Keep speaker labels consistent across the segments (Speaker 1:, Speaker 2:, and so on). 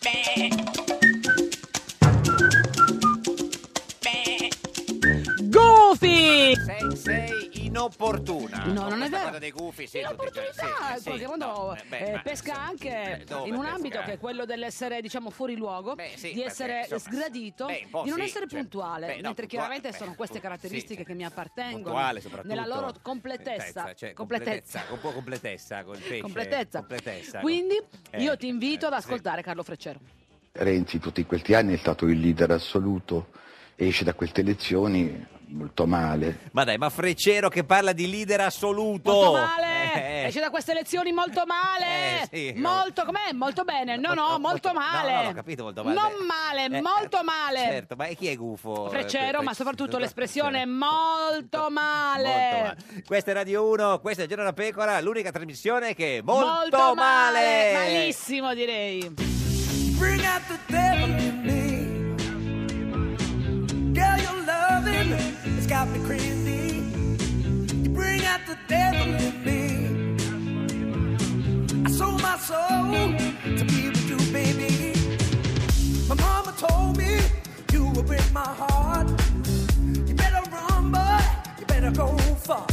Speaker 1: Beh. Beh.
Speaker 2: Gufi!
Speaker 3: Sei, sei inopportuna.
Speaker 2: No,
Speaker 3: Con
Speaker 2: non è
Speaker 3: questa
Speaker 2: vero.
Speaker 3: cosa dei gufi, sì, tutti i giorni,
Speaker 2: L'opportunità,
Speaker 3: sì, sì,
Speaker 2: perché
Speaker 3: sì,
Speaker 2: quando
Speaker 3: no, eh, beh,
Speaker 2: eh,
Speaker 3: ma,
Speaker 2: pesca
Speaker 3: insomma,
Speaker 2: anche
Speaker 3: eh, dove
Speaker 2: in un
Speaker 3: pesca?
Speaker 2: ambito che è quello dell'essere diciamo fuori luogo,
Speaker 3: Beh, sì,
Speaker 2: di
Speaker 3: vabbè,
Speaker 2: essere
Speaker 3: insomma,
Speaker 2: sgradito,
Speaker 3: beh, un po'
Speaker 2: di non
Speaker 3: sì,
Speaker 2: essere
Speaker 3: cioè,
Speaker 2: puntuale,
Speaker 3: beh, no,
Speaker 2: mentre
Speaker 3: puntua-
Speaker 2: chiaramente
Speaker 3: beh,
Speaker 2: sono queste
Speaker 3: pu- sì,
Speaker 2: caratteristiche
Speaker 3: sì.
Speaker 2: che mi appartengono
Speaker 3: Puntuale soprattutto.
Speaker 2: nella loro completezza,
Speaker 3: Tezza, cioè,
Speaker 2: completezza.
Speaker 3: completezza, un po' completezza col pesce.
Speaker 2: completezza.
Speaker 3: completezza.
Speaker 2: Quindi
Speaker 3: Eh,
Speaker 2: io ti invito ad
Speaker 3: eh, sì.
Speaker 2: ascoltare Carlo Freccero.
Speaker 4: Renzi tutti questi anni è stato il leader assoluto, esce da queste elezioni molto male,
Speaker 3: Ma dai, ma Freccero che parla di leader assoluto.
Speaker 2: Molto male! cioè,
Speaker 3: Eh, eh.
Speaker 2: Esce da queste elezioni molto male!
Speaker 3: Eh, sì.
Speaker 2: molto com'è? Molto bene. No, no, molto male.
Speaker 3: No, no, ho capito molto male.
Speaker 2: Non male,
Speaker 3: Eh,
Speaker 2: molto male.
Speaker 3: Certo, ma chi è gufo?
Speaker 2: Freccero,
Speaker 3: Eh,
Speaker 2: ma soprattutto l'espressione
Speaker 3: Freccero. Certo.
Speaker 2: molto male.
Speaker 3: Molto male. Questa è Radio 1, questa è Giorno da Pecora, l'unica trasmissione che è molto,
Speaker 2: Molto male.
Speaker 3: male.
Speaker 2: Malissimo, direi.
Speaker 5: Bring out the devil in me. Girl, your loving has got me crazy. You bring out the devil in me. I sold my soul to be with you, baby. My mama told me you would break my heart. You better run, boy. You better go far.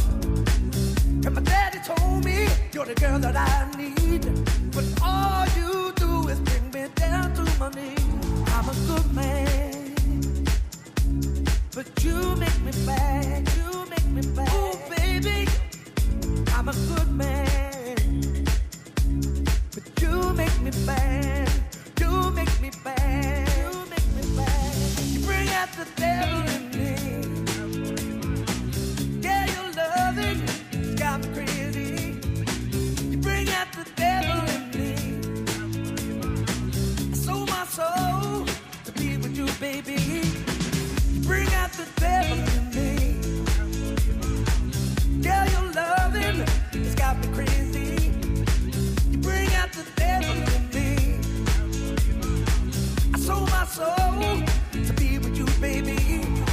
Speaker 5: And my daddy told me you're the girl that I need. But all you do is bring me down to my knees. I'm a good man. But you make me bad. You make me bad. Oh, baby. I'm a good man. But you make me bad. You make me bad. You make me bad. You bring out the devil in me. Yeah, your loving got me crazy. You bring out the devil in me. I sold my soul to be with you, baby. You bring out the devil in me. Yeah, your loving has got me crazy. You bring out the devil in me. I sold my soul to be with you, baby,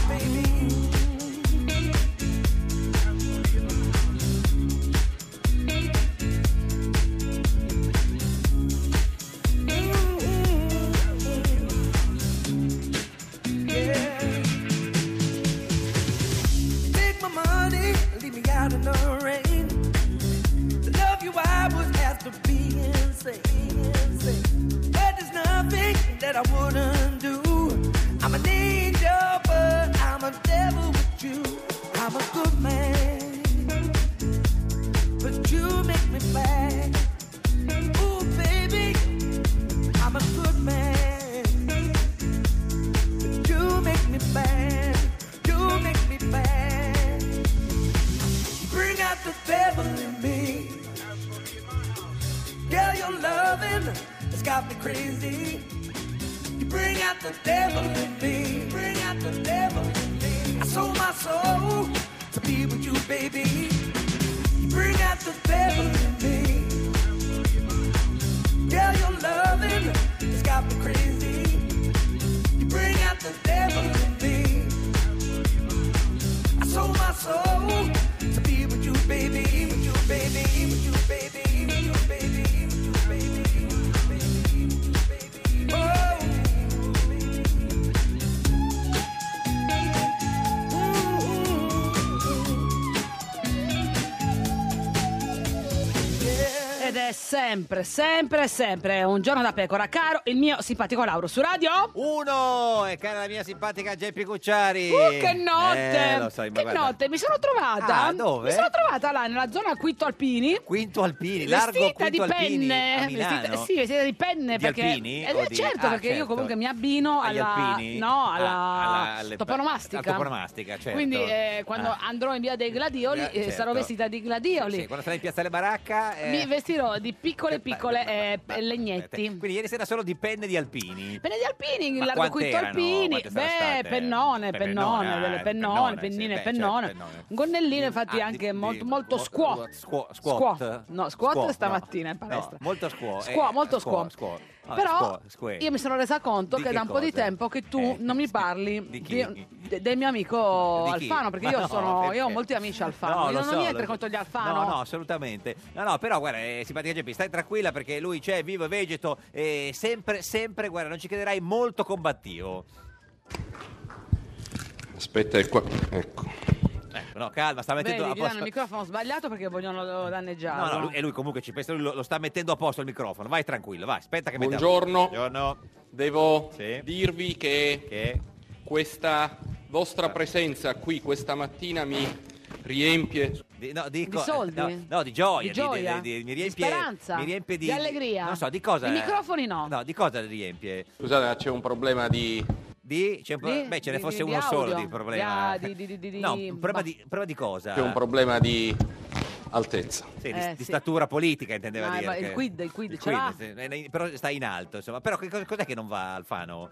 Speaker 5: baby. Yeah. Take my money, leave me out in the rain. To love you, I would have to be insane. But there's nothing that I wouldn't do. I'm an angel, but I'm a devil with you. I'm a good man, but you make me bad. Ooh, baby, I'm a good man. You make me bad. You make me bad. Bring out the devil in me. Yeah, your loving has got me crazy. You bring out the devil in me. Bring out the devil in me. I sold my soul to be with you, baby. You bring out the devil in me. Yeah, your loving has got me crazy. You bring out the devil in me. I sold my soul to be with you, baby, with you, baby, with you, baby, with you, baby, with you, baby, with you, baby, baby. Oh, baby. Ooh. Yeah.
Speaker 2: Ed è sempre, sempre, sempre un giorno da pecora, caro il mio simpatico Lauro su radio.
Speaker 3: Uno! E cara la mia simpatica Geppi Cucciari.
Speaker 2: Uh, che notte!
Speaker 3: Eh, lo so, ma
Speaker 2: che
Speaker 3: guarda,
Speaker 2: notte! Mi sono trovata.
Speaker 3: Ah, dove?
Speaker 2: Mi sono trovata là nella zona Quinto Alpini.
Speaker 3: Quinto Alpini, largo
Speaker 2: Vestita
Speaker 3: Quinto
Speaker 2: di
Speaker 3: Alpini
Speaker 2: penne,
Speaker 3: a Milano.
Speaker 2: vestita, sì, vestita di penne
Speaker 3: Di
Speaker 2: perché
Speaker 3: alpini?
Speaker 2: Eh,
Speaker 3: O di-
Speaker 2: certo,
Speaker 3: ah,
Speaker 2: perché io
Speaker 3: certo.
Speaker 2: comunque mi abbino
Speaker 3: Agli
Speaker 2: alla
Speaker 3: alpini?
Speaker 2: no,
Speaker 3: Ah,
Speaker 2: alla
Speaker 3: alla- alle-
Speaker 2: toponomastica.
Speaker 3: alla toponomastica, certo.
Speaker 2: Quindi eh, quando
Speaker 3: Ah.
Speaker 2: andrò in via dei gladioli
Speaker 3: Eh,
Speaker 2: eh, sarò
Speaker 3: certo.
Speaker 2: vestita di gladioli.
Speaker 3: Sì, quando sarai in Piazzale Baracca... eh,
Speaker 2: Mi vestirò di piccole
Speaker 3: eh,
Speaker 2: piccole
Speaker 3: ma-
Speaker 2: eh,
Speaker 3: ma- ma-
Speaker 2: legnetti.
Speaker 3: Quindi ieri sera solo di penne di Alpini.
Speaker 2: Penne di alpini,
Speaker 3: Ma
Speaker 2: largo
Speaker 3: quante
Speaker 2: quinto
Speaker 3: erano?
Speaker 2: alpini,
Speaker 3: Quante
Speaker 2: beh,
Speaker 3: sono state?
Speaker 2: pennone,
Speaker 3: Beh,
Speaker 2: pennone,
Speaker 3: pennone,
Speaker 2: delle
Speaker 3: ah,
Speaker 2: pennone,
Speaker 3: pennone,
Speaker 2: pennine,
Speaker 3: sì, beh,
Speaker 2: pennone,
Speaker 3: certo, pennone.
Speaker 2: gonnellino infatti
Speaker 3: Ah,
Speaker 2: anche
Speaker 3: di-
Speaker 2: molto,
Speaker 3: di-
Speaker 2: molto
Speaker 3: squo-
Speaker 2: squo,
Speaker 3: squo- squat.
Speaker 2: no, squat,
Speaker 3: no.
Speaker 2: stamattina in
Speaker 3: No,
Speaker 2: palestra,
Speaker 3: molto squo.
Speaker 2: Squo,
Speaker 3: eh,
Speaker 2: molto
Speaker 3: squo,
Speaker 2: squo.
Speaker 3: squo. Vabbè,
Speaker 2: Però
Speaker 3: scuo- scuo-
Speaker 2: io mi sono resa conto
Speaker 3: Di
Speaker 2: che
Speaker 3: che
Speaker 2: da un po' di
Speaker 3: cosa?
Speaker 2: tempo che tu
Speaker 3: Eh,
Speaker 2: non mi parli
Speaker 3: di chi?
Speaker 2: di- de- del mio amico
Speaker 3: Di chi?
Speaker 2: Alfano, perché
Speaker 3: Ma
Speaker 2: io,
Speaker 3: no,
Speaker 2: sono, io ho
Speaker 3: perché?
Speaker 2: molti amici Alfano,
Speaker 3: lo
Speaker 2: io non
Speaker 3: so,
Speaker 2: ho niente
Speaker 3: lo so.
Speaker 2: contro gli Alfano.
Speaker 3: No, no, assolutamente. No, no, però guarda, eh, simpatica Geppi, stai tranquilla perché lui c'è, vivo e vegeto, eh, sempre, sempre, guarda, non ci crederai, molto combattivo.
Speaker 6: Aspetta, è qua. Ecco.
Speaker 3: Ecco, no, calma, sta mettendo
Speaker 2: Vedi,
Speaker 3: a
Speaker 2: gli danno
Speaker 3: posto...
Speaker 2: il microfono sbagliato perché vogliono
Speaker 3: No,
Speaker 2: danneggiarlo.
Speaker 3: no, lui- e lui comunque ci pensa, lui lo, lo sta mettendo a posto il microfono. Vai tranquillo, vai, aspetta che metta-
Speaker 6: Buongiorno.
Speaker 3: Buongiorno.
Speaker 6: Devo
Speaker 3: Sì.
Speaker 6: dirvi che,
Speaker 3: Che?
Speaker 6: questa vostra presenza qui questa mattina mi riempie.
Speaker 3: Di, no, dico- eh,
Speaker 2: Di soldi?
Speaker 3: No, no, di gioia.
Speaker 2: Di gioia?
Speaker 3: mi
Speaker 2: Di
Speaker 3: riempie,
Speaker 2: speranza?
Speaker 3: mi riempie di,
Speaker 2: Di allegria?
Speaker 3: Non so, di cosa.
Speaker 2: Di microfoni no.
Speaker 3: No, di cosa riempie?
Speaker 6: Scusate, c'è un problema di.
Speaker 3: Di, c'è un pro-
Speaker 2: Di-
Speaker 3: beh, ce ne
Speaker 2: di-
Speaker 3: fosse
Speaker 2: di- di
Speaker 3: uno solo
Speaker 2: audio.
Speaker 3: di problema.
Speaker 2: Di- di- di- di- di-
Speaker 3: no, un problema
Speaker 2: bah.
Speaker 3: di, problema di cosa?
Speaker 6: C'è un problema di altezza.
Speaker 3: Sì, di,
Speaker 2: Eh,
Speaker 3: di
Speaker 2: sì.
Speaker 3: statura politica intendeva
Speaker 2: Ma-
Speaker 3: dire.
Speaker 2: ma
Speaker 3: che-
Speaker 2: il quid- il quid ce l'ha?
Speaker 3: sì, eh, nei- però sta in alto, insomma. Però che cosa- cos'è che non va Alfano?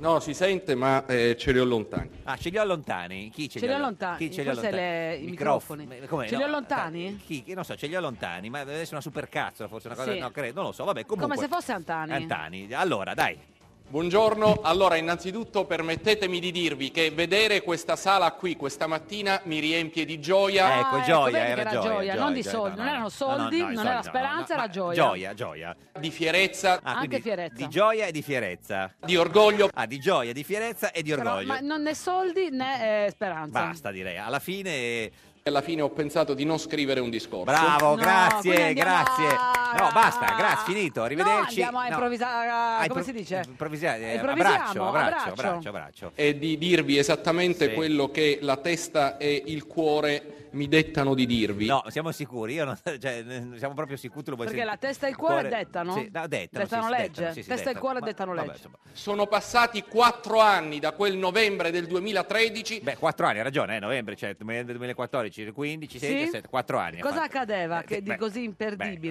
Speaker 6: No, si sente, ma eh, ce li ho lontani.
Speaker 3: Ah, ce li ho lontani? Chi ce
Speaker 2: Ce
Speaker 3: li ho
Speaker 2: li ho
Speaker 3: lontani?
Speaker 2: lontani?
Speaker 3: Chi ce li ho
Speaker 2: Forse
Speaker 3: lontani?
Speaker 2: le- i
Speaker 3: Microf-
Speaker 2: microfoni.
Speaker 3: ma- come,
Speaker 2: Ce li ho lontani?
Speaker 3: Chi? Che Non so, ce li ho lontani, ma deve essere una supercazzola, forse una cosa,
Speaker 2: Sì.
Speaker 3: no, credo, non lo so, vabbè, comunque.
Speaker 2: Come se fosse Antani.
Speaker 3: Antani. Allora, dai.
Speaker 6: Buongiorno, allora innanzitutto permettetemi di dirvi che vedere questa sala qui questa mattina mi riempie di gioia.
Speaker 2: Ah,
Speaker 3: ecco,
Speaker 2: ecco,
Speaker 3: gioia,
Speaker 2: vedi che
Speaker 3: era,
Speaker 2: era gioia, non di
Speaker 3: gioia,
Speaker 2: soldi,
Speaker 3: no,
Speaker 2: non
Speaker 3: no,
Speaker 2: erano
Speaker 3: no,
Speaker 2: soldi,
Speaker 3: no, no, i
Speaker 2: non
Speaker 3: soldi, no,
Speaker 2: era
Speaker 3: no,
Speaker 2: speranza,
Speaker 3: ma-
Speaker 2: era gioia.
Speaker 3: Gioia, gioia.
Speaker 6: di fierezza,
Speaker 3: Ah,
Speaker 2: Anche
Speaker 3: quindi
Speaker 2: fierezza.
Speaker 3: Di gioia e di fierezza.
Speaker 6: di orgoglio.
Speaker 3: Ah, di gioia, di fierezza e di
Speaker 2: Però-
Speaker 3: orgoglio.
Speaker 2: ma non né soldi né eh, speranza.
Speaker 3: Basta, direi. Alla fine
Speaker 6: Alla fine ho pensato di non scrivere un discorso.
Speaker 3: Bravo,
Speaker 2: No,
Speaker 3: grazie,
Speaker 2: quindi andiamo
Speaker 3: grazie.
Speaker 2: a-
Speaker 3: No, basta, grazie, finito, arrivederci.
Speaker 2: No, andiamo a
Speaker 3: No.
Speaker 2: improvvisare,
Speaker 3: Ah,
Speaker 2: come
Speaker 3: impro-
Speaker 2: si dice?
Speaker 3: Improvvisare, eh,
Speaker 2: Improvvisiamo,
Speaker 3: abbraccio, abbraccio, abbraccio, abbraccio.
Speaker 6: E di dirvi esattamente
Speaker 3: Sì.
Speaker 6: quello che la testa e il cuore mi dettano di dirvi.
Speaker 3: No, siamo sicuri, io non, cioè, ne- siamo proprio sicuri. Lo vuoi
Speaker 2: Perché
Speaker 3: sentire?
Speaker 2: la testa e il cuore dettano?
Speaker 3: Sì, no, dettano,
Speaker 2: Dettano
Speaker 3: sì,
Speaker 2: legge.
Speaker 3: dettano, sì, sì,
Speaker 2: Testa e il cuore
Speaker 3: Ma-
Speaker 2: dettano
Speaker 3: vabbè,
Speaker 2: legge.
Speaker 3: insomma.
Speaker 6: Sono passati quattro anni da quel novembre del 2013
Speaker 3: Beh, 4 anni, hai ragione, eh, novembre, cioè 2014, 15, 16,
Speaker 2: Sì?
Speaker 3: 17, 4 anni. ha
Speaker 2: Cosa
Speaker 3: fatto.
Speaker 2: accadeva
Speaker 3: Eh,
Speaker 2: che di così imperdibile?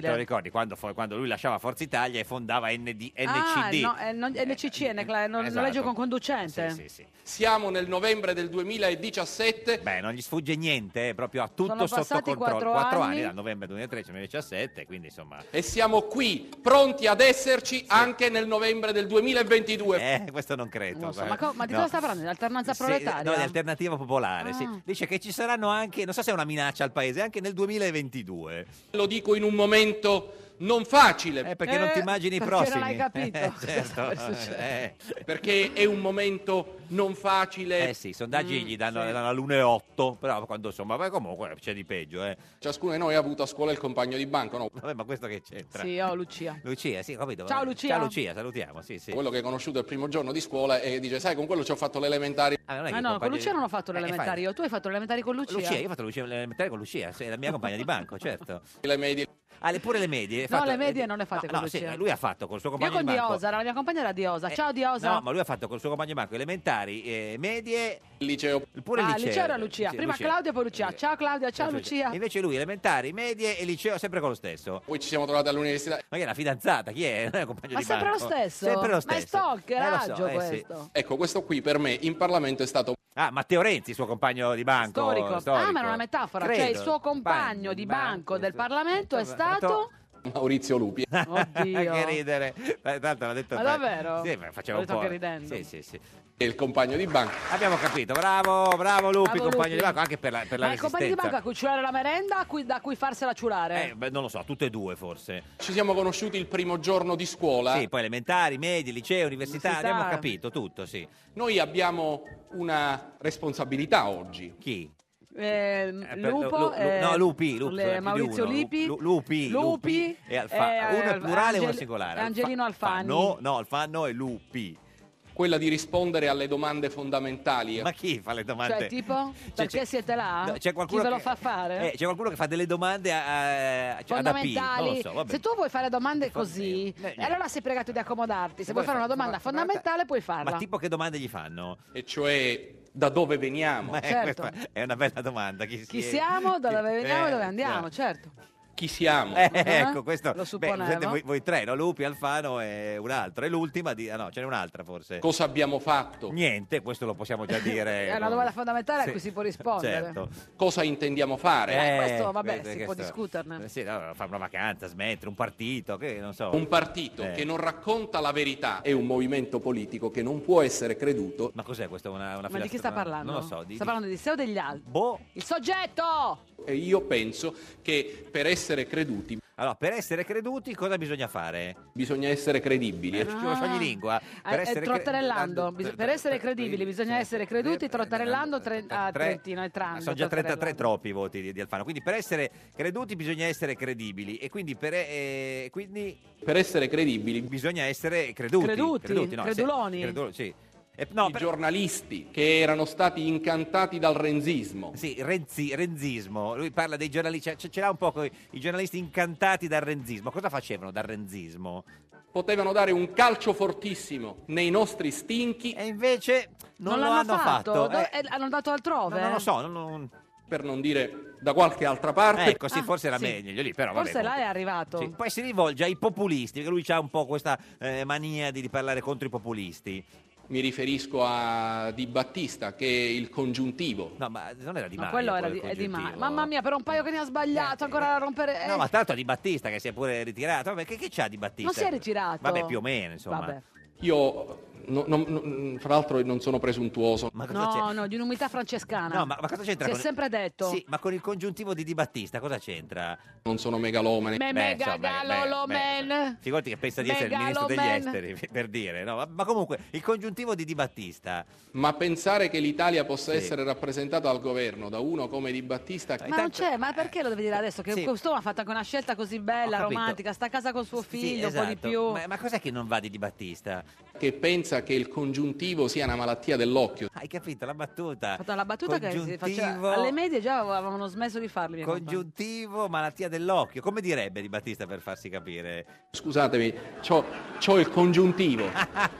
Speaker 3: beh, te lo ricordi quando, fu- quando lui lasciava Forza Italia e fondava ND,
Speaker 2: Ah,
Speaker 3: NCD?
Speaker 2: no, eh, non- NCC, NCLA, non- noleggio con conducente.
Speaker 3: Sì, sì, sì.
Speaker 6: siamo nel novembre del 2017
Speaker 3: Beh, non gli sfugge niente, eh, proprio a tutto
Speaker 2: Sono
Speaker 3: sotto
Speaker 2: passati
Speaker 3: controllo.
Speaker 2: quattro
Speaker 3: 4 anni,
Speaker 2: anni.
Speaker 3: dal novembre 2013 al 2017, quindi insomma...
Speaker 6: e siamo qui pronti ad esserci anche nel novembre del 2022.
Speaker 3: Eh, questo non credo.
Speaker 2: Non so,
Speaker 3: guarda.
Speaker 2: ma, co- ma di
Speaker 3: No.
Speaker 2: cosa sta parlando? Dell'alternanza
Speaker 3: Sì,
Speaker 2: proletaria?
Speaker 3: no, di alternativa popolare,
Speaker 2: diciamo. Ah.
Speaker 3: sì. Dice che ci saranno anche, non so se è una minaccia al paese, anche nel 2022.
Speaker 6: Lo dico in un momento non facile
Speaker 3: Eh, perché non
Speaker 2: Eh,
Speaker 3: ti immagini i
Speaker 2: perché
Speaker 3: prossimi.
Speaker 2: non hai capito
Speaker 3: Eh,
Speaker 2: cosa
Speaker 3: certo.
Speaker 2: sta per succedere.
Speaker 3: Eh.
Speaker 6: perché è un momento non facile. Mm,
Speaker 3: Eh sì, i sondaggi gli danno,
Speaker 2: sì.
Speaker 3: danno all'1,8, però quando insomma, beh, comunque c'è di peggio, eh.
Speaker 6: Ciascuno di noi ha avuto a scuola il compagno di banco, no?
Speaker 3: Vabbè, ma questo che c'entra?
Speaker 2: Sì, oh, Lucia.
Speaker 3: Lucia, sì, ho capito.
Speaker 2: Ciao,
Speaker 3: vabbè.
Speaker 2: Lucia.
Speaker 3: Ciao Lucia, salutiamo, sì, sì.
Speaker 6: Quello che hai conosciuto il primo giorno di scuola e dice "Sai, con quello ci ho fatto l'elementare".
Speaker 3: Ah,
Speaker 2: Ma
Speaker 3: che i
Speaker 2: no, con
Speaker 3: compagni-
Speaker 2: Lucia non ho fatto
Speaker 3: Eh,
Speaker 2: l'elementare
Speaker 3: infatti.
Speaker 2: io. Tu hai fatto l'elementare con Lucia?
Speaker 3: Lucia, io ho fatto Lucia- l'elementare con Lucia, sì, è la mia compagna di banco, certo.
Speaker 6: le medie.
Speaker 3: Ah, le- pure le medie? hai
Speaker 2: No,
Speaker 3: fatto- eh,
Speaker 2: le medie non le fate
Speaker 3: no,
Speaker 2: con
Speaker 3: no, sì,
Speaker 2: Lucia.
Speaker 3: lui ha fatto col suo
Speaker 2: Io
Speaker 3: compagno
Speaker 2: con
Speaker 3: di banco.
Speaker 2: Diosa, la mia compagna era Diosa.
Speaker 3: Eh,
Speaker 2: Ciao Diosa.
Speaker 3: No, ma lui ha fatto col suo compagno di banco elementari, eh, medie,
Speaker 6: Il liceo
Speaker 3: pure
Speaker 2: Ah,
Speaker 3: il
Speaker 2: il
Speaker 3: liceo.
Speaker 2: liceo era Lucia. Prima Claudia e poi Lucia.
Speaker 3: Eh,
Speaker 2: Ciao Claudia, ciao Lucia.
Speaker 3: Invece lui elementari, medie e liceo sempre con lo stesso.
Speaker 6: poi ci siamo trovati all'università
Speaker 3: Ma che è la fidanzata, chi è? Non è un compagno
Speaker 2: Ma
Speaker 3: di
Speaker 2: sempre lo
Speaker 3: banco.
Speaker 2: stesso?
Speaker 3: Sempre lo
Speaker 2: Ma è
Speaker 3: stesso.
Speaker 2: stalkeraggio
Speaker 3: Eh, lo so, eh, sì.
Speaker 2: questo.
Speaker 6: Ecco, questo qui per me in Parlamento è stato
Speaker 3: Ah, Matteo Renzi, suo compagno di banco.
Speaker 2: Storico. Ah, ma era una metafora. Cioè,
Speaker 3: Credo.
Speaker 2: il suo compagno di banco del Parlamento è stato...
Speaker 6: Maurizio Lupi.
Speaker 2: Oddio.
Speaker 3: che ridere. Eh, Tanto l'ha detto
Speaker 2: Ma davvero?
Speaker 3: Sì, ma faceva
Speaker 2: Ho
Speaker 3: un
Speaker 2: detto
Speaker 3: po'. eh.
Speaker 2: anche ridendo.
Speaker 3: Sì, sì, sì.
Speaker 6: e il compagno di banco.
Speaker 3: Abbiamo capito. Bravo, bravo Lupi,
Speaker 2: Bravo,
Speaker 3: compagno
Speaker 2: Lupi.
Speaker 3: di banco, anche per la, per la
Speaker 2: Ma il compagno di
Speaker 3: resistenza.
Speaker 2: banco a cui ciulare la merenda, a cui- da cui farsela ciulare.
Speaker 3: Eh, beh, non lo so, tutte e due forse.
Speaker 6: Ci siamo conosciuti il primo giorno di scuola.
Speaker 3: Sì, poi elementari, medi, liceo, università,
Speaker 2: Università.
Speaker 3: abbiamo capito tutto, sì.
Speaker 6: Noi abbiamo una responsabilità oggi.
Speaker 3: Chi?
Speaker 2: Eh,
Speaker 3: Eh, per-
Speaker 2: Lupo,
Speaker 3: lu- lu-
Speaker 2: eh,
Speaker 3: no, Lupi, Lupi,
Speaker 2: le-
Speaker 3: sono più di
Speaker 2: Maurizio
Speaker 3: uno, Lu-
Speaker 2: Lipi,
Speaker 3: Lu- Lupi, Lupi e Alfa-
Speaker 2: eh,
Speaker 3: uno è plurale e uno è
Speaker 2: Angel-
Speaker 3: singolare.
Speaker 2: Angelino
Speaker 3: Alfa-
Speaker 2: Alfani.
Speaker 3: No, no, Alfano e Lupi.
Speaker 6: Quella di rispondere alle domande fondamentali.
Speaker 3: Ma chi fa le domande?
Speaker 2: Cioè, tipo,
Speaker 3: Cioè,
Speaker 2: perché
Speaker 3: c'è-
Speaker 2: siete là?
Speaker 3: no, c'è qualcuno
Speaker 2: Chi ve lo
Speaker 3: che-
Speaker 2: fa fare?
Speaker 3: eh, c'è qualcuno che fa delle domande a, a- cioè, ad AP, non lo
Speaker 2: fondamentali.
Speaker 3: so, vabbè.
Speaker 2: se tu vuoi fare domande
Speaker 3: Fa-
Speaker 2: così,
Speaker 3: eh, eh,
Speaker 2: allora sei pregato di accomodarti. Se,
Speaker 3: Se
Speaker 2: vuoi fare una domanda fondamentale, puoi
Speaker 3: Ma
Speaker 2: farla.
Speaker 3: tipo che domande gli fanno?
Speaker 6: E cioè da dove veniamo?
Speaker 3: Ma eh,
Speaker 2: Certo.
Speaker 3: questa è una bella domanda. Chi,
Speaker 2: Chi
Speaker 3: si-
Speaker 2: siamo, da dove
Speaker 3: chi-
Speaker 2: veniamo,
Speaker 3: eh,
Speaker 2: dove andiamo,
Speaker 3: eh.
Speaker 2: certo.
Speaker 6: chi siamo.
Speaker 3: Eh, ecco, questo.
Speaker 2: lo
Speaker 3: beh,
Speaker 2: supponevo.
Speaker 3: sente voi, voi tre, no? Lupi, Alfano e un altro. E l'ultima, di, ah no, ce n'è un'altra forse.
Speaker 6: Cosa abbiamo fatto?
Speaker 3: Niente, questo lo possiamo già dire.
Speaker 2: È una domanda fondamentale
Speaker 3: Sì,
Speaker 2: a cui si può rispondere.
Speaker 3: Certo.
Speaker 6: Cosa intendiamo fare?
Speaker 2: Eh, questo, vabbè,
Speaker 3: vedi,
Speaker 2: si può discuterne.
Speaker 3: eh, Sì, no, no, fare una vacanza, smettere, un partito, che non so.
Speaker 6: Un partito
Speaker 3: Eh.
Speaker 6: che non racconta la verità è un movimento politico che non può essere creduto.
Speaker 3: Ma cos'è questa? Una, una
Speaker 2: Ma di chi sta
Speaker 3: filastrocca?
Speaker 2: parlando?
Speaker 3: Non lo so. Di,
Speaker 2: sta parlando di sé o degli altri?
Speaker 3: di- Boh.
Speaker 2: Il soggetto!
Speaker 6: E io penso che per essere creduti
Speaker 3: Allora, per essere creduti cosa bisogna fare?
Speaker 6: bisogna essere credibili.
Speaker 3: Eh, sciogli lingua. Per
Speaker 2: Eh, eh,
Speaker 3: essere cre-
Speaker 2: trottarellando.
Speaker 3: dando-
Speaker 2: Bis- per essere credibili bisogna essere creduti, trottarellando tre- a
Speaker 3: tre-
Speaker 2: Trentino e Trando.
Speaker 3: Sono già 33
Speaker 2: trottarellando.
Speaker 3: troppi i voti di, di Alfano. Quindi per essere creduti bisogna essere credibili e quindi, per, eh,
Speaker 2: Ecco,
Speaker 3: quindi
Speaker 6: Per essere credibili
Speaker 3: bisogna essere creduti.
Speaker 2: Creduti,
Speaker 3: se-
Speaker 2: creduloni.
Speaker 3: credulo- sì. E- no,
Speaker 6: i
Speaker 3: per-
Speaker 6: giornalisti che erano stati incantati dal renzismo.
Speaker 3: Sì, Renzi- renzismo. Lui parla dei giornalisti, cioè, ce, ce l'ha un po' coi- i giornalisti incantati dal renzismo. Cosa facevano dal renzismo?
Speaker 6: Potevano dare un calcio fortissimo nei nostri stinchi
Speaker 3: E invece non, lo
Speaker 2: l'hanno
Speaker 3: hanno fatto.
Speaker 2: Do-
Speaker 3: Eh,
Speaker 2: eh, hanno dato altrove?
Speaker 3: no, non lo so, non- non-
Speaker 6: per non dire da qualche altra parte.
Speaker 3: Ecco, sì,
Speaker 2: Ah,
Speaker 3: forse era
Speaker 2: sì.
Speaker 3: meglio lì, però
Speaker 2: Forse
Speaker 3: vabbè,
Speaker 2: là è
Speaker 3: comunque.
Speaker 2: arrivato.
Speaker 3: Sì, Poi si rivolge ai populisti, perché lui ha un po' questa eh, mania di, di parlare contro i populisti.
Speaker 6: Mi riferisco a Di Battista che è il congiuntivo.
Speaker 3: No, ma non era Di
Speaker 2: Ma
Speaker 3: Maio.
Speaker 2: quello era
Speaker 3: poi
Speaker 2: di,
Speaker 3: il
Speaker 2: è di
Speaker 3: congiuntivo.
Speaker 2: Maio. Mamma mia, per un paio che ne ha sbagliato ancora la rompere.
Speaker 3: No,
Speaker 2: eh.
Speaker 3: ma tanto è Di Battista che si è pure ritirato. Vabbè, che, che c'ha Di Battista?
Speaker 2: Non si è ritirato.
Speaker 3: Vabbè, più o meno, insomma.
Speaker 2: Vabbè.
Speaker 6: Io, no- no- no- fra l'altro, non sono presuntuoso.
Speaker 3: Ma cosa c'è?
Speaker 2: No, no, di un'unità francescana.
Speaker 3: No, ma, ma cosa c'entra?
Speaker 2: Si è
Speaker 3: con-
Speaker 2: sempre detto.
Speaker 3: Sì, ma con il congiuntivo di Di Battista cosa c'entra?
Speaker 6: Non sono megalomane.
Speaker 3: Beh,
Speaker 2: Me- mega
Speaker 3: insomma, beh,
Speaker 2: galolomen.
Speaker 3: beh, Figurati che pensa di essere il ministro degli
Speaker 2: Megalomen.
Speaker 3: esteri, per dire. no? Ma, ma comunque, il congiuntivo di Di Battista.
Speaker 6: Ma pensare che l'Italia possa
Speaker 3: Sì.
Speaker 6: essere rappresentata al governo da uno come Di Battista,
Speaker 3: Ma
Speaker 2: Ma non
Speaker 3: tanto-
Speaker 2: c'è, ma perché lo devi dire adesso? Che
Speaker 3: Sì.
Speaker 2: quest'uomo ha fatto anche una scelta così
Speaker 3: Ho
Speaker 2: bella,
Speaker 3: capito.
Speaker 2: romantica, sta a casa con suo
Speaker 3: Sì,
Speaker 2: figlio, un po'
Speaker 3: esatto.
Speaker 2: di più.
Speaker 3: Ma, ma cos'è che non va di Di Battista?
Speaker 6: che pensa che il congiuntivo sia una malattia dell'occhio.
Speaker 3: Hai capito la battuta?
Speaker 2: Ha fatto la battuta che si
Speaker 3: Congiuntivo-
Speaker 2: faceva alle medie già avevano smesso di farli. mia compagna.
Speaker 3: Congiuntivo, malattia dell'occhio. Come direbbe Di Battista per farsi capire?
Speaker 6: Scusatemi, c'ho, c'ho il congiuntivo.
Speaker 3: Ah,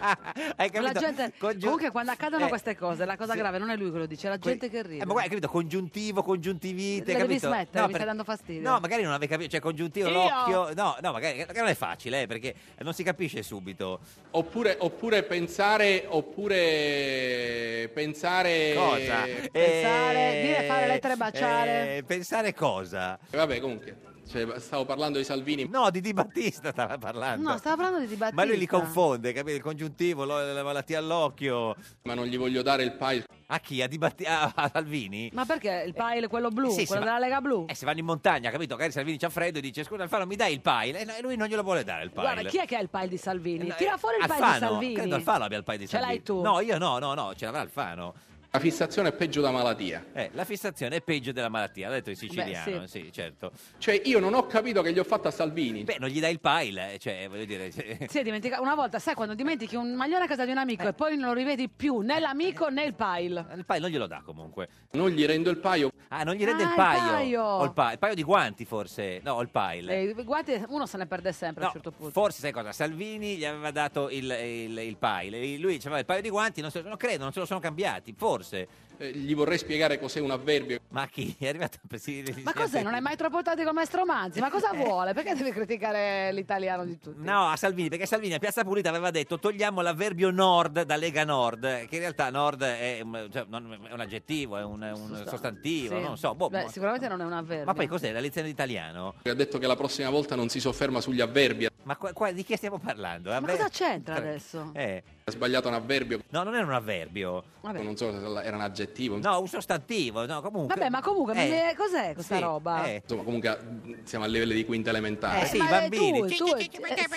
Speaker 3: Hai capito?
Speaker 2: La gente-
Speaker 3: Congiun-
Speaker 2: Comunque quando accadono
Speaker 3: Eh,
Speaker 2: queste cose, la cosa
Speaker 3: sì.
Speaker 2: grave non è lui che lo dice, è la
Speaker 3: Que-
Speaker 2: gente che ride.
Speaker 3: Eh, ma guarda, hai capito? Congiuntivo, congiuntivite.
Speaker 2: La
Speaker 3: hai
Speaker 2: devi
Speaker 3: capito?
Speaker 2: smettere, mi stai
Speaker 3: perché-
Speaker 2: dando fastidio.
Speaker 3: No, magari non avevi capito. Cioè, congiuntivo,
Speaker 2: Io?
Speaker 3: l'occhio. No, no, magari magari non è facile, eh, perché non si capisce subito.
Speaker 6: Oppure, oppure pensare, oppure pensare...
Speaker 3: Cosa?
Speaker 2: Pensare, dire, fare lettere, baciare.
Speaker 3: Eh, eh, pensare cosa?
Speaker 6: Eh, Vabbè, comunque, cioè, stavo parlando di Salvini.
Speaker 3: No, di Di Battista stava parlando.
Speaker 2: No, stava parlando di Di Battista.
Speaker 3: Ma lui li confonde, capito? Il congiuntivo, lo- la malattia all'occhio.
Speaker 6: ma non gli voglio dare il paio.
Speaker 3: A chi? A, Di Batti- a, a Salvini?
Speaker 2: Ma perché il pile, quello blu,
Speaker 3: Eh, Sì, sì,
Speaker 2: quello
Speaker 3: ma-
Speaker 2: della Lega blu?
Speaker 3: Eh, se vanno in montagna, capito? Magari Salvini c'ha freddo e dice scusa Alfano mi dai il pile? E no, e lui non glielo vuole dare il pile.
Speaker 2: Guarda, chi è che ha il pile di Salvini?
Speaker 3: Eh, no,
Speaker 2: Tira
Speaker 3: eh,
Speaker 2: fuori il pile di
Speaker 3: Alfano,
Speaker 2: Salvini.
Speaker 3: Credo Alfano abbia il pile di
Speaker 2: Ce l'hai
Speaker 3: Salvini.
Speaker 2: tu?
Speaker 3: No, io no, no, no, ce l'avrà Alfano.
Speaker 6: La fissazione è peggio da malattia.
Speaker 3: Eh, la fissazione è peggio della malattia, l'ha detto il siciliano, sì. certo.
Speaker 6: Cioè, io non ho capito che gli ho fatto a Salvini.
Speaker 3: Beh, non gli dai il pile, eh, cioè, voglio dire...
Speaker 2: Sì, dimentica- una volta, sai quando dimentichi un maglione a casa di un amico e poi non lo rivedi più né l'amico né il pile.
Speaker 3: Eh. Il pile non glielo dà comunque.
Speaker 6: Non gli rendo il paio.
Speaker 3: Ah, non gli rende
Speaker 2: Ah,
Speaker 3: il
Speaker 2: il
Speaker 3: paio.
Speaker 2: paio.
Speaker 3: O il, pa- il paio di guanti forse. No, il pile.
Speaker 2: Eh, guardi, uno se ne perde sempre a
Speaker 3: No,
Speaker 2: un certo punto.
Speaker 3: Forse sai cosa? Salvini gli aveva dato il, il, il pile. E Lui aveva il paio di guanti, non, se- non credo, non se lo sono cambiati, forse.
Speaker 6: Eh, gli vorrei spiegare cos'è un avverbio.
Speaker 3: Ma chi è arrivato a sì,
Speaker 2: Ma cos'è? Non è mai troppo tardi con maestro Manzi? Ma
Speaker 3: Eh.
Speaker 2: cosa vuole? Perché deve criticare l'italiano di tutti?
Speaker 3: No, a Salvini, perché Salvini a Piazza Pulita aveva detto togliamo l'avverbio nord da Lega Nord, che in realtà nord è, un- cioè, non- è un aggettivo, è un, è un
Speaker 2: Sostan-
Speaker 3: sostantivo,
Speaker 2: Sì.
Speaker 3: non so. boh,
Speaker 2: Beh,
Speaker 3: ma-
Speaker 2: sicuramente non è una vera.
Speaker 3: ma poi cos'è la lezione di italiano?
Speaker 6: Ha detto che la prossima volta non si sofferma sugli avverbi. Ha
Speaker 3: Ma qua- qua- di che stiamo parlando?
Speaker 2: Ma cosa c'entra adesso?
Speaker 3: Eh,
Speaker 6: sbagliato un avverbio.
Speaker 3: no, non era un avverbio.
Speaker 2: Vabbè.
Speaker 6: Non so se era un aggettivo.
Speaker 3: No, un sostantivo, no, comunque.
Speaker 2: Vabbè, ma comunque,
Speaker 3: Eh,
Speaker 2: mi- cos'è questa
Speaker 3: sì,
Speaker 2: roba?
Speaker 3: eh.
Speaker 6: Insomma, comunque siamo a livelli di quinta elementare.
Speaker 3: Eh, sì,
Speaker 2: ma
Speaker 3: i bambini.
Speaker 2: Tu, tu, eh,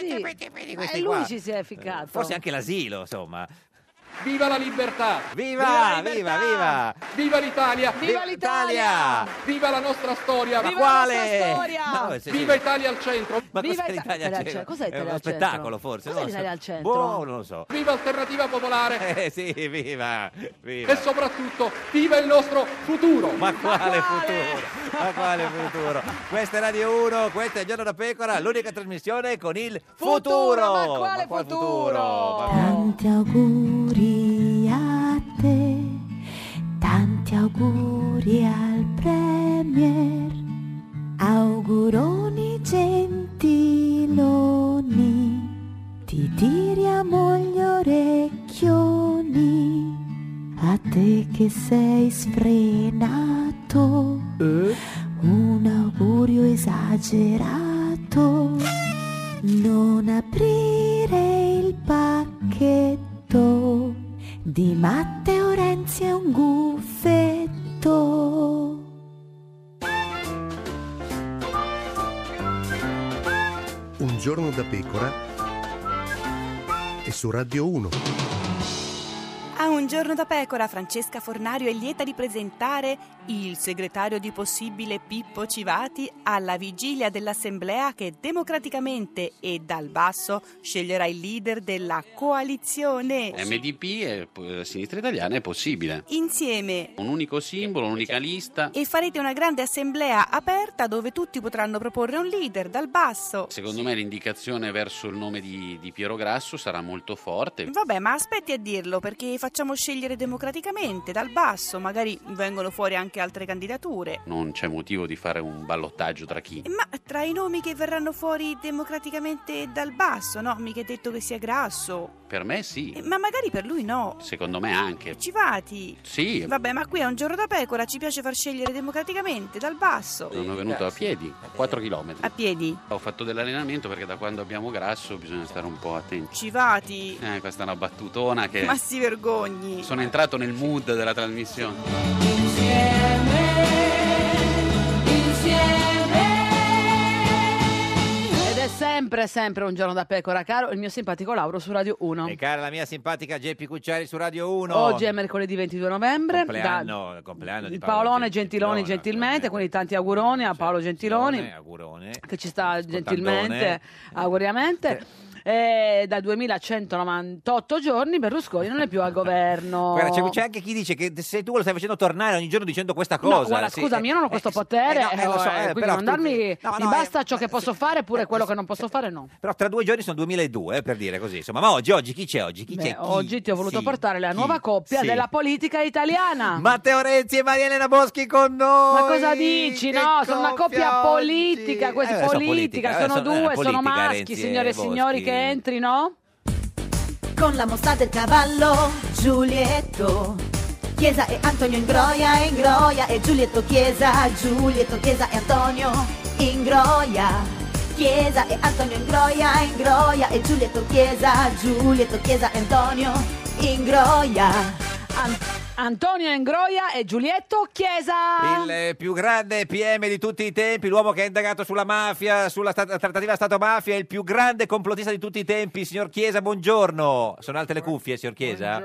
Speaker 2: sì. Ma
Speaker 3: Questi
Speaker 2: è lui
Speaker 3: qua.
Speaker 2: ci si è ficcato.
Speaker 3: Forse anche l'asilo, insomma.
Speaker 6: Viva la libertà!
Speaker 3: Viva,
Speaker 2: Viva la
Speaker 3: viva,
Speaker 2: libertà!
Speaker 3: viva!
Speaker 6: Viva l'Italia!
Speaker 2: Viva l'Italia!
Speaker 6: Viva la nostra storia!
Speaker 3: Ma
Speaker 2: Viva la
Speaker 3: quale?
Speaker 2: nostra storia!
Speaker 3: No, sì, sì.
Speaker 6: Viva Italia al centro!
Speaker 3: Ma
Speaker 2: Viva
Speaker 3: cos'è
Speaker 2: Ita-
Speaker 3: l'Italia al
Speaker 2: Italia al
Speaker 3: centro?
Speaker 2: centro?
Speaker 3: È
Speaker 2: Cos'è l'Italia
Speaker 3: uno
Speaker 2: al
Speaker 3: spettacolo,
Speaker 2: centro?
Speaker 3: forse.
Speaker 2: Cos'è
Speaker 3: non lo so.
Speaker 2: l'Italia al centro?
Speaker 3: Boh, non lo so.
Speaker 6: Viva Alternativa Popolare!
Speaker 3: Eh sì, viva, viva.
Speaker 6: E soprattutto, viva il nostro futuro!
Speaker 3: Ma quale
Speaker 2: quale?
Speaker 3: futuro? Ma quale futuro? Questa è Radio 1, questo è Giorno da Pecora, l'unica trasmissione con il futuro.
Speaker 2: Futuro, ma quale
Speaker 3: qual
Speaker 2: futuro?
Speaker 3: Ma-
Speaker 7: Tanti auguri a te, tanti auguri al Premier, auguroni Amo gli orecchioni, a te che sei sfrenato, un augurio esagerato. Non aprire il pacchetto di Matteo Renzi è un guffetto.
Speaker 8: Un giorno da pecora e su Radio 1.
Speaker 9: A un giorno da pecora, Francesca Fornario è lieta di presentare il segretario di possibile Pippo Civati alla vigilia dell'assemblea che democraticamente e dal basso sceglierà il leader della coalizione.
Speaker 10: MDP e eh, Sinistra Italiana è possibile.
Speaker 9: Insieme
Speaker 10: Un unico simbolo, un'unica lista.
Speaker 9: e farete una grande assemblea aperta dove tutti potranno proporre un leader dal basso.
Speaker 10: Secondo me l'indicazione verso il nome di, di Piero Grasso sarà molto forte.
Speaker 9: Vabbè, ma aspetti a dirlo perché facciamo scegliere democraticamente dal basso, magari vengono fuori anche altre candidature.
Speaker 10: Non c'è motivo di fare un ballottaggio tra chi.
Speaker 9: Ma tra i nomi che verranno fuori democraticamente dal basso, no? Mica è detto che sia grasso.
Speaker 10: Per me sì,
Speaker 9: Eh, Ma magari per lui no.
Speaker 10: secondo me anche.
Speaker 9: Civati.
Speaker 10: Sì,
Speaker 9: Vabbè, ma qui è un giorno da pecora, ci piace far scegliere democraticamente dal basso.
Speaker 10: sono venuto a piedi, a 4
Speaker 9: A
Speaker 10: km.
Speaker 9: piedi.
Speaker 10: Ho fatto dell'allenamento perché da quando abbiamo grasso bisogna stare un po' attenti.
Speaker 9: Civati.
Speaker 10: Eh, questa è una battutona che...
Speaker 9: Ma si vergogni.
Speaker 10: Sono entrato nel mood della trasmissione.
Speaker 2: Ed è sempre, sempre un giorno da pecora, caro il mio simpatico Lauro su Radio 1.
Speaker 3: E cara la mia simpatica Geppi Cucciari su Radio 1.
Speaker 2: Oggi è mercoledì 22 novembre.
Speaker 3: compleanno, compleanno di
Speaker 2: il
Speaker 3: Paolo eh.
Speaker 2: Paolone Gentiloni gentilmente, quindi tanti auguroni a Paolo Gentiloni
Speaker 3: augurone.
Speaker 2: che ci sta
Speaker 3: Scontandone.
Speaker 2: gentilmente,
Speaker 3: Eh.
Speaker 2: auguriamente. E da 2198 giorni Berlusconi non è più al governo.
Speaker 3: Guarda, c'è, c'è anche chi dice che se tu lo stai facendo tornare ogni giorno dicendo questa cosa.
Speaker 2: No, guarda,
Speaker 3: sì.
Speaker 2: scusami, io non ho questo
Speaker 3: eh,
Speaker 2: potere,
Speaker 3: no, eh, lo so,
Speaker 2: eh,
Speaker 3: eh,
Speaker 2: quindi
Speaker 3: però
Speaker 2: non darmi,
Speaker 3: tu- no, eh,
Speaker 2: mi
Speaker 3: no,
Speaker 2: basta ciò che posso fare pure
Speaker 3: Eh,
Speaker 2: quello che non posso fare, no.
Speaker 3: Però tra due giorni sono 2002, eh, per dire così. Insomma, ma oggi, oggi chi c'è oggi? Chi
Speaker 2: Beh,
Speaker 3: c'è? Chi?
Speaker 2: oggi ti ho voluto portare la nuova coppia
Speaker 3: Sì.
Speaker 2: della politica italiana.
Speaker 3: Matteo Renzi e Maria Elena Boschi con noi.
Speaker 2: Ma cosa dici?
Speaker 3: Che
Speaker 2: No, sono una coppia
Speaker 3: coppia oggi.
Speaker 2: politica, questa
Speaker 3: Eh,
Speaker 2: è
Speaker 3: sono
Speaker 2: politica,
Speaker 3: politica,
Speaker 2: sono,
Speaker 3: eh, sono-
Speaker 2: due,
Speaker 3: eh,
Speaker 2: sono
Speaker 3: politica,
Speaker 2: maschi,
Speaker 3: Renzi e
Speaker 2: signore e
Speaker 3: Boschi.
Speaker 2: signori che entri, no?
Speaker 7: Con la mossa del cavallo, Giulietto. Chiesa e Antonio ingroia, ingroia. E Giulietto Chiesa, Giulietto Chiesa e Antonio ingroia. Chiesa e Antonio ingroia, ingroia. E Giulietto Chiesa, Giulietto Chiesa e Antonio ingroia.
Speaker 2: An- Antonio Ingroia e Giulietto Chiesa.
Speaker 3: Il eh, più grande PM di tutti i tempi, l'uomo che è indagato sulla mafia, sulla sta- trattativa Stato-mafia, il più grande complottista di tutti i tempi, signor Chiesa, buongiorno. Sono alte le cuffie, signor Chiesa?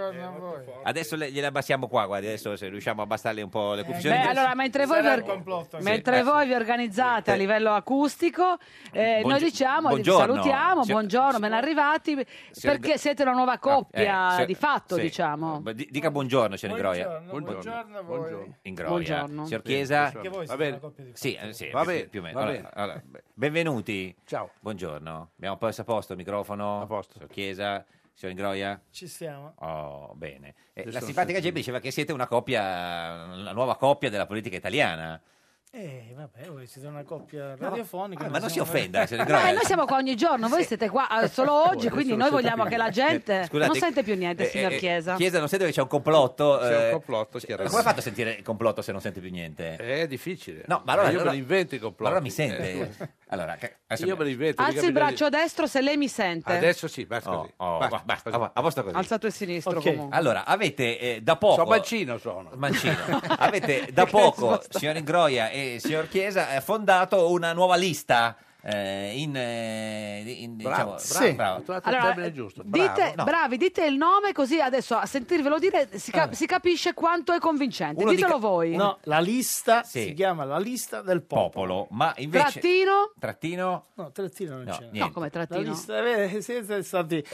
Speaker 3: Adesso le, gliele abbassiamo qua, guardi, adesso se riusciamo a abbassarle un po' le cuffie.
Speaker 2: Beh, allora, mentre voi, vi or- mentre
Speaker 3: eh,
Speaker 2: voi vi organizzate a livello acustico, eh,
Speaker 3: Buongio-
Speaker 2: noi diciamo, vi
Speaker 3: buongiorno.
Speaker 2: salutiamo,
Speaker 3: Signor-
Speaker 2: buongiorno, ben arrivati,
Speaker 3: Signor-
Speaker 2: perché siete una nuova coppia
Speaker 3: Eh, signor-
Speaker 2: di fatto,
Speaker 3: sì.
Speaker 2: diciamo.
Speaker 3: Beh, di- Dica buongiorno, signor Ingroia.
Speaker 11: Buongiorno a voi.
Speaker 3: Ingroia.
Speaker 2: Buongiorno.
Speaker 3: Signor Chiesa.
Speaker 11: Anche voi siete
Speaker 3: Va bene.
Speaker 11: una coppia di
Speaker 3: Sì, eh, sì,
Speaker 11: Va
Speaker 3: più-
Speaker 11: bene,
Speaker 3: più o meno.
Speaker 11: va
Speaker 3: Allora,
Speaker 11: bene.
Speaker 3: allora, be- benvenuti.
Speaker 11: Ciao.
Speaker 3: Buongiorno. Abbiamo posto a posto il microfono. A posto. Signor Chiesa, signor Ingroia.
Speaker 11: Ci stiamo.
Speaker 3: Oh, bene. Eh,
Speaker 11: Adesso
Speaker 3: la
Speaker 11: non
Speaker 3: simpatica
Speaker 11: sento
Speaker 3: Geppi diceva che siete una coppia, la nuova coppia della politica italiana.
Speaker 11: Eh, vabbè, voi siete una coppia radiofonica.
Speaker 3: Ah,
Speaker 11: non
Speaker 3: ma non si
Speaker 11: siamo-
Speaker 3: offenda, signor
Speaker 2: Ma
Speaker 3: Ingroia.
Speaker 2: noi siamo qua ogni giorno, voi siete qua eh, solo oggi, quindi noi vogliamo che la gente
Speaker 3: Eh, Scusate,
Speaker 2: non sente più niente,
Speaker 3: eh,
Speaker 2: signor
Speaker 3: eh,
Speaker 2: Chiesa.
Speaker 3: Chiesa non sente che c'è un complotto.
Speaker 11: C'è un
Speaker 3: complotto, Come ha fatto a sentire il complotto se non sente più niente?
Speaker 11: È difficile.
Speaker 3: No,
Speaker 12: Eh,
Speaker 3: ma allora,
Speaker 11: Eh, Io me
Speaker 3: allora-
Speaker 11: li invento i
Speaker 3: ma
Speaker 11: complotti. Eh,
Speaker 3: allora mi sente. allora, che- adesso
Speaker 11: Io
Speaker 3: mi-
Speaker 11: me li invento.
Speaker 2: Alzi
Speaker 11: mica
Speaker 2: il
Speaker 11: mi
Speaker 2: braccio destro se lei mi sente.
Speaker 11: Adesso sì, basta
Speaker 3: Oh,
Speaker 11: così.
Speaker 3: oh,
Speaker 11: basta,
Speaker 3: va- basta,
Speaker 11: così.
Speaker 3: a po- a posto così.
Speaker 2: Alzato il sinistro
Speaker 11: Ok.
Speaker 2: comunque.
Speaker 3: Allora, avete eh, da poco...
Speaker 11: Sono mancino sono.
Speaker 3: Mancino. Avete da
Speaker 2: Che
Speaker 3: poco,
Speaker 2: risposta.
Speaker 3: signor Ingroia e signor Chiesa, eh, fondato una nuova lista eh, in, eh, in- diciamo,
Speaker 11: Bravo,
Speaker 3: bravo, bravo.
Speaker 11: bravo. Trovato
Speaker 2: Allora,
Speaker 11: il termine giusto.
Speaker 2: dite,
Speaker 11: Bravo.
Speaker 3: no.
Speaker 2: bravi, dite il nome così adesso a sentirvelo dire si, cap- si capisce quanto è convincente.
Speaker 3: Ah. Uno
Speaker 2: Ditelo
Speaker 3: dica-
Speaker 2: voi.
Speaker 11: No, la lista
Speaker 3: Sì.
Speaker 11: si chiama la lista del popolo.
Speaker 3: Popolo, ma invece...
Speaker 2: Trattino?
Speaker 3: Trattino?
Speaker 11: No, trattino non
Speaker 3: No,
Speaker 11: c'è.
Speaker 3: niente.
Speaker 2: No, come
Speaker 11: La
Speaker 2: trattino.
Speaker 11: lista, eh, siete stati...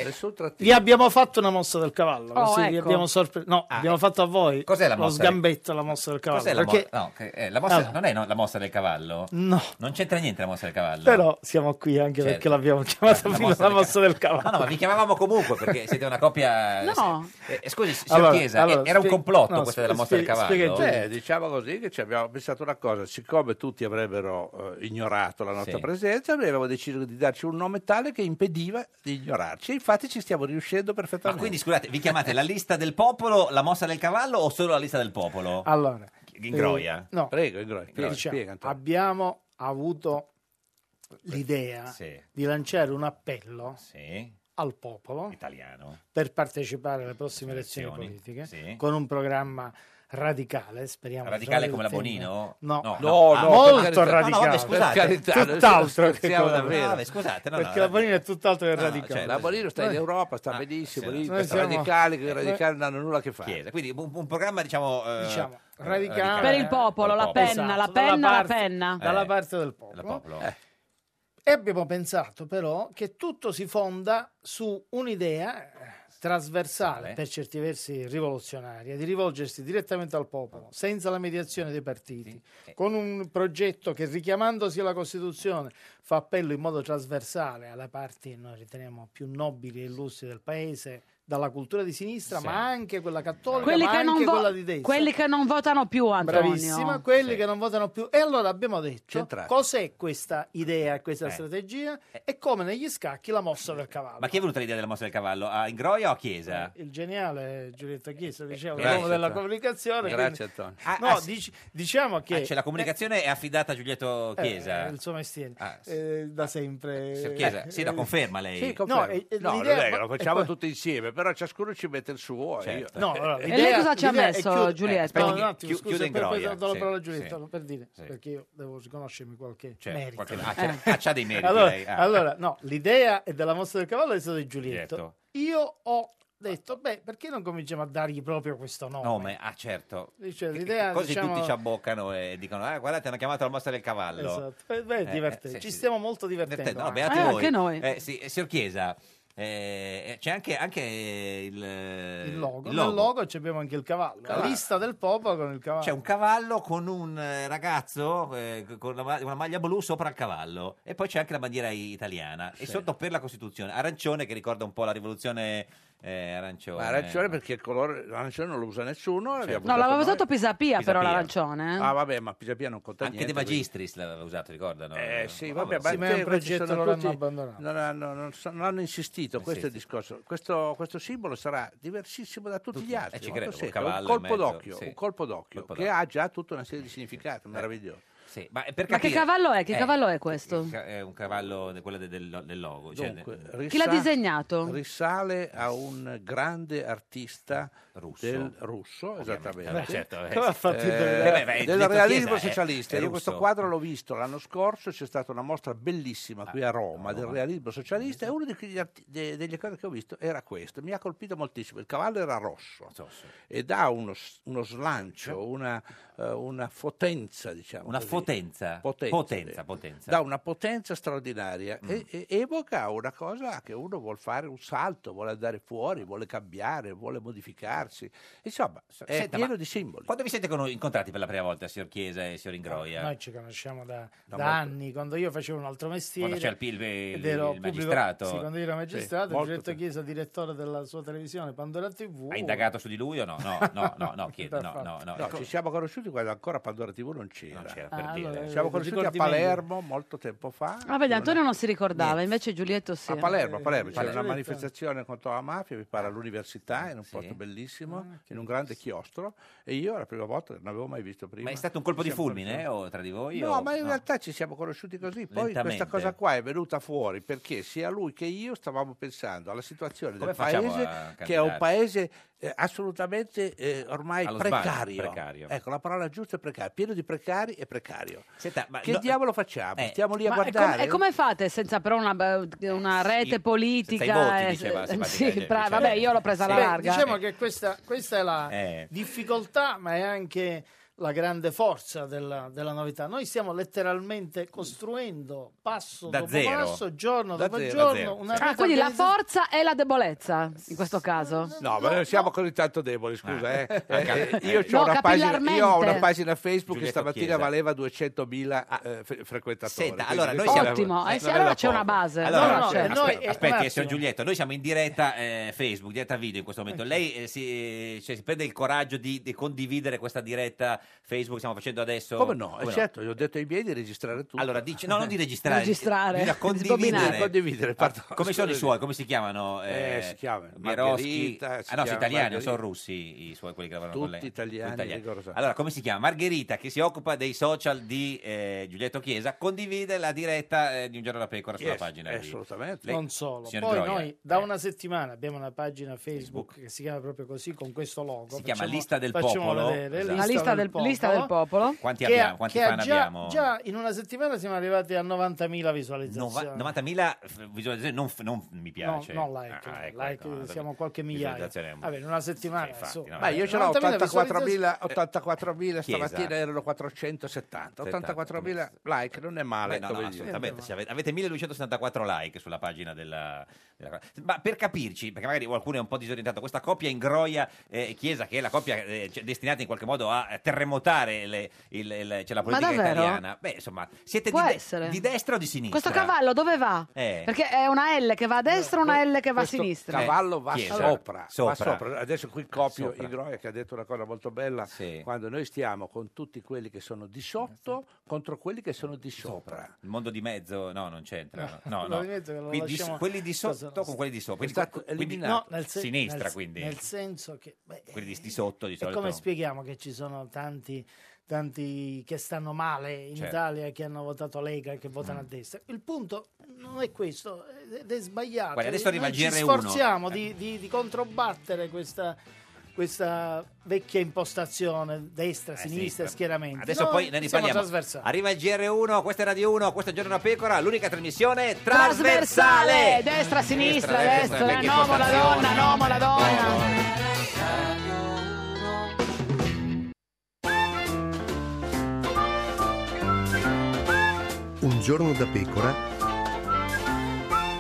Speaker 11: Vi abbiamo fatto una mossa del cavallo.
Speaker 2: Oh,
Speaker 11: così vi
Speaker 2: ecco.
Speaker 11: abbiamo sorpre- No, abbiamo fatto a voi
Speaker 3: Cos'è la
Speaker 11: lo
Speaker 3: mossa?
Speaker 11: sgambetto, la mossa del cavallo.
Speaker 3: Cos'è la,
Speaker 11: perché...
Speaker 3: mo- no, che- eh, la mossa?
Speaker 11: Ah.
Speaker 3: Non è no, la mossa del cavallo?
Speaker 11: No.
Speaker 3: Non c'entra niente la mossa del cavallo?
Speaker 11: però siamo qui anche perché l'abbiamo chiamata prima Certo. la mossa del cavallo.
Speaker 3: No, no, ma vi chiamavamo comunque perché siete una coppia.
Speaker 2: No.
Speaker 3: Eh, eh, scusi, signor Chiesa, eh, era un complotto questa della mossa del cavallo.
Speaker 12: Eh, diciamo così che ci abbiamo pensato una cosa, siccome tutti avrebbero eh, ignorato la nostra
Speaker 3: Sì.
Speaker 12: presenza, noi abbiamo deciso di darci un nome tale che impediva di ignorarci. E infatti ci stiamo riuscendo
Speaker 3: Ma
Speaker 12: perfettamente.
Speaker 3: Ah, quindi scusate, vi chiamate la lista del popolo, la mossa del cavallo o solo la lista del popolo?
Speaker 11: Allora,
Speaker 3: Ingroia.
Speaker 11: Ah, eh, no.
Speaker 3: Prego, ingroia.
Speaker 11: Quindi, diciamo, abbiamo avuto l'idea
Speaker 3: Ah, Sì.
Speaker 11: di lanciare un appello
Speaker 3: Sì.
Speaker 11: al popolo
Speaker 3: italiano
Speaker 11: per partecipare alle prossime elezioni,
Speaker 3: Elezioni,
Speaker 11: politiche
Speaker 3: sì.
Speaker 11: con un programma radicale, speriamo.
Speaker 3: Radicale
Speaker 11: che
Speaker 3: come la
Speaker 11: ottenga-
Speaker 3: Bonino?
Speaker 11: No,
Speaker 3: No,
Speaker 12: no,
Speaker 11: Ah,
Speaker 12: no, per
Speaker 11: molto
Speaker 12: carità.
Speaker 11: radicale.
Speaker 12: No, no, vabbè, scusate. Per carità, non
Speaker 11: tutt'altro che
Speaker 12: scherziamo
Speaker 11: quello-
Speaker 12: davvero. No, vabbè,
Speaker 3: Ah, scusate, no, no,
Speaker 11: Perché la Bonino è tutt'altro che
Speaker 3: no, Ah,
Speaker 11: radicale.
Speaker 3: cioè,
Speaker 12: La Bonino sta in
Speaker 11: Noi-
Speaker 12: Europa, sta benissimo, lì,
Speaker 11: noi
Speaker 12: questi
Speaker 11: siamo-
Speaker 12: radicali, che i
Speaker 11: eh,
Speaker 12: radicali non hanno nulla a che fare.
Speaker 3: Chiesa. Quindi un, un programma, diciamo, eh,
Speaker 11: Diciamo,
Speaker 3: eh,
Speaker 11: radicale.
Speaker 2: Per il popolo, la penna, la
Speaker 11: Esatto,
Speaker 2: penna,
Speaker 11: dalla
Speaker 2: la
Speaker 11: parte-
Speaker 13: eh.
Speaker 12: Eh,
Speaker 2: penna.
Speaker 11: Dalla parte del popolo.
Speaker 3: del popolo. Eh,
Speaker 11: E abbiamo pensato però che tutto si fonda su un'idea eh, trasversale, per certi versi rivoluzionaria, di rivolgersi direttamente al popolo, senza la mediazione dei partiti, con un progetto che richiamandosi alla Costituzione fa appello in modo trasversale alle parti che noi riteniamo più nobili e illustri del paese, dalla cultura di sinistra,
Speaker 2: Sì.
Speaker 11: ma anche quella cattolica,
Speaker 2: Quelli
Speaker 11: ma
Speaker 2: che, non
Speaker 11: anche
Speaker 2: vo-
Speaker 11: quella di destra.
Speaker 2: quelli che non votano più, Antonio.
Speaker 11: Bravissima, quelli che non votano più. E allora abbiamo detto
Speaker 3: Centrati.
Speaker 11: cos'è questa idea, questa
Speaker 3: Eh.
Speaker 11: strategia e come negli scacchi la mossa del cavallo.
Speaker 3: Ma chi è venuta l'idea della mossa del cavallo? A Ingroia o a Chiesa?
Speaker 11: Il geniale Giulietta Chiesa, diciamo,
Speaker 3: Eh. grazie,
Speaker 11: l'uomo della
Speaker 3: Antonio.
Speaker 11: comunicazione.
Speaker 3: Grazie,
Speaker 11: quindi-
Speaker 3: Antonio.
Speaker 11: No,
Speaker 3: Ah, ah,
Speaker 11: dici- diciamo che...
Speaker 3: Ah, cioè, la comunicazione è affidata a Giulietto
Speaker 11: eh,
Speaker 3: Chiesa.
Speaker 11: è il suo mestiere
Speaker 3: Ah,
Speaker 11: eh, da sempre Eh,
Speaker 3: Signor Chiesa, sì, la conferma lei.
Speaker 11: Sì,
Speaker 12: conferma.
Speaker 11: no, e- e
Speaker 12: No,
Speaker 11: l'idea-
Speaker 12: non è che lo
Speaker 11: e
Speaker 12: facciamo
Speaker 11: poi-
Speaker 12: tutti insieme, però ciascuno ci mette il suo. e
Speaker 3: Certo.
Speaker 12: Io. Eh,
Speaker 11: No,
Speaker 3: Eh,
Speaker 11: allora,
Speaker 2: lei cosa ci ha
Speaker 11: l'idea è
Speaker 2: messo,
Speaker 11: chiudere-
Speaker 2: Giulietta?
Speaker 11: Aspetta,
Speaker 12: No,
Speaker 11: un
Speaker 12: chi-
Speaker 11: attimo,
Speaker 12: chi-
Speaker 11: scusa,
Speaker 12: chiude
Speaker 11: per- per-
Speaker 12: Ingroia,
Speaker 11: do la
Speaker 12: sì,
Speaker 11: parola a Giulietta,
Speaker 12: sì.
Speaker 11: per dire,
Speaker 12: Sì.
Speaker 11: perché io devo riconoscermi qualche
Speaker 3: Cioè,
Speaker 11: merito.
Speaker 3: qualche-
Speaker 11: no?
Speaker 3: ah, c'è- ah, c'ha dei meriti,
Speaker 11: Allora,
Speaker 3: lei, ah.
Speaker 11: allora, no, l'idea è della mossa del cavallo è stata di Giulietto.
Speaker 3: Giulietto.
Speaker 11: Io ho detto, beh, perché non cominciamo a dargli proprio questo nome?
Speaker 3: Nome, ah certo.
Speaker 11: Cioè, l'idea,
Speaker 3: Così
Speaker 11: diciamo-
Speaker 3: tutti ci abboccano e dicono, ah guardate, hanno chiamato la mossa del cavallo.
Speaker 11: Esatto. Eh, beh, è
Speaker 3: Eh,
Speaker 11: divertente.
Speaker 3: eh, sì,
Speaker 11: Ci
Speaker 3: sì.
Speaker 11: stiamo molto divertendo.
Speaker 3: divertente. No,
Speaker 11: anche.
Speaker 3: beati voi. Eh, sì, eh, signor Chiesa, eh, c'è anche, anche il, eh,
Speaker 11: Il logo. Nel logo ci abbiamo anche il cavallo. La
Speaker 3: Cavallo.
Speaker 11: lista del popolo con il cavallo.
Speaker 3: C'è un cavallo con un eh, ragazzo eh, con la ma- una maglia blu sopra il cavallo e poi c'è anche la bandiera i- italiana e sotto per la Costituzione arancione che ricorda un po' la rivoluzione eh, arancione.
Speaker 12: Ma arancione perché il colore arancione non lo usa nessuno.
Speaker 3: Certo.
Speaker 12: l'abbiamo
Speaker 2: No, l'aveva usato
Speaker 12: noi.
Speaker 2: Pisapia, però
Speaker 12: Pisapia.
Speaker 2: l'arancione. eh.
Speaker 12: Ah, vabbè, ma Pisapia non conta
Speaker 3: Anche
Speaker 12: niente.
Speaker 3: De Magistris l'aveva usato, ricordano?
Speaker 12: Eh sì, vabbè,
Speaker 11: Sì, ma è un
Speaker 12: te- questi
Speaker 11: progetto,
Speaker 12: sono
Speaker 11: loro hanno
Speaker 12: tutti-
Speaker 11: abbandonato.
Speaker 12: Non hanno, non so- non hanno
Speaker 3: Eh,
Speaker 12: insistito, questo è il discorso. Questo, questo simbolo sarà diversissimo da tutti, gli altri.
Speaker 3: eh, ci
Speaker 12: molto
Speaker 3: credo, un
Speaker 12: semplice.
Speaker 3: cavallo
Speaker 12: un colpo
Speaker 3: in mezzo,
Speaker 12: d'occhio,
Speaker 3: sì.
Speaker 12: un colpo d'occhio
Speaker 3: Colpo
Speaker 12: che
Speaker 3: d'occhio. Eh,
Speaker 12: ha già tutta una serie di significati meravigliosi.
Speaker 3: Sì, ma, per
Speaker 2: Ma che
Speaker 3: capire-
Speaker 2: cavallo è? Che
Speaker 3: Eh,
Speaker 2: cavallo è questo?
Speaker 3: ca- È un cavallo, de- quello de- del, del logo. cioè,
Speaker 12: Dunque,
Speaker 3: de-
Speaker 12: risa-
Speaker 2: Chi l'ha disegnato?
Speaker 12: Risale a un grande artista
Speaker 3: Russo.
Speaker 12: del russo, esattamente.
Speaker 3: Eh, certo, eh.
Speaker 12: Come ha fatto il-
Speaker 3: Eh, beh, beh, il
Speaker 12: del
Speaker 3: detto
Speaker 12: realismo
Speaker 3: Chiesa è-
Speaker 12: socialista.
Speaker 3: è
Speaker 12: Io
Speaker 3: russo.
Speaker 12: questo quadro l'ho visto l'anno scorso, c'è stata una mostra bellissima qui a Roma del realismo socialista e uno di quegli arti- de- delle cose che ho visto era questo. Mi ha colpito moltissimo. Il cavallo era rosso ed ha uno, s- uno slancio, una, eh, una potenza, diciamo.
Speaker 3: Una
Speaker 12: così.
Speaker 3: potenza.
Speaker 12: Potenza,
Speaker 3: Potenza,
Speaker 12: sì.
Speaker 3: potenza. Mm.
Speaker 12: Dà una potenza straordinaria e, e evoca una cosa che uno vuol fare un salto, vuole andare fuori, vuole cambiare, vuole modificarsi. Insomma, è
Speaker 3: Eh, Senta,
Speaker 12: pieno
Speaker 3: ma
Speaker 12: di simboli.
Speaker 3: Quando vi siete con- incontrati per la prima volta, signor Chiesa e signor Ingroia?
Speaker 11: Noi ci conosciamo da, da
Speaker 3: Da molto.
Speaker 11: anni, quando io facevo un altro mestiere.
Speaker 3: Quando c'era il- il- il-
Speaker 11: ed ero
Speaker 3: il
Speaker 11: pubblico-
Speaker 3: magistrato.
Speaker 11: sì, quando io ero magistrato,
Speaker 3: Sì, molto
Speaker 11: Giulietto Chiesa, direttore della sua televisione Pandora TV.
Speaker 3: Ha indagato su di lui o no? No, no, no, no, chiedo, no, no, no. ecco.
Speaker 12: No, ci siamo conosciuti quando ancora Pandora TV non c'era.
Speaker 11: per Ah, dire. allora,
Speaker 12: Ci
Speaker 11: eh,
Speaker 12: siamo conosciuti a
Speaker 11: ricordi meglio.
Speaker 12: Palermo molto tempo fa.
Speaker 2: Ah, vedi, Antonio non si ricordava, invece Giulietto sì.
Speaker 12: A Palermo, a Palermo, c'era
Speaker 2: Giulietto.
Speaker 12: una manifestazione contro la mafia, mi pare all'università, in un posto bellissimo, in un grande chiostro, e io la prima volta non avevo mai visto prima.
Speaker 3: Ma è stato un colpo di
Speaker 12: Siamo
Speaker 3: fulmine eh,
Speaker 12: conosciuti.
Speaker 3: o tra di voi?
Speaker 12: No,
Speaker 3: o-
Speaker 12: ma in realtà ci siamo conosciuti così. Poi
Speaker 3: Lentamente.
Speaker 12: questa cosa qua è venuta fuori perché sia lui che io stavamo pensando alla situazione
Speaker 3: Come
Speaker 12: del
Speaker 3: facciamo
Speaker 12: paese,
Speaker 3: a
Speaker 12: che è un
Speaker 3: candidarci?
Speaker 12: paese eh, assolutamente eh, ormai
Speaker 3: Allo sbando,
Speaker 12: precario.
Speaker 3: precario.
Speaker 12: Ecco, la parola giusta è precario, pieno di precari e precario.
Speaker 3: ma
Speaker 12: che
Speaker 3: no-
Speaker 12: diavolo facciamo?
Speaker 3: Eh.
Speaker 12: Stiamo lì a
Speaker 2: Ma e,
Speaker 12: guardare. Eh,
Speaker 2: com- e come fate senza però una, eh, una rete
Speaker 12: sì,
Speaker 2: politica?
Speaker 12: senza i voti,
Speaker 2: eh,
Speaker 12: diceva
Speaker 2: eh,
Speaker 12: Sipatica,
Speaker 2: sì,
Speaker 12: diceva.
Speaker 2: bra- vabbè, io l'ho presa alla
Speaker 11: Beh,
Speaker 2: larga.
Speaker 11: Diciamo che questa, questa è la
Speaker 3: Eh.
Speaker 11: difficoltà, ma è anche la grande forza della, della novità. Noi stiamo letteralmente costruendo passo
Speaker 3: Da
Speaker 11: dopo
Speaker 3: zero.
Speaker 11: passo, giorno
Speaker 12: Da
Speaker 11: dopo
Speaker 12: zero, da
Speaker 11: giorno,
Speaker 12: zero.
Speaker 11: una
Speaker 2: Ah,
Speaker 11: rete
Speaker 2: quindi la
Speaker 11: organizzata-
Speaker 2: forza e la debolezza in questo caso.
Speaker 12: No, ma non siamo così tanto deboli, scusa. eh. Eh,
Speaker 3: Ah, anche-
Speaker 12: eh, io,
Speaker 2: No,
Speaker 12: ho una pagina, io ho una
Speaker 2: capillarmente.
Speaker 12: pagina Facebook che
Speaker 3: Giulietto
Speaker 12: stamattina
Speaker 3: Chiesa.
Speaker 12: valeva 200.000 eh, fre- frequentatori.
Speaker 3: Senta,
Speaker 12: quindi
Speaker 3: allora, noi
Speaker 12: questo
Speaker 3: siamo-
Speaker 12: era-
Speaker 2: Ottimo, eh,
Speaker 12: non
Speaker 2: sì,
Speaker 12: era
Speaker 2: allora c'è
Speaker 12: poco.
Speaker 2: una base.
Speaker 3: Allora,
Speaker 2: No, no,
Speaker 3: aspe-
Speaker 2: no,
Speaker 3: aspe-
Speaker 2: noi-
Speaker 3: aspetti,
Speaker 2: un
Speaker 3: eh,
Speaker 2: attimo.
Speaker 3: signor Giulietto, noi siamo in diretta eh, Facebook, diretta video in questo momento. Lei eh, si, cioè, si prende il coraggio di, di condividere questa diretta Facebook che stiamo facendo adesso?
Speaker 12: Come no? Eh, certo, gli ho detto ai miei di registrare tutto.
Speaker 3: Allora, dici, Cioè, no, non di registrare,
Speaker 12: Registrare,
Speaker 3: di da
Speaker 12: di
Speaker 3: condividere.
Speaker 12: sbobinare. Condividere, pardon,
Speaker 3: Ah, come sono i
Speaker 12: scusi.
Speaker 3: suoi? Come si chiamano?
Speaker 12: Eh, si chiama
Speaker 3: Mieroschi.
Speaker 12: Margherita, si
Speaker 3: Ah, no, sono
Speaker 12: chiama
Speaker 3: italiani, non
Speaker 12: Margherita.
Speaker 3: sono russi i suoi quelli che lavorano con
Speaker 12: Tutti
Speaker 3: lei.
Speaker 12: italiani, rigorosamente.
Speaker 3: Allora, come si chiama? Margherita, che si occupa dei social di eh, Giulietto Chiesa, condivide la diretta eh, di Un giorno da pecora sulla
Speaker 12: Yes,
Speaker 3: pagina.
Speaker 12: eh,
Speaker 3: di-
Speaker 12: assolutamente.
Speaker 3: Lei-
Speaker 11: non solo.
Speaker 3: signor eh.
Speaker 11: Poi
Speaker 3: Groia,
Speaker 11: noi da una settimana abbiamo una pagina Facebook, che si chiama proprio così, con questo logo.
Speaker 3: Si chiama
Speaker 11: Facciamo-
Speaker 3: Lista del
Speaker 11: facciamo
Speaker 3: Popolo.
Speaker 11: vedere,
Speaker 3: Esatto.
Speaker 2: La lista del, lista del popolo.
Speaker 3: Quanti
Speaker 11: che
Speaker 3: abbiamo?
Speaker 11: ha-
Speaker 3: Quanti
Speaker 11: che ha
Speaker 3: fan
Speaker 11: già,
Speaker 3: abbiamo?
Speaker 11: Già in una settimana siamo arrivati a 90.000 visualizzazioni.
Speaker 3: Nova- 90.000 f- visualizzazioni, non, f- non mi piace.
Speaker 11: No, no, like,
Speaker 3: Ah, ecco,
Speaker 11: like,
Speaker 3: ecco, no,
Speaker 11: siamo a qualche migliaia.
Speaker 3: visualizzazione è un-
Speaker 11: Vabbè, in una settimana.
Speaker 3: Sì, infatti,
Speaker 11: insomma.
Speaker 3: no,
Speaker 12: Ma io ce l'ho
Speaker 11: 90.000
Speaker 12: 84.000,
Speaker 11: visualizzazioni.
Speaker 12: 84.000
Speaker 3: Eh, Chiesa.
Speaker 12: stamattina erano 470, 84.000 like, non è male.
Speaker 3: Beh, no, no,
Speaker 12: come dire.
Speaker 3: assolutamente, se avete, avete 1274 like sulla pagina della, della- Ma per capirci, perché magari qualcuno è un po' disorientato, questa coppia Ingroia eh, Chiesa, che è la coppia eh, cioè, destinata in qualche modo a terremotare le- il- il- cioè, la
Speaker 2: Ma
Speaker 3: politica
Speaker 2: davvero?
Speaker 3: italiana. Beh, insomma, siete di,
Speaker 2: Può
Speaker 3: de-
Speaker 2: essere.
Speaker 3: di destra o di sinistra?
Speaker 2: Questo cavallo dove va?
Speaker 3: Eh.
Speaker 2: Perché è una L che va a destra e una L che va a
Speaker 12: Questo
Speaker 2: sinistra.
Speaker 12: Eh, cavallo va
Speaker 3: Chiesa.
Speaker 12: sopra, va
Speaker 3: Sopra.
Speaker 12: sopra. Adesso qui copio
Speaker 3: Sopra.
Speaker 12: Ingroia che ha detto una cosa molto bella. Quando noi stiamo con tutti quelli che sono di sotto contro quelli che sono di sopra.
Speaker 3: Il mondo di mezzo, no, non c'entra. No,
Speaker 11: Lo
Speaker 3: no.
Speaker 11: rimetto che lo
Speaker 3: Quindi di
Speaker 11: lasciamo-
Speaker 3: so- quelli di
Speaker 11: Cosa
Speaker 3: sotto
Speaker 11: nostra.
Speaker 3: con quelli di sopra.
Speaker 11: È
Speaker 3: Quindi,
Speaker 11: stato
Speaker 3: Eh, quindi-
Speaker 11: eliminato. No, nel sen-
Speaker 3: sinistra,
Speaker 11: nel-
Speaker 3: quindi.
Speaker 11: Nel senso che... beh,
Speaker 3: quelli di, di sotto di
Speaker 11: E
Speaker 3: solito.
Speaker 11: come spieghiamo che ci sono tanti, tanti che stanno male in
Speaker 3: Certo. Mm.
Speaker 11: Italia, che hanno votato Lega, che votano a destra? Il punto non è questo, ed è sbagliato.
Speaker 3: Guarda, adesso arriva
Speaker 11: Noi
Speaker 3: il
Speaker 11: ci
Speaker 3: GR1. Eh.
Speaker 11: sforziamo di, di- di controbattere questa, questa vecchia impostazione destra, sinistra,
Speaker 3: sinistra.
Speaker 11: schieramenti.
Speaker 3: Eh, Adesso
Speaker 11: Noi
Speaker 3: poi ne
Speaker 11: siamo
Speaker 3: riparliamo.
Speaker 11: trasversali.
Speaker 3: Arriva il GR1, questa è Radio 1, questo è Giorno da Pecora, l'unica trasmissione
Speaker 2: Trasversale,
Speaker 3: trasversale.
Speaker 2: destra, sinistra,
Speaker 3: Destra,
Speaker 2: destra,
Speaker 3: destra,
Speaker 2: nomo la
Speaker 3: vecchia
Speaker 2: donna, nomo la donna.
Speaker 8: Un giorno da pecora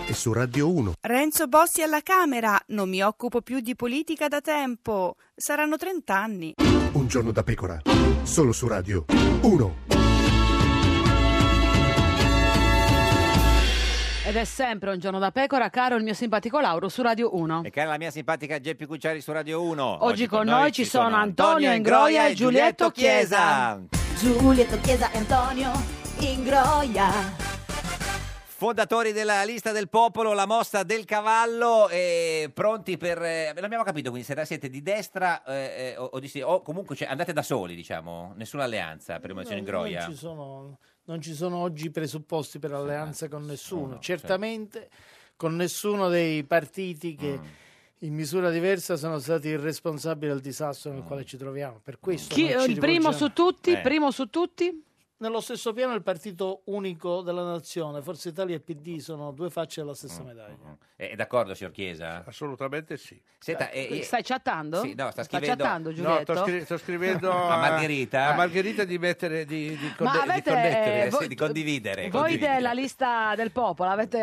Speaker 8: e su Radio 1.
Speaker 9: Renzo Bossi alla Camera, non mi occupo più di politica da tempo, saranno 30 anni.
Speaker 8: Un giorno da pecora, solo su Radio 1.
Speaker 2: Ed è sempre un giorno da pecora, caro il mio simpatico Lauro su Radio 1.
Speaker 3: E cara la mia simpatica Geppi Cucciari su Radio 1. Oggi,
Speaker 2: con noi ci sono Antonio Ingroia e Giulietto Chiesa.
Speaker 7: Giulietto Chiesa e Antonio Ingroia.
Speaker 3: Fondatori della lista del popolo, la mossa del cavallo, e pronti per... eh, non abbiamo capito, quindi se la siete di destra eh, eh, o, o di sinistra, o comunque cioè, andate da soli, diciamo, nessuna alleanza per il
Speaker 11: No,
Speaker 3: Movimento
Speaker 11: Eh, non,
Speaker 3: Ingroia.
Speaker 11: ci sono, non ci sono oggi presupposti per
Speaker 3: eh,
Speaker 11: alleanze con nessuno, certamente con nessuno dei partiti
Speaker 3: Mm.
Speaker 11: che in misura diversa sono stati responsabili del disastro
Speaker 3: Mm.
Speaker 11: nel quale ci troviamo. Per questo
Speaker 2: Chi-
Speaker 11: noi ci
Speaker 2: il primo
Speaker 11: rivolgiamo-
Speaker 2: su tutti,
Speaker 3: Eh.
Speaker 2: primo su tutti.
Speaker 11: Nello stesso piano il partito unico della nazione, Forza Italia e PD sono due facce della stessa medaglia.
Speaker 3: Eh, È d'accordo, signor Chiesa?
Speaker 12: Assolutamente sì.
Speaker 3: Senta, eh, eh,
Speaker 2: Stai chattando?
Speaker 3: Sì, no, sta
Speaker 2: Sta
Speaker 3: scrivendo-
Speaker 2: chattando
Speaker 3: No,
Speaker 2: Giulietto?
Speaker 12: sto, scri- sto scrivendo
Speaker 3: A Margherita.
Speaker 12: a Margherita di mettere di, di conne- di
Speaker 2: avete,
Speaker 12: connettere.
Speaker 2: eh, voi- Sì, di
Speaker 3: condividere.
Speaker 2: Voi della lista del popolo avete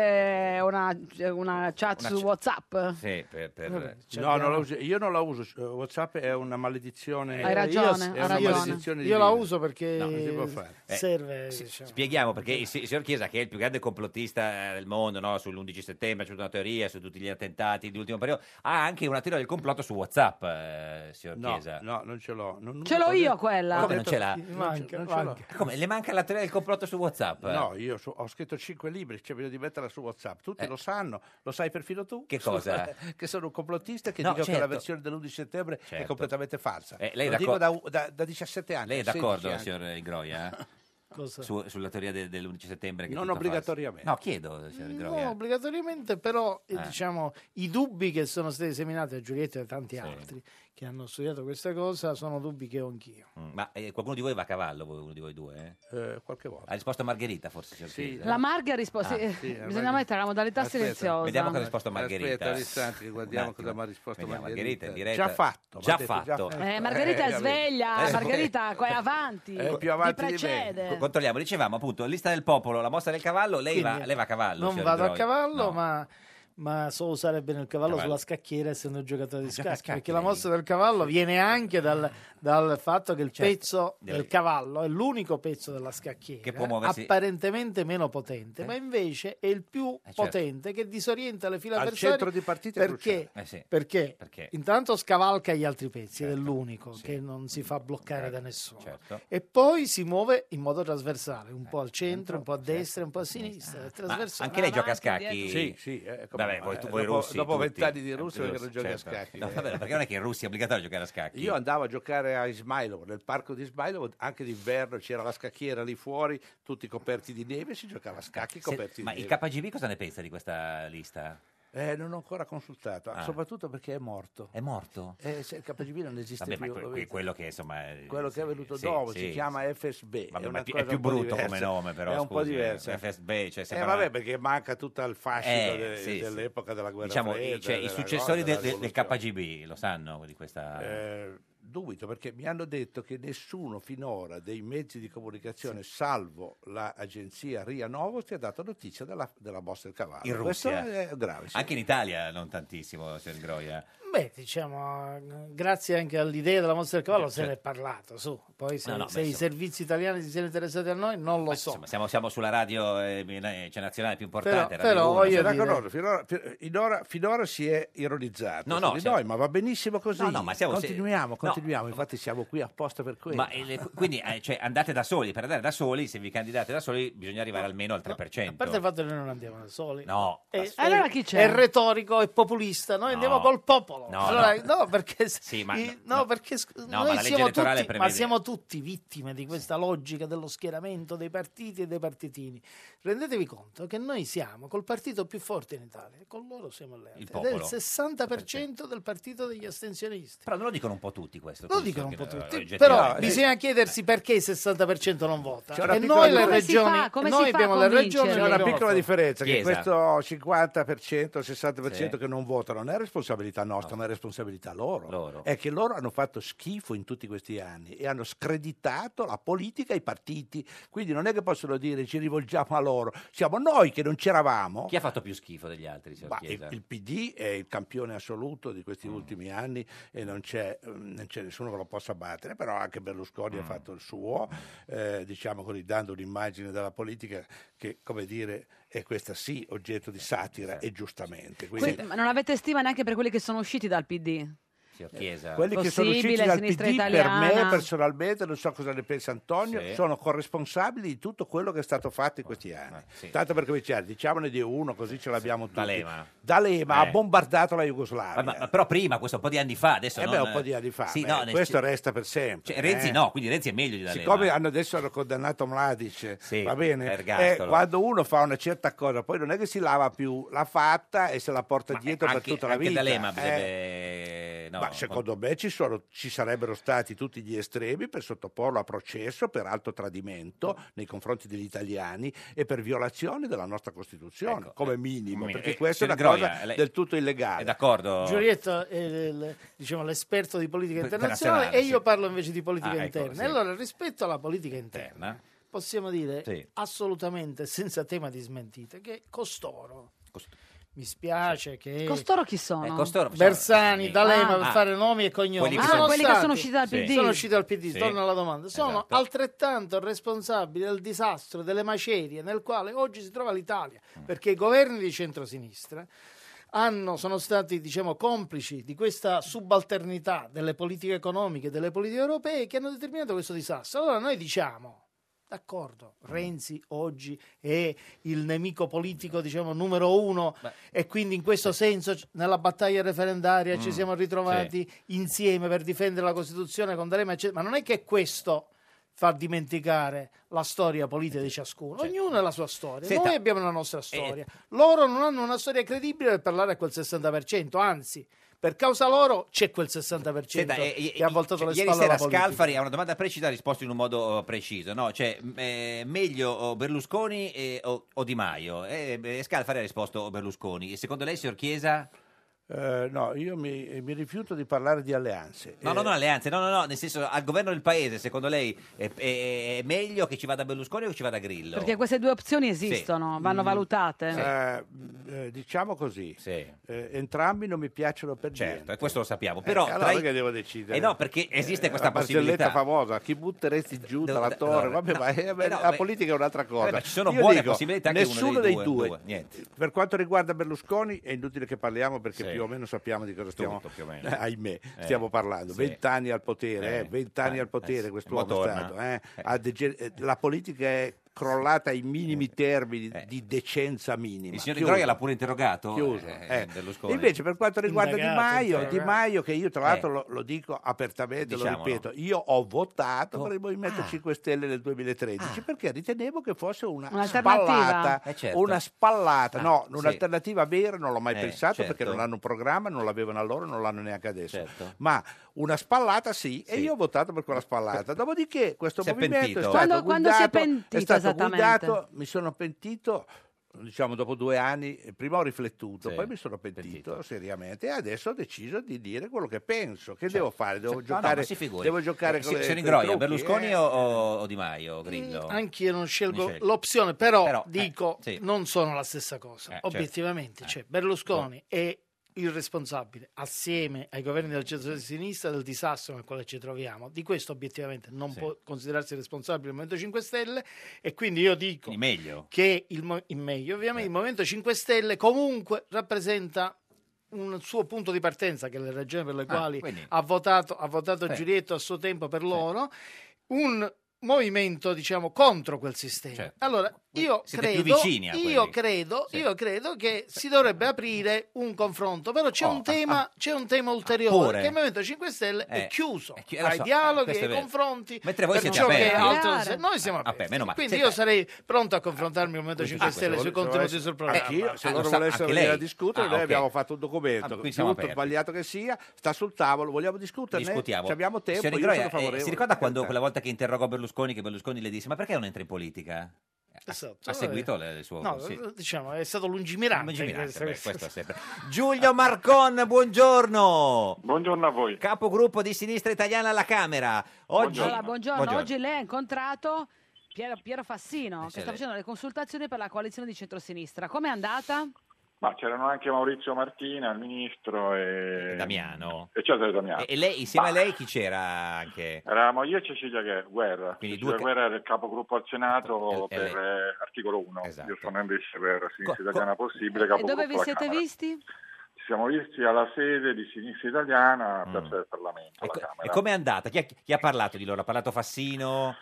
Speaker 2: una, una chat
Speaker 12: Una
Speaker 2: su
Speaker 12: chat.
Speaker 2: WhatsApp?
Speaker 3: Sì, per, per- eh,
Speaker 12: No, non la uso- io non la uso. eh, WhatsApp è una maledizione.
Speaker 2: Hai ragione,
Speaker 12: Io-
Speaker 2: hai
Speaker 12: è una
Speaker 2: ragione.
Speaker 12: maledizione
Speaker 11: Io la
Speaker 12: divina.
Speaker 11: uso perché
Speaker 12: No, non si può fare.
Speaker 3: Eh,
Speaker 11: serve...
Speaker 3: sì,
Speaker 11: diciamo.
Speaker 3: Spieghiamo perché il si- signor Chiesa, che è il più grande complottista eh, del mondo, no? sull'11 settembre, c'è tutta una teoria su tutti gli attentati dell'ultimo periodo, ha anche una teoria del complotto su WhatsApp, eh, signor
Speaker 12: No,
Speaker 3: Chiesa.
Speaker 12: no, non ce l'ho. Non- non-
Speaker 2: Ce l'ho
Speaker 12: ho
Speaker 2: io
Speaker 12: detto-
Speaker 2: quella.
Speaker 12: ho
Speaker 3: Come non
Speaker 12: detto-
Speaker 3: ce l'ha?
Speaker 12: non ce-
Speaker 11: Manca,
Speaker 12: non ce l'ho.
Speaker 11: manca.
Speaker 3: Come? Le manca la teoria del complotto su WhatsApp? eh?
Speaker 12: No, io so- ho scritto cinque libri, cioè voglio di metterla su WhatsApp. Tutti lo sanno, lo sai perfino tu.
Speaker 3: Eh. Che cosa?
Speaker 12: che sono un complottista che
Speaker 3: No,
Speaker 12: dico che
Speaker 3: certo.
Speaker 12: la versione dell'11 settembre è
Speaker 3: Certo.
Speaker 12: completamente falsa.
Speaker 3: Eh, lei è
Speaker 12: lo dico da,
Speaker 3: d'accordo-
Speaker 12: da- da 17 anni.
Speaker 3: Lei è
Speaker 12: 16
Speaker 3: d'accordo,
Speaker 12: anni.
Speaker 3: signor Groia?
Speaker 11: Cosa?
Speaker 3: su- sulla teoria de- dell'11 settembre. Che
Speaker 12: Non
Speaker 3: è tutta
Speaker 12: obbligatoriamente.
Speaker 3: falsa. No, chiedo, signor Groia.
Speaker 11: No, obbligatoriamente, però eh,
Speaker 3: Eh.
Speaker 11: diciamo, i dubbi che sono stati seminati a Giulietto e a tanti altri che hanno studiato questa cosa sono dubbi che ho anch'io.
Speaker 3: Mm, Ma eh, qualcuno di voi va a cavallo, voi- uno di voi due? eh?
Speaker 12: qualche volta.
Speaker 3: Ha risposto Margherita, forse, signor Chiesa?
Speaker 2: La Marghi ha risposto.
Speaker 3: Ah,
Speaker 2: sì, eh,
Speaker 3: sì, la
Speaker 2: bisogna
Speaker 3: Marghi-
Speaker 2: mettere la modalità
Speaker 3: Aspetta,
Speaker 2: silenziosa.
Speaker 3: Vediamo cosa ha risposto Margherita.
Speaker 12: Aspetta, Alessandri, che guardiamo
Speaker 3: Un attimo.
Speaker 12: cosa mi ha risposto
Speaker 3: Vediamo,
Speaker 12: Margherita.
Speaker 3: in diretta.
Speaker 12: Già fatto,
Speaker 3: Già
Speaker 12: m'ha detto, già
Speaker 3: fatto.
Speaker 12: fatto.
Speaker 2: Eh, Margherita
Speaker 3: Eh,
Speaker 2: sveglia,
Speaker 3: eh,
Speaker 2: Margherita qua è avanti.
Speaker 3: eh,
Speaker 2: ti
Speaker 3: più avanti di me.
Speaker 2: precede.
Speaker 3: Co- Controlliamo, dicevamo appunto, lista del popolo, la mossa del cavallo, lei,
Speaker 11: Quindi
Speaker 3: va, lei va a cavallo.
Speaker 11: non
Speaker 3: signor
Speaker 11: vado a
Speaker 3: Groia.
Speaker 11: cavallo, ma, ma so usare bene il cavallo,
Speaker 3: Cavallo.
Speaker 11: sulla scacchiera essendo un giocatore di
Speaker 3: gioca a
Speaker 11: scacchi,
Speaker 3: scacchi,
Speaker 11: perché la mossa del cavallo viene anche dal, dal fatto che il
Speaker 3: Certo,
Speaker 11: pezzo
Speaker 3: deve-
Speaker 11: del cavallo è l'unico pezzo della scacchiera
Speaker 3: Che può muoversi- Eh.
Speaker 11: apparentemente meno potente,
Speaker 12: Eh.
Speaker 11: ma invece è il più
Speaker 3: certo.
Speaker 11: potente che disorienta le file
Speaker 12: Al
Speaker 11: avversarie
Speaker 12: centro di partita è
Speaker 11: perché,
Speaker 12: cruciale. Eh sì.
Speaker 11: perché
Speaker 12: Perché?
Speaker 11: intanto scavalca gli altri pezzi
Speaker 3: Certo.
Speaker 11: ed è l'unico che non si fa bloccare da nessuno e poi si muove in modo trasversale,
Speaker 3: Eh,
Speaker 11: un po' al centro, un po' a
Speaker 3: certo,
Speaker 11: destra, un po' a sinistra, è
Speaker 3: Ma
Speaker 11: trasversale.
Speaker 3: anche lei gioca a scacchi?
Speaker 12: Sì, sì, eh, come
Speaker 3: vabbè,
Speaker 12: no,
Speaker 3: voi,
Speaker 12: eh,
Speaker 3: tu, voi
Speaker 12: dopo-
Speaker 3: russi.
Speaker 12: dopo
Speaker 3: tutti.
Speaker 12: vent'anni di russo
Speaker 3: Tutti certo.
Speaker 12: che non giochi a scacchi.
Speaker 3: No, vabbè, perché non è che in Russia è obbligatorio giocare a scacchi.
Speaker 12: Ecco. Io andavo a giocare a Ismailovo, nel parco di Ismailovo, anche d'inverno c'era la scacchiera lì fuori, tutti coperti di neve, si giocava a scacchi
Speaker 3: Eh, Se-
Speaker 12: coperti
Speaker 3: ma
Speaker 12: di
Speaker 3: il
Speaker 12: neve.
Speaker 3: KGB cosa ne pensa di questa lista?
Speaker 12: Eh, non ho ancora consultato,
Speaker 3: Ah.
Speaker 12: soprattutto perché è morto.
Speaker 3: È morto?
Speaker 12: Eh, se il KGB non esiste
Speaker 3: Vabbè,
Speaker 12: più.
Speaker 3: ma que-
Speaker 12: lo
Speaker 3: que-
Speaker 12: vedi.
Speaker 3: quello che insomma è-
Speaker 12: Quello che è venuto
Speaker 3: sì,
Speaker 12: dopo
Speaker 3: sì,
Speaker 12: si
Speaker 3: sì.
Speaker 12: chiama FSB.
Speaker 3: Vabbè,
Speaker 12: è,
Speaker 3: ma
Speaker 12: una
Speaker 3: è pi- è
Speaker 12: cosa
Speaker 3: più
Speaker 12: un po'
Speaker 3: brutto
Speaker 12: diversa.
Speaker 3: come nome, però,
Speaker 12: È un po'
Speaker 3: scusi, eh,
Speaker 12: diverso.
Speaker 3: FSB, cioè,
Speaker 12: Eh,
Speaker 3: sembra-
Speaker 12: vabbè, perché manca tutto il fascino
Speaker 3: Eh,
Speaker 12: de-
Speaker 3: sì, sì.
Speaker 12: dell'epoca della guerra
Speaker 3: diciamo, i-
Speaker 12: fredda.
Speaker 3: cioè, i
Speaker 12: della
Speaker 3: successori
Speaker 12: cosa,
Speaker 3: del-
Speaker 12: della
Speaker 3: del KGB lo sanno di questa...
Speaker 12: Eh, dubito perché mi hanno detto che nessuno finora dei mezzi di comunicazione, salvo l'agenzia RIA Novosti, ha dato notizia della, della mossa del cavallo.
Speaker 3: in
Speaker 12: Questo
Speaker 3: Russia.
Speaker 12: è grave. sì.
Speaker 3: Anche in Italia non tantissimo, signor Groia.
Speaker 11: Beh, diciamo, eh, grazie anche all'idea della mossa del cavallo se
Speaker 3: Certo.
Speaker 11: ne è parlato, su. Poi se,
Speaker 3: No, no,
Speaker 11: se
Speaker 3: beh,
Speaker 11: i
Speaker 3: insomma.
Speaker 11: servizi italiani si siano interessati a noi, non lo so.
Speaker 3: Insomma, siamo, siamo sulla radio eh, eh, cioè, nazionale più importante.
Speaker 11: Però- però voglio
Speaker 3: radio uno.
Speaker 11: dire-
Speaker 12: D'accordo, Cioè, finora, fi- finora- finora si è ironizzato
Speaker 3: No, no,
Speaker 12: su di
Speaker 3: siamo-
Speaker 12: noi, ma va benissimo così.
Speaker 3: No, no, ma siamo-
Speaker 12: continuiamo,
Speaker 3: no.
Speaker 12: continuiamo. Infatti siamo qui apposta per questo.
Speaker 3: Ma, eh, le- quindi eh, cioè, andate da soli, per andare da soli, se vi candidate da soli bisogna arrivare almeno al 3%.
Speaker 11: A parte il fatto che noi non andiamo da soli.
Speaker 3: No,
Speaker 11: È,
Speaker 3: ass-
Speaker 11: è-
Speaker 2: Eh, Allora chi c'è?
Speaker 11: È retorico, è populista. Noi andiamo col popolo.
Speaker 3: No,
Speaker 11: Allora,
Speaker 3: no.
Speaker 11: no, perché,
Speaker 3: Sì, ma-
Speaker 11: i-
Speaker 3: no,
Speaker 11: no, perché sc-
Speaker 3: No, ma la
Speaker 11: noi
Speaker 3: legge
Speaker 11: siamo
Speaker 3: elettorale
Speaker 11: tutti, ma
Speaker 3: prevede-
Speaker 11: siamo tutti vittime di questa logica dello schieramento dei partiti e dei partitini. Rendetevi conto che noi siamo col partito più forte in Italia, e con loro siamo alleati.
Speaker 3: Il
Speaker 11: Ed è il
Speaker 3: popolo.
Speaker 11: 60% del partito degli astensionisti.
Speaker 3: Però non lo dicono un po' tutti questo.
Speaker 11: Lo
Speaker 3: questo,
Speaker 11: dicono un
Speaker 3: che-
Speaker 11: po' tutti,
Speaker 3: oggettivamente.
Speaker 11: però
Speaker 3: Eh,
Speaker 11: bisogna chiedersi perché il 60% non vota.
Speaker 12: C'è una
Speaker 11: E
Speaker 12: piccola
Speaker 11: noi le
Speaker 12: differenza.
Speaker 11: regioni,
Speaker 2: Come si fa? Come
Speaker 11: noi
Speaker 2: si fa a
Speaker 11: abbiamo le regioni.
Speaker 2: convincerli?
Speaker 12: C'è una
Speaker 11: che
Speaker 12: piccola
Speaker 11: votano.
Speaker 12: differenza che
Speaker 3: Chiesa.
Speaker 12: questo 50%, 60%
Speaker 3: Sì.
Speaker 12: che non votano non è responsabilità nostra, ma è responsabilità loro.
Speaker 3: Loro.
Speaker 12: È che loro hanno fatto schifo in tutti questi anni e hanno screditato la politica e i partiti. Quindi non è che possono dire ci rivolgiamo a loro, siamo noi che non c'eravamo.
Speaker 3: Chi ha fatto più schifo degli altri, signor
Speaker 12: Ma il,
Speaker 3: Chiesa?
Speaker 12: il PD è il campione assoluto di
Speaker 3: Mm.
Speaker 12: questi ultimi anni e non c'è, mm, non c'è nessuno che lo possa battere, però anche
Speaker 3: Mm.
Speaker 12: Berlusconi ha fatto il suo, eh, diciamo così, dando un'immagine della politica che, come dire, è questa sì oggetto
Speaker 3: Eh,
Speaker 12: di satira
Speaker 3: esatto.
Speaker 12: e giustamente. Quindi,
Speaker 2: Quindi, ma non avete stima neanche per quelli che sono usciti dal PD.
Speaker 3: Signor Chiesa.
Speaker 12: quelli che sono
Speaker 2: Possibile,
Speaker 12: usciti dal PD
Speaker 2: sinistra
Speaker 12: per
Speaker 2: italiana.
Speaker 12: me personalmente, non so cosa ne pensa Antonio,
Speaker 3: Sì. Ah,
Speaker 12: sono corresponsabili di tutto quello che è stato fatto in questi anni.
Speaker 3: sì.
Speaker 12: Tanto per cominciare, diciamone di uno così ce l'abbiamo tutti.
Speaker 3: D'Alema.
Speaker 12: D'Alema
Speaker 3: Eh.
Speaker 12: ha bombardato la
Speaker 3: Ma,
Speaker 12: Jugoslavia.
Speaker 3: ma- ma però prima, questo un po' di anni fa, adesso
Speaker 12: Eh
Speaker 3: non-
Speaker 12: beh, un po' di anni fa.
Speaker 3: Sì,
Speaker 12: beh,
Speaker 3: no, nel-
Speaker 12: questo resta per sempre.
Speaker 3: cioè, Renzi
Speaker 12: eh.
Speaker 3: no, quindi Renzi è meglio di D'Alema.
Speaker 12: Siccome hanno adesso hanno condannato Mladic,
Speaker 3: Sì,
Speaker 12: va bene,
Speaker 3: ergastolo.
Speaker 12: eh, quando uno fa una certa cosa, poi non è che si lava più, l'ha fatta e se la porta dietro
Speaker 3: eh, anche,
Speaker 12: per tutta la
Speaker 3: anche
Speaker 12: vita.
Speaker 3: D'Alema
Speaker 12: eh.
Speaker 3: bisognerebbe... no,
Speaker 12: Ma secondo me ci, sono- ci sarebbero stati tutti gli estremi per sottoporlo a processo per alto tradimento nei confronti degli italiani e per violazione della nostra Costituzione,
Speaker 3: Ecco,
Speaker 12: come
Speaker 3: eh,
Speaker 12: minimo,
Speaker 3: mi-
Speaker 12: perché
Speaker 3: eh,
Speaker 12: questa è una
Speaker 3: signor Groia,
Speaker 12: cosa
Speaker 3: lei-
Speaker 12: del tutto illegale.
Speaker 3: È d'accordo?
Speaker 11: Giulietto è il- diciamo, l'esperto di politica internazionale
Speaker 3: Internazionale,
Speaker 11: e
Speaker 3: sì.
Speaker 11: io parlo invece di politica
Speaker 3: Ah, ecco,
Speaker 11: interna.
Speaker 3: sì.
Speaker 11: Allora, rispetto alla politica interna,
Speaker 3: Interna.
Speaker 11: possiamo dire
Speaker 3: Sì.
Speaker 11: assolutamente, senza tema di smentita, che costoro,
Speaker 3: Cost-
Speaker 11: mi spiace che...
Speaker 2: Costoro chi sono?
Speaker 3: Eh, costoro-
Speaker 11: Bersani,
Speaker 3: Sì.
Speaker 11: D'Alema
Speaker 3: Ah.
Speaker 11: per
Speaker 3: Ah.
Speaker 11: fare nomi e cognomi
Speaker 3: Quelli che
Speaker 2: Ah,
Speaker 3: sono-
Speaker 2: quelli che sono usciti dal
Speaker 3: Sì.
Speaker 2: PD.
Speaker 11: sono usciti dal PD,
Speaker 3: Sì.
Speaker 11: torno alla domanda sono
Speaker 3: Esatto.
Speaker 11: altrettanto responsabili del disastro delle macerie nel quale oggi si trova l'Italia
Speaker 3: Mm.
Speaker 11: perché i governi di centrosinistra hanno, sono stati diciamo, complici di questa subalternità delle politiche economiche, delle politiche europee che hanno determinato questo disastro. Allora noi diciamo, d'accordo, Certo, Renzi oggi è il nemico politico diciamo, numero uno e quindi in questo senso c- nella battaglia referendaria
Speaker 3: Mm,
Speaker 11: ci siamo ritrovati insieme per difendere la Costituzione con D'Alema, eccetera. ma non è che questo fa dimenticare la storia politica di ciascuno. Ognuno ha la sua storia.
Speaker 12: Senta.
Speaker 11: Noi abbiamo la
Speaker 3: Eh.
Speaker 11: nostra storia. Loro non hanno una storia credibile per parlare a quel 60%, anzi, per causa loro c'è quel 60%
Speaker 3: Senta, eh, eh,
Speaker 11: che ha voltato
Speaker 3: cioè,
Speaker 11: le
Speaker 3: ieri
Speaker 11: spalle alla
Speaker 3: sera
Speaker 11: politica.
Speaker 3: Scalfari a una domanda precisa ha risposto in un modo eh, preciso, no? Cioè, m- eh, meglio oh, Berlusconi eh, o, o Di Maio? Eh, beh, Scalfari ha risposto oh, Berlusconi. E secondo lei, signor Chiesa?
Speaker 12: Eh, no, io mi, eh, mi rifiuto di parlare di alleanze.
Speaker 3: No, no, no, alleanze, no, no, no, nel senso al governo del paese, secondo lei è, è- è meglio che ci vada Berlusconi o che ci vada Grillo?
Speaker 2: Perché queste due opzioni esistono, vanno
Speaker 12: Mm.
Speaker 2: valutate.
Speaker 12: Eh, eh, diciamo così, eh, entrambi non mi piacciono per niente.
Speaker 3: Certo, e questo lo sappiamo, però
Speaker 12: Eh,
Speaker 3: tra
Speaker 12: allora
Speaker 3: i-
Speaker 12: perché devo decidere?
Speaker 3: Eh no, perché esiste questa
Speaker 12: la barzelletta
Speaker 3: possibilità.
Speaker 12: famosa, chi butteresti giù
Speaker 3: No,
Speaker 12: dalla
Speaker 3: no,
Speaker 12: torre?
Speaker 3: no,
Speaker 12: Vabbè,
Speaker 3: no,
Speaker 12: ma eh, beh,
Speaker 3: eh, no,
Speaker 12: la
Speaker 3: beh,
Speaker 12: politica è un'altra cosa.
Speaker 3: eh, ma ci sono
Speaker 12: Io
Speaker 3: buone
Speaker 12: dico,
Speaker 3: possibilità che uno
Speaker 12: nessuno
Speaker 3: dei
Speaker 12: dei,
Speaker 3: due-
Speaker 12: due.
Speaker 3: due, niente.
Speaker 12: Per quanto riguarda Berlusconi, è inutile che parliamo perché
Speaker 3: Sì.
Speaker 12: più o meno sappiamo di cosa stiamo,
Speaker 3: Tutto, più o meno.
Speaker 12: ahimè,
Speaker 3: Eh,
Speaker 12: stiamo parlando.
Speaker 3: sì.
Speaker 12: Vent'anni al potere,
Speaker 3: Eh,
Speaker 12: eh, vent'anni
Speaker 3: eh,
Speaker 12: al potere
Speaker 3: eh,
Speaker 12: quest'uomo è
Speaker 3: Madonna.
Speaker 12: stato. eh. Ha dege- eh, la politica è crollata ai minimi termini di decenza minima.
Speaker 3: Eh. Il signor Di
Speaker 12: Chiuso.
Speaker 3: Groia l'ha pure interrogato.
Speaker 12: Chiuso,
Speaker 3: eh,
Speaker 12: eh.
Speaker 3: Berlusconi.
Speaker 12: Invece, per quanto riguarda Di
Speaker 3: Indagato,
Speaker 12: Maio, Di
Speaker 3: interrogato.
Speaker 12: Maio, che io tra l'altro
Speaker 3: Eh.
Speaker 12: lo, lo dico apertamente,
Speaker 3: Diciamolo. Oh. Ah.
Speaker 12: lo ripeto, io ho votato per il Movimento 5 Stelle nel 2013 perché ritenevo che fosse una
Speaker 11: Un'alternativa.
Speaker 12: spallata,
Speaker 11: Eh, certo.
Speaker 12: una spallata,
Speaker 11: Ah,
Speaker 12: no,
Speaker 11: sì.
Speaker 12: un'alternativa vera non l'ho mai
Speaker 11: Eh,
Speaker 12: pensato
Speaker 11: certo.
Speaker 12: perché non hanno un programma, non l'avevano allora, non l'hanno neanche adesso,
Speaker 3: Certo.
Speaker 12: ma una spallata sì, e io ho votato per quella spallata. Dopodiché questo
Speaker 3: Si è
Speaker 12: movimento
Speaker 3: pentito.
Speaker 12: è stato
Speaker 3: Quando-
Speaker 2: quando si è
Speaker 12: guidato-
Speaker 2: pentito
Speaker 12: è stato
Speaker 2: esattamente?
Speaker 12: guidato, mi sono pentito diciamo dopo due anni, eh, prima ho riflettuto,
Speaker 3: Sì,
Speaker 12: poi mi sono pentito, seriamente e adesso ho deciso di dire quello che penso, che devo fare, devo
Speaker 3: Certo. No, no, ma
Speaker 12: giocare,
Speaker 3: si figuri.
Speaker 12: devo giocare
Speaker 3: Eh,
Speaker 12: con
Speaker 3: si-
Speaker 12: le-
Speaker 3: signor
Speaker 12: con i
Speaker 3: Ingroia,
Speaker 12: trucchi,
Speaker 3: Berlusconi
Speaker 12: eh. Mm,
Speaker 3: o, o Di Maio, Grillo?
Speaker 11: Anch'io non scelgo
Speaker 3: Non scegli.
Speaker 11: l'opzione, però,
Speaker 3: Però, eh,
Speaker 11: dico
Speaker 3: sì.
Speaker 11: non sono la stessa cosa.
Speaker 3: certo. Boh.
Speaker 11: Obiettivamente, cioè, Berlusconi è il responsabile, assieme ai governi del centro-sinistra, del disastro nel quale ci troviamo. Di questo obiettivamente non può considerarsi responsabile il Movimento 5 Stelle e quindi io dico
Speaker 3: Quindi meglio. Eh.
Speaker 11: che il, mo- il meglio, ovviamente, il Movimento 5 Stelle comunque rappresenta un suo punto di partenza, che è le ragioni per le quali
Speaker 3: Ah, quindi-
Speaker 11: ha votato, ha votato
Speaker 3: Sì.
Speaker 11: Giulietto a suo tempo per loro, un movimento, diciamo, contro quel sistema. Allora, io
Speaker 3: Certo. siete
Speaker 11: credo,
Speaker 3: più vicini a
Speaker 11: io
Speaker 3: quelli.
Speaker 11: credo, io credo che si dovrebbe aprire un confronto, però c'è, un, tema, c'è un tema ulteriore,
Speaker 3: Oh, ah, pure.
Speaker 11: che il Movimento 5 Stelle è
Speaker 3: Eh,
Speaker 11: chiuso
Speaker 3: chi- lo
Speaker 11: ai
Speaker 3: so, eh,
Speaker 11: dialoghi,
Speaker 3: questo è
Speaker 11: ai
Speaker 3: vero.
Speaker 11: confronti.
Speaker 3: Mentre voi
Speaker 11: per
Speaker 3: siete
Speaker 11: ciò che
Speaker 3: aperti.
Speaker 11: altro-
Speaker 3: Chiaro.
Speaker 11: noi siamo
Speaker 3: Ah, beh, meno male.
Speaker 11: quindi
Speaker 3: Senta-
Speaker 11: io sarei pronto a confrontarmi con il Movimento 5 Stelle sui contenuti
Speaker 3: Eh,
Speaker 11: sul programma. Eh,
Speaker 12: Anch'io, se loro volessero venire a discutere, noi abbiamo fatto un
Speaker 3: Ah,
Speaker 12: documento,
Speaker 3: quindi siamo
Speaker 12: tutto
Speaker 3: aperti.
Speaker 12: sbagliato che sia, sta sul tavolo, vogliamo discuterne,
Speaker 3: Discutiamo.
Speaker 12: Ci abbiamo tempo,
Speaker 3: Signor
Speaker 12: io
Speaker 3: Ingroia,
Speaker 12: sono
Speaker 3: eh,
Speaker 12: favorevole.
Speaker 3: si ricorda quando quella volta che interrogò Berlusconi, che Berlusconi le disse: Ma perché non entra in politica?
Speaker 11: Esatto,
Speaker 3: Ha
Speaker 11: vabbè.
Speaker 3: seguito le- il suo
Speaker 11: No,
Speaker 3: sì.
Speaker 11: diciamo, è stato eh, lungimirante.
Speaker 3: Lungimirante,
Speaker 11: questo-
Speaker 3: beh, questo sempre. Giulio Marcon, buongiorno.
Speaker 14: Buongiorno a voi.
Speaker 3: Capogruppo di Sinistra Italiana alla Camera. Oggi...
Speaker 2: Allora, buongiorno. Oggi lei ha incontrato Piero, Piero Fassino, che sta
Speaker 14: lei.
Speaker 2: facendo le consultazioni per la coalizione di centrosinistra. Com'è andata?
Speaker 14: Ma c'erano anche Maurizio Martina, il ministro e
Speaker 3: Damiano.
Speaker 14: E Cesare Damiano.
Speaker 3: E lei, insieme
Speaker 14: Ma
Speaker 3: a lei, chi c'era anche?
Speaker 14: Eravamo io e Cecilia Ghe- Guerra.
Speaker 3: Quindi
Speaker 14: Cecilia
Speaker 3: due ca- Esatto,
Speaker 14: Guerra era il capogruppo al Senato
Speaker 3: E- e
Speaker 14: per
Speaker 3: lei. Esatto.
Speaker 14: eh, articolo 1. Io sono invece per Sinistra
Speaker 2: Co- co-
Speaker 14: Italiana Possibile,
Speaker 2: E
Speaker 14: capogruppo
Speaker 2: dove vi
Speaker 14: alla
Speaker 2: siete
Speaker 14: Camera.
Speaker 2: visti?
Speaker 14: Ci siamo visti alla sede di Sinistra Italiana a Piazza del Parlamento, alla
Speaker 3: Mm. E
Speaker 14: Camera.
Speaker 3: com'è andata? Chi ha, chi ha parlato di loro? Ha parlato Fassino?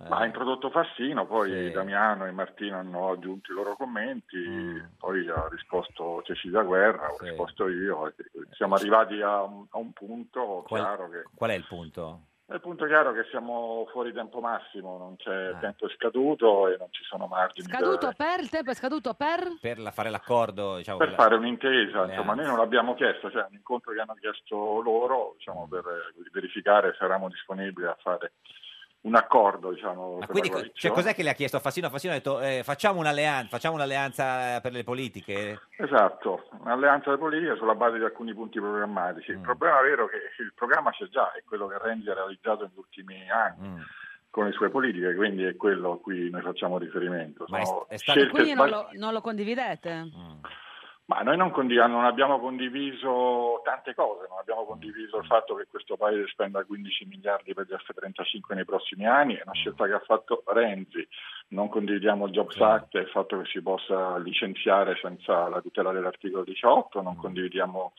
Speaker 3: Eh,
Speaker 14: Ma ha introdotto Fassino, poi
Speaker 3: Sì.
Speaker 14: Damiano e Martino hanno aggiunto i loro commenti,
Speaker 3: Mm.
Speaker 14: poi ha risposto Cecilia Guerra, ho risposto io. e Siamo arrivati a un, a un punto
Speaker 3: Eh, Qual-
Speaker 14: chiaro che...
Speaker 3: Qual è il punto?
Speaker 14: È il punto chiaro che siamo fuori tempo massimo, non
Speaker 3: Eh.
Speaker 14: c'è tempo è scaduto e non ci sono margini per-
Speaker 2: Scaduto per il tempo è scaduto per?
Speaker 3: Per la- fare l'accordo? Diciamo,
Speaker 14: per
Speaker 3: la-
Speaker 14: fare un'intesa.
Speaker 3: le
Speaker 14: Insomma,
Speaker 3: anzi.
Speaker 14: noi non l'abbiamo chiesto, cioè è un incontro che hanno chiesto loro diciamo,
Speaker 3: Mm.
Speaker 14: per eh, verificare se eravamo disponibili a fare un accordo. Diciamo, per
Speaker 3: Quindi
Speaker 14: la
Speaker 3: co- cioè,
Speaker 14: coalizione.
Speaker 3: cos'è che le ha chiesto a Fassino? Fassino ha detto eh, facciamo, un'alleanza, facciamo un'alleanza eh, per le politiche?
Speaker 14: Esatto, un'alleanza politica sulla base di alcuni punti programmatici.
Speaker 3: Mm.
Speaker 14: Il problema vero è che il programma c'è già, è quello che Renzi ha realizzato negli ultimi anni
Speaker 3: Mm.
Speaker 14: con le sue politiche, quindi è quello a cui noi facciamo riferimento.
Speaker 3: Ma è-
Speaker 14: Sono
Speaker 3: è
Speaker 2: E
Speaker 14: scelte
Speaker 2: quindi non
Speaker 14: sbagli-
Speaker 2: lo, non lo condividete?
Speaker 14: Ma noi non, condi- non abbiamo condiviso tante cose, non abbiamo condiviso il fatto che questo paese spenda 15 miliardi per gli F-35 nei prossimi anni, è una
Speaker 3: Mm.
Speaker 14: scelta che ha fatto Renzi, non condividiamo il Jobs Act e il fatto che si possa licenziare senza la tutela dell'articolo 18,
Speaker 3: Mm.
Speaker 14: non condividiamo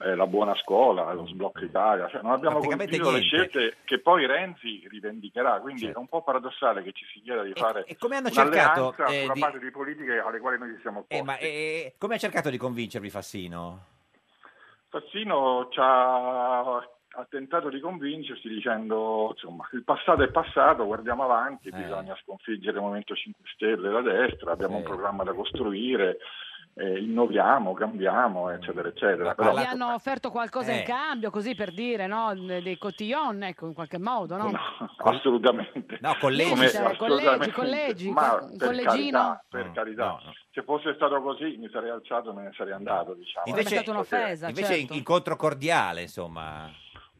Speaker 14: eh, la buona scuola, lo sblocco Italia, cioè, non abbiamo
Speaker 3: Praticamente
Speaker 14: condiviso le
Speaker 3: niente.
Speaker 14: scelte che poi Renzi rivendicherà, quindi
Speaker 3: Certo.
Speaker 14: è un po' paradossale che ci si chieda di fare
Speaker 3: e come hanno
Speaker 14: un'alleanza
Speaker 3: cercato, eh,
Speaker 14: sulla
Speaker 3: di-
Speaker 14: base di politiche alle quali noi ci siamo opposti.
Speaker 3: Eh, ma eh, come ha cercato di convincervi Fassino?
Speaker 14: Fassino ci ha ha tentato di convincersi dicendo insomma il passato è passato, guardiamo avanti,
Speaker 2: Eh.
Speaker 14: bisogna sconfiggere il Movimento 5 Stelle e la destra, abbiamo un
Speaker 2: Eh.
Speaker 14: programma da costruire, eh, innoviamo, cambiamo, eccetera, eccetera. Però-
Speaker 2: Mm. Ma gli hanno offerto qualcosa
Speaker 14: Eh.
Speaker 2: in cambio, così per dire, no? Dei cotillon, ecco, in qualche modo, no?
Speaker 14: assolutamente. No,
Speaker 2: collegi. Cioè, collegi, collegi,
Speaker 14: Ma
Speaker 2: un
Speaker 14: per
Speaker 2: collegino. Mm,
Speaker 14: carità, per carità. se fosse stato così mi sarei alzato e me ne sarei andato, diciamo.
Speaker 3: Invece-
Speaker 14: Ecco che-
Speaker 3: invece incontro cordiale, insomma.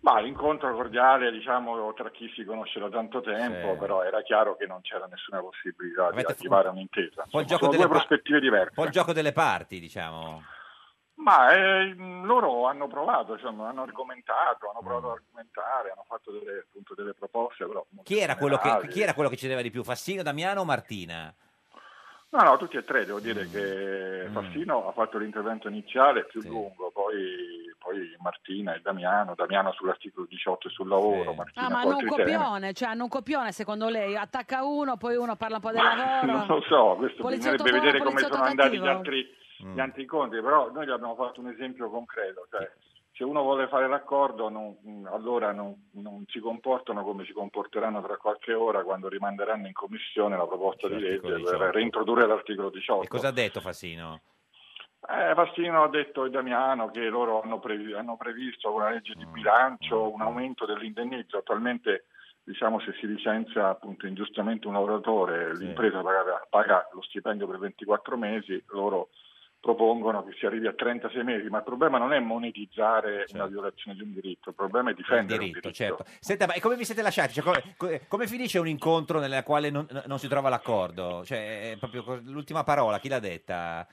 Speaker 14: Ma l'incontro cordiale, diciamo, tra chi si conosce da tanto tempo,
Speaker 3: Sì.
Speaker 14: però era chiaro che non c'era nessuna possibilità
Speaker 3: Avete-
Speaker 14: di attivare un'intesa.
Speaker 3: po' il
Speaker 14: Insomma,
Speaker 3: gioco
Speaker 14: sono
Speaker 3: delle
Speaker 14: due
Speaker 3: par-
Speaker 14: prospettive diverse.
Speaker 3: Un po' il gioco delle parti, diciamo.
Speaker 14: Ma eh, loro hanno provato, cioè, hanno argomentato, hanno
Speaker 3: Mm.
Speaker 14: provato ad argomentare, hanno fatto delle, appunto, delle proposte, però molto
Speaker 3: Chi era, quello che,
Speaker 14: generali.
Speaker 3: chi era quello che ci deve di più? Fassino, Damiano o Martina?
Speaker 14: No, no, tutti e tre, devo
Speaker 3: Mm.
Speaker 14: dire che Fassino ha fatto l'intervento iniziale più lungo, poi, poi Martina e Damiano, Damiano sull'articolo 18 e sul lavoro, Martina
Speaker 2: Ah, ma
Speaker 14: su
Speaker 2: hanno un
Speaker 14: altri temi.
Speaker 2: copione, cioè hanno un copione secondo lei, attacca uno, poi uno parla un po' del
Speaker 14: Non
Speaker 2: lavoro.
Speaker 14: lo so, questo
Speaker 2: Poliziotto
Speaker 14: bisognerebbe vedere
Speaker 2: buono,
Speaker 14: come sono
Speaker 2: poliziotto
Speaker 14: andati gli
Speaker 2: cattivo.
Speaker 14: altri,
Speaker 3: Mm.
Speaker 14: gli altri incontri, però noi gli abbiamo fatto un esempio concreto, cioè se uno vuole fare l'accordo non- mh, allora non, non si comportano come si comporteranno tra qualche ora quando rimanderanno in commissione la proposta di legge per
Speaker 3: 18.
Speaker 14: reintrodurre l'articolo
Speaker 3: Certo, diciamo.
Speaker 14: 18.
Speaker 3: E cosa ha detto Fassino?
Speaker 14: Eh, Fassino ha detto e Damiano che loro hanno, previ- hanno previsto con la legge
Speaker 3: Mm.
Speaker 14: di bilancio un aumento dell'indennizzo. Attualmente, diciamo, se si licenzia appunto ingiustamente un lavoratore, l'impresa paga, paga lo stipendio per 24 mesi, loro propongono che si arrivi a 36 mesi, ma il problema non è monetizzare una violazione di un diritto, il problema è difendere un diritto.
Speaker 3: certo. Senta, ma e come vi siete lasciati? Cioè, come, co- come finisce un incontro nella quale non, non si trova l'accordo? Cioè, è proprio co- l'ultima parola, chi l'ha detta?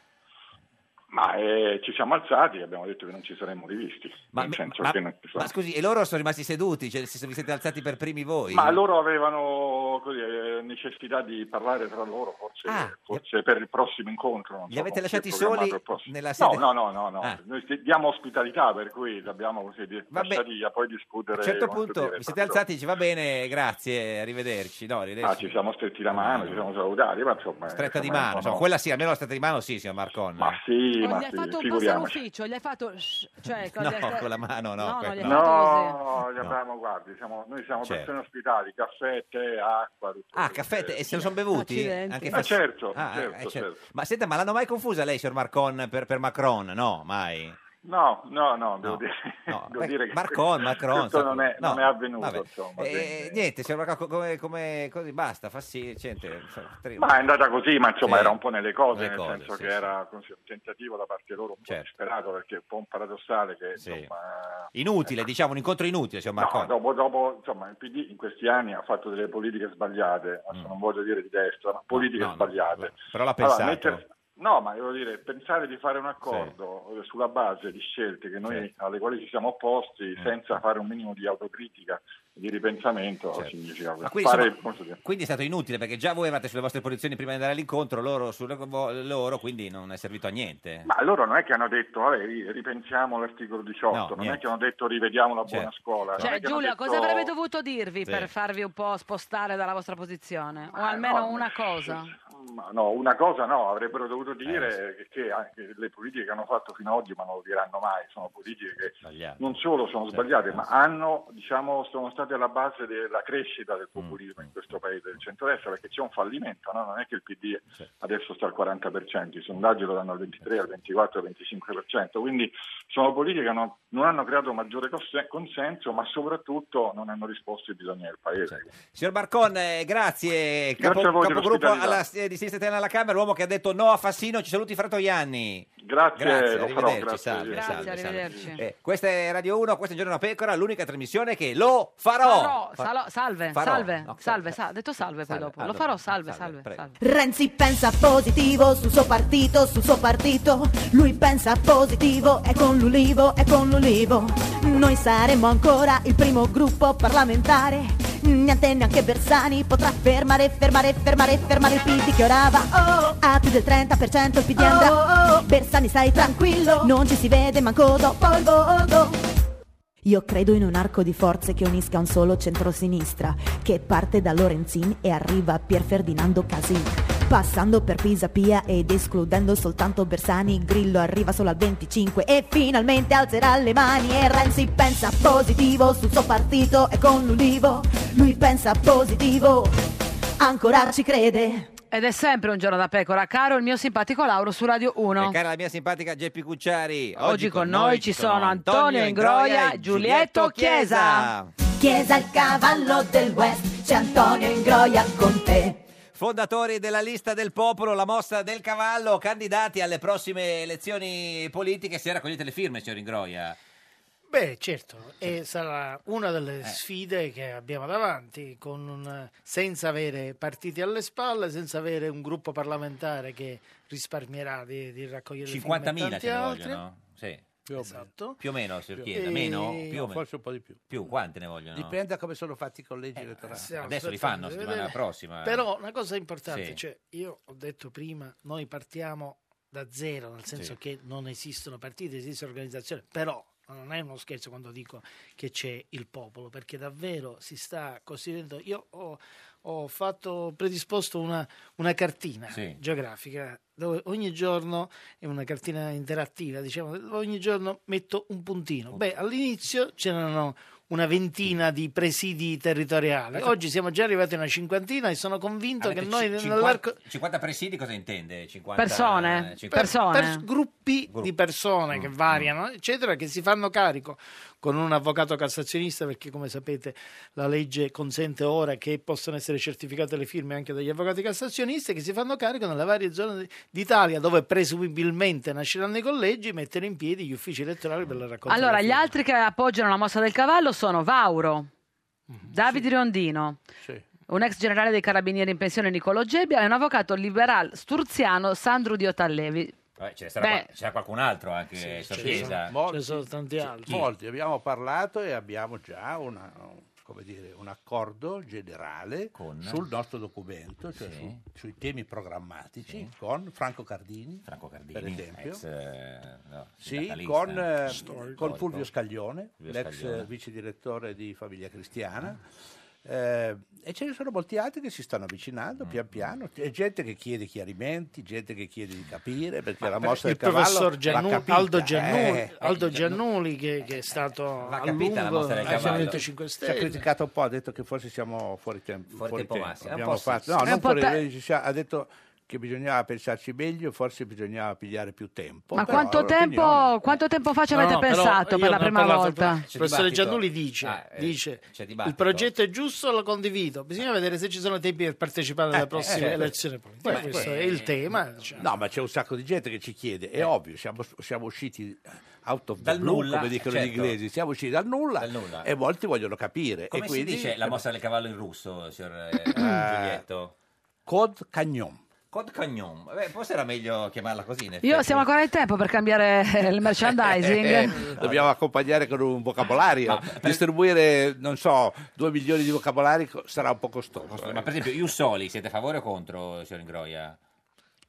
Speaker 14: Ma eh, ci siamo alzati e abbiamo detto che non ci saremmo rivisti, nel senso
Speaker 3: ma-
Speaker 14: che non ci sono-
Speaker 3: Ma scusi, e loro sono rimasti seduti? Cioè, se vi siete alzati per primi voi?
Speaker 14: Ma loro avevano così, eh, necessità di parlare tra loro, forse, forse per il prossimo incontro. non
Speaker 3: Ah, Li
Speaker 14: so
Speaker 3: avete
Speaker 14: come si è
Speaker 3: lasciati
Speaker 14: programmato
Speaker 3: soli
Speaker 14: il prossimo.
Speaker 3: nella sede?
Speaker 14: No, no, no, no, no.
Speaker 3: Ah.
Speaker 14: noi si- diamo ospitalità, per cui abbiamo così di-
Speaker 3: Vabbè.
Speaker 14: lasciati a poi discutere.
Speaker 3: A un certo
Speaker 14: quanto
Speaker 3: punto
Speaker 14: dire,
Speaker 3: vi siete
Speaker 14: tanto-
Speaker 3: alzati e dice va bene, grazie, arrivederci. No,
Speaker 14: Ah,
Speaker 3: arrivederci.
Speaker 14: ci siamo stretti la mano, ci siamo salutati, ma insomma...
Speaker 3: stretta di
Speaker 14: insomma,
Speaker 3: mano,
Speaker 14: sono-
Speaker 3: insomma, quella sì, almeno la stretta di mano sì, signor Marcon. Ma
Speaker 14: sì,
Speaker 2: O gli hai fatto un passo all'ufficio, gli hai fatto... shh, Cioè, gli hai-
Speaker 3: No, con la mano no.
Speaker 2: No, no,
Speaker 3: que-
Speaker 2: gli hai
Speaker 14: No, gli abbiamo, guardi, siamo, noi siamo
Speaker 3: Certo.
Speaker 14: persone ospitali, caffè, tè, acqua, tutto.
Speaker 3: Ah, caffè te- e se lo sono bevuti?
Speaker 14: Accidenti.
Speaker 3: Anche
Speaker 14: Eh,
Speaker 3: Fass-
Speaker 14: certo,
Speaker 3: Ah,
Speaker 14: certo,
Speaker 3: eh,
Speaker 14: certo.
Speaker 3: Ma senta, ma l'hanno mai confusa lei, signor Marcon, per, per Macron? No, mai.
Speaker 14: No, no, no, devo, dire, devo
Speaker 3: Beh,
Speaker 14: dire che
Speaker 3: Marcon, Macron,
Speaker 14: questo
Speaker 3: insomma,
Speaker 14: non è, non
Speaker 3: no,
Speaker 14: è avvenuto.
Speaker 3: vabbè.
Speaker 14: insomma,
Speaker 3: Eh,
Speaker 14: quindi-
Speaker 3: niente, signor Marcon, come, come- così basta, fa sì, gente, fa- tre-
Speaker 14: Ma è andata così, ma insomma
Speaker 3: Sì.
Speaker 14: era un po' nelle cose,
Speaker 3: Nelle
Speaker 14: nel
Speaker 3: cose,
Speaker 14: senso
Speaker 3: sì,
Speaker 14: che
Speaker 3: sì.
Speaker 14: era così un tentativo da parte loro un po'
Speaker 3: Certo.
Speaker 14: disperato, perché è un po' un paradossale che
Speaker 3: Sì.
Speaker 14: insomma,
Speaker 3: Inutile, diciamo, un incontro inutile, signor Marcon.
Speaker 14: No, dopo, dopo, insomma, il PD in questi anni ha fatto delle politiche sbagliate, adesso non voglio dire di destra, ma politiche
Speaker 3: Mm. no, no,
Speaker 14: sbagliate.
Speaker 3: Però l'ha
Speaker 14: Allora,
Speaker 3: pensato.
Speaker 14: mettere- No, ma devo dire, pensare di fare un accordo eh, sulla base di scelte che noi, alle quali ci siamo opposti
Speaker 3: Mm.
Speaker 14: senza fare un minimo di autocritica e di ripensamento significa
Speaker 3: Certo. Ma quindi,
Speaker 14: fare
Speaker 3: insomma,
Speaker 14: molto di-
Speaker 3: quindi è stato inutile perché già voi eravate sulle vostre posizioni prima di andare all'incontro, loro sulle vo- loro, quindi non è servito a niente.
Speaker 14: Ma loro non è che hanno detto, vabbè, ri- ripensiamo l'articolo 18,
Speaker 3: No,
Speaker 14: non
Speaker 3: niente.
Speaker 14: è che hanno detto rivediamo la buona
Speaker 3: Certo.
Speaker 14: scuola. non
Speaker 2: Cioè,
Speaker 14: è che hanno
Speaker 2: Giulia,
Speaker 14: detto-
Speaker 2: cosa avrebbe dovuto dirvi
Speaker 14: Sì.
Speaker 2: per farvi un po' spostare dalla vostra posizione? O almeno
Speaker 14: Eh, no,
Speaker 2: una cosa?
Speaker 14: Ma no, una cosa no, avrebbero
Speaker 3: Eh,
Speaker 14: dovuto dire che- che anche le politiche che hanno fatto fino ad oggi, ma non lo diranno mai, sono politiche che non solo sono sbagliate, ma hanno, diciamo, sono state alla base della crescita del populismo in questo paese del centrodestra, perché c'è un fallimento, no? non è che il PD adesso sta al 40%, i sondaggi lo danno al 23, al 24, al 25%, quindi sono politiche che non, non hanno creato maggiore cons- consenso, ma soprattutto non hanno risposto ai bisogni del paese.
Speaker 3: Signor Barcon, eh, grazie. Capo-
Speaker 14: Grazie a voi per
Speaker 3: capogruppo
Speaker 14: l'ospitalità.
Speaker 3: alla, eh, di sinistra italiana alla Camera, l'uomo che ha detto no a Fassino, ci saluti Fra Toianni.
Speaker 14: Grazie, lo farò,
Speaker 3: arrivederci,
Speaker 14: grazie.
Speaker 3: salve,
Speaker 14: Grazie,
Speaker 3: salve, salve.
Speaker 2: arrivederci.
Speaker 3: Eh, questa è Radio 1, questa è Un Giorno da Pecora, l'unica trasmissione che lo farò.
Speaker 2: Farò, salo- salve,
Speaker 3: Farò. eh,
Speaker 2: salve, salve, sa- ha detto salve, poi dopo.
Speaker 3: ah,
Speaker 2: Lo
Speaker 3: dopo.
Speaker 2: farò salve, salve, salve.
Speaker 7: Renzi pensa positivo sul suo partito, sul suo partito. Lui pensa positivo, è con l'ulivo, è con l'ulivo. Noi saremo ancora il primo gruppo parlamentare. Niente, neanche Bersani potrà fermare, fermare, fermare, fermare il PD che orava. Oh, a più del 30% il PD andrà. Bersani stai tranquillo, non ci si vede manco dopo il voto. Io credo in un arco di forze che unisca un solo centrosinistra, che parte da Lorenzin e arriva a Pier Ferdinando Casin. Passando per Pisa Pia ed escludendo soltanto Bersani, Grillo arriva solo al 25 e finalmente alzerà le mani e Renzi pensa positivo sul suo partito e con l'Ulivo lui pensa positivo, ancora ci crede.
Speaker 2: Ed è sempre un giorno da pecora, caro il mio simpatico Lauro su Radio 1.
Speaker 3: E cara la mia simpatica Geppi Cucciari.
Speaker 2: Oggi con noi ci sono Antonio Ingroia e Giulietto Chiesa.
Speaker 7: Chiesa il cavallo del West, c'è Antonio Ingroia con te.
Speaker 3: Fondatori della lista del popolo, la mossa del cavallo, candidati alle prossime elezioni politiche. Se raccogliete le firme, signor Ingroia.
Speaker 11: Beh, certo, e sarà una delle sfide che abbiamo davanti, con un- senza avere partiti alle spalle, senza avere un gruppo parlamentare che risparmierà di, di raccogliere le firme e
Speaker 3: 50.000
Speaker 11: tanti
Speaker 3: ce ne
Speaker 11: altri.
Speaker 3: vogliono? Sì.
Speaker 12: Più o
Speaker 11: Esatto.
Speaker 3: Più o meno, signor
Speaker 11: Più-
Speaker 3: Chiesa,
Speaker 11: Eh,
Speaker 3: meno?
Speaker 11: no,
Speaker 3: Più o meno.
Speaker 11: forse
Speaker 12: un po' di più.
Speaker 3: Più, quante ne vogliono?
Speaker 12: Dipende da come sono fatti i collegi elettorali.
Speaker 11: Stiamo
Speaker 3: Adesso li
Speaker 11: aspettando
Speaker 3: fanno,
Speaker 11: di
Speaker 3: settimana
Speaker 11: vedere.
Speaker 3: prossima. eh.
Speaker 11: Però una cosa importante,
Speaker 3: Sì.
Speaker 11: cioè io ho detto prima, noi partiamo da zero, nel senso
Speaker 3: Sì.
Speaker 11: che non esistono partiti, esiste organizzazione, però non è uno scherzo quando dico che c'è il popolo, perché davvero si sta costituendo. Io ho, ho fatto predisposto una, una cartina
Speaker 5: Sì.
Speaker 11: geografica dove ogni giorno è una cartina interattiva, diciamo, dove ogni giorno metto un puntino. Beh, all'inizio c'erano una ventina di presidi territoriali. Oggi siamo già arrivati a una cinquantina e sono convinto
Speaker 3: Ha
Speaker 11: che
Speaker 3: detto
Speaker 11: noi
Speaker 3: cin-
Speaker 11: nell'arco
Speaker 3: 50 50 presidi cosa intende? 50,
Speaker 11: Persone,
Speaker 3: eh, 50
Speaker 11: persone.
Speaker 3: pers-
Speaker 11: gruppi di persone che variano, eccetera, che si fanno carico con un avvocato cassazionista, perché come sapete la legge consente ora che possano essere certificate le firme anche dagli avvocati cassazionisti, che si fanno carico nelle varie zone d'Italia dove presumibilmente nasceranno i collegi, mettere in piedi gli uffici elettorali per la raccolta.
Speaker 2: Allora,
Speaker 11: delle
Speaker 2: gli altri che appoggiano la mossa del cavallo sono Vauro,
Speaker 3: Mhm.
Speaker 2: Davide Riondino,
Speaker 12: Sì.
Speaker 2: un ex generale dei carabinieri in pensione Nicolo Gebbia e un avvocato liberal sturziano Sandro Diotallevi.
Speaker 3: Vabbè, ce ne sarà,
Speaker 2: Beh.
Speaker 3: qual- c'era qualcun altro anche, signor
Speaker 12: Ci
Speaker 3: Chiesa.
Speaker 12: sono molti,
Speaker 11: tanti altri.
Speaker 12: molti. abbiamo parlato e abbiamo già una- come dire, un accordo generale sul nostro documento, cioè
Speaker 3: Sì.
Speaker 12: su- sui temi programmatici con Franco Cardini, per esempio.
Speaker 3: Ex, eh, no,
Speaker 12: Sì,
Speaker 3: sindacalista.
Speaker 12: con, eh,
Speaker 3: Storico.
Speaker 12: con Fulvio Scaglione,
Speaker 3: Fulvio
Speaker 12: l'ex
Speaker 3: Scaglione.
Speaker 12: eh, vice direttore di Famiglia Cristiana. Eh, e ce ne sono molti altri che si stanno
Speaker 3: Mm.
Speaker 12: avvicinando pian piano. C'è gente che chiede chiarimenti, gente che chiede di capire perché la
Speaker 11: per-
Speaker 12: mossa
Speaker 11: il
Speaker 12: del cavallo
Speaker 11: professor
Speaker 12: l'ha
Speaker 11: Giannu-
Speaker 12: capita,
Speaker 11: Aldo Giannuli,
Speaker 12: eh.
Speaker 11: Aldo Giannuli che, che è stato a
Speaker 12: capita la
Speaker 11: lungo
Speaker 12: mossa del
Speaker 11: al
Speaker 12: cavallo.
Speaker 11: Movimento 5
Speaker 12: Ci ha
Speaker 11: Stelle.
Speaker 12: criticato un po', ha detto che forse siamo fuori tempo.
Speaker 3: Fuori tempo massimo,
Speaker 12: Abbiamo
Speaker 3: un po' sì.
Speaker 12: fatto,
Speaker 3: È
Speaker 12: no,
Speaker 3: un
Speaker 12: non
Speaker 3: po'
Speaker 12: fuori
Speaker 3: te-
Speaker 12: tempo, ci ha ha detto che bisognava pensarci meglio, forse bisognava pigliare più tempo.
Speaker 2: Ma
Speaker 12: però
Speaker 2: quanto
Speaker 12: l'opinione-
Speaker 2: tempo, quanto tempo fa ci
Speaker 12: No,
Speaker 2: avete
Speaker 12: no, però
Speaker 2: pensato
Speaker 12: io
Speaker 2: per la
Speaker 12: ne ho
Speaker 2: prima
Speaker 12: parlato
Speaker 2: volta?
Speaker 11: Il professore Giannulli dice,
Speaker 12: Ah,
Speaker 3: eh,
Speaker 11: dice
Speaker 3: c'è
Speaker 11: il
Speaker 3: dibattito."
Speaker 11: progetto è giusto, lo condivido. Bisogna vedere se ci sono tempi per partecipare alle
Speaker 12: Eh,
Speaker 11: prossime
Speaker 12: eh,
Speaker 11: elezioni politiche.
Speaker 12: Beh,
Speaker 11: Questo
Speaker 12: beh,
Speaker 11: è il tema. cioè.
Speaker 12: No, ma c'è un sacco di gente che ci chiede, è ovvio, siamo, siamo usciti out of the
Speaker 3: Eh. Dal
Speaker 12: blue,
Speaker 3: nulla,
Speaker 12: come dicono
Speaker 3: certo.
Speaker 12: gli inglesi, siamo usciti dal nulla, e molti vogliono capire.
Speaker 3: Come
Speaker 12: e
Speaker 3: si
Speaker 12: quindi,
Speaker 3: dice la mossa del cavallo in russo, signor eh, Giulietto?
Speaker 12: Cod Cagnon.
Speaker 3: Cod Cagnon. Vabbè, forse era meglio chiamarla così. in
Speaker 2: Io
Speaker 3: effetti.
Speaker 2: siamo ancora in tempo per cambiare il
Speaker 3: Eh,
Speaker 2: merchandising.
Speaker 12: Eh, Dobbiamo accompagnare con un vocabolario. Distribuire, non so, due milioni di vocabolari co- sarà un po' costoso. eh.
Speaker 3: Ma per esempio, Iussoli, siete a favore o contro, signor Ingroia?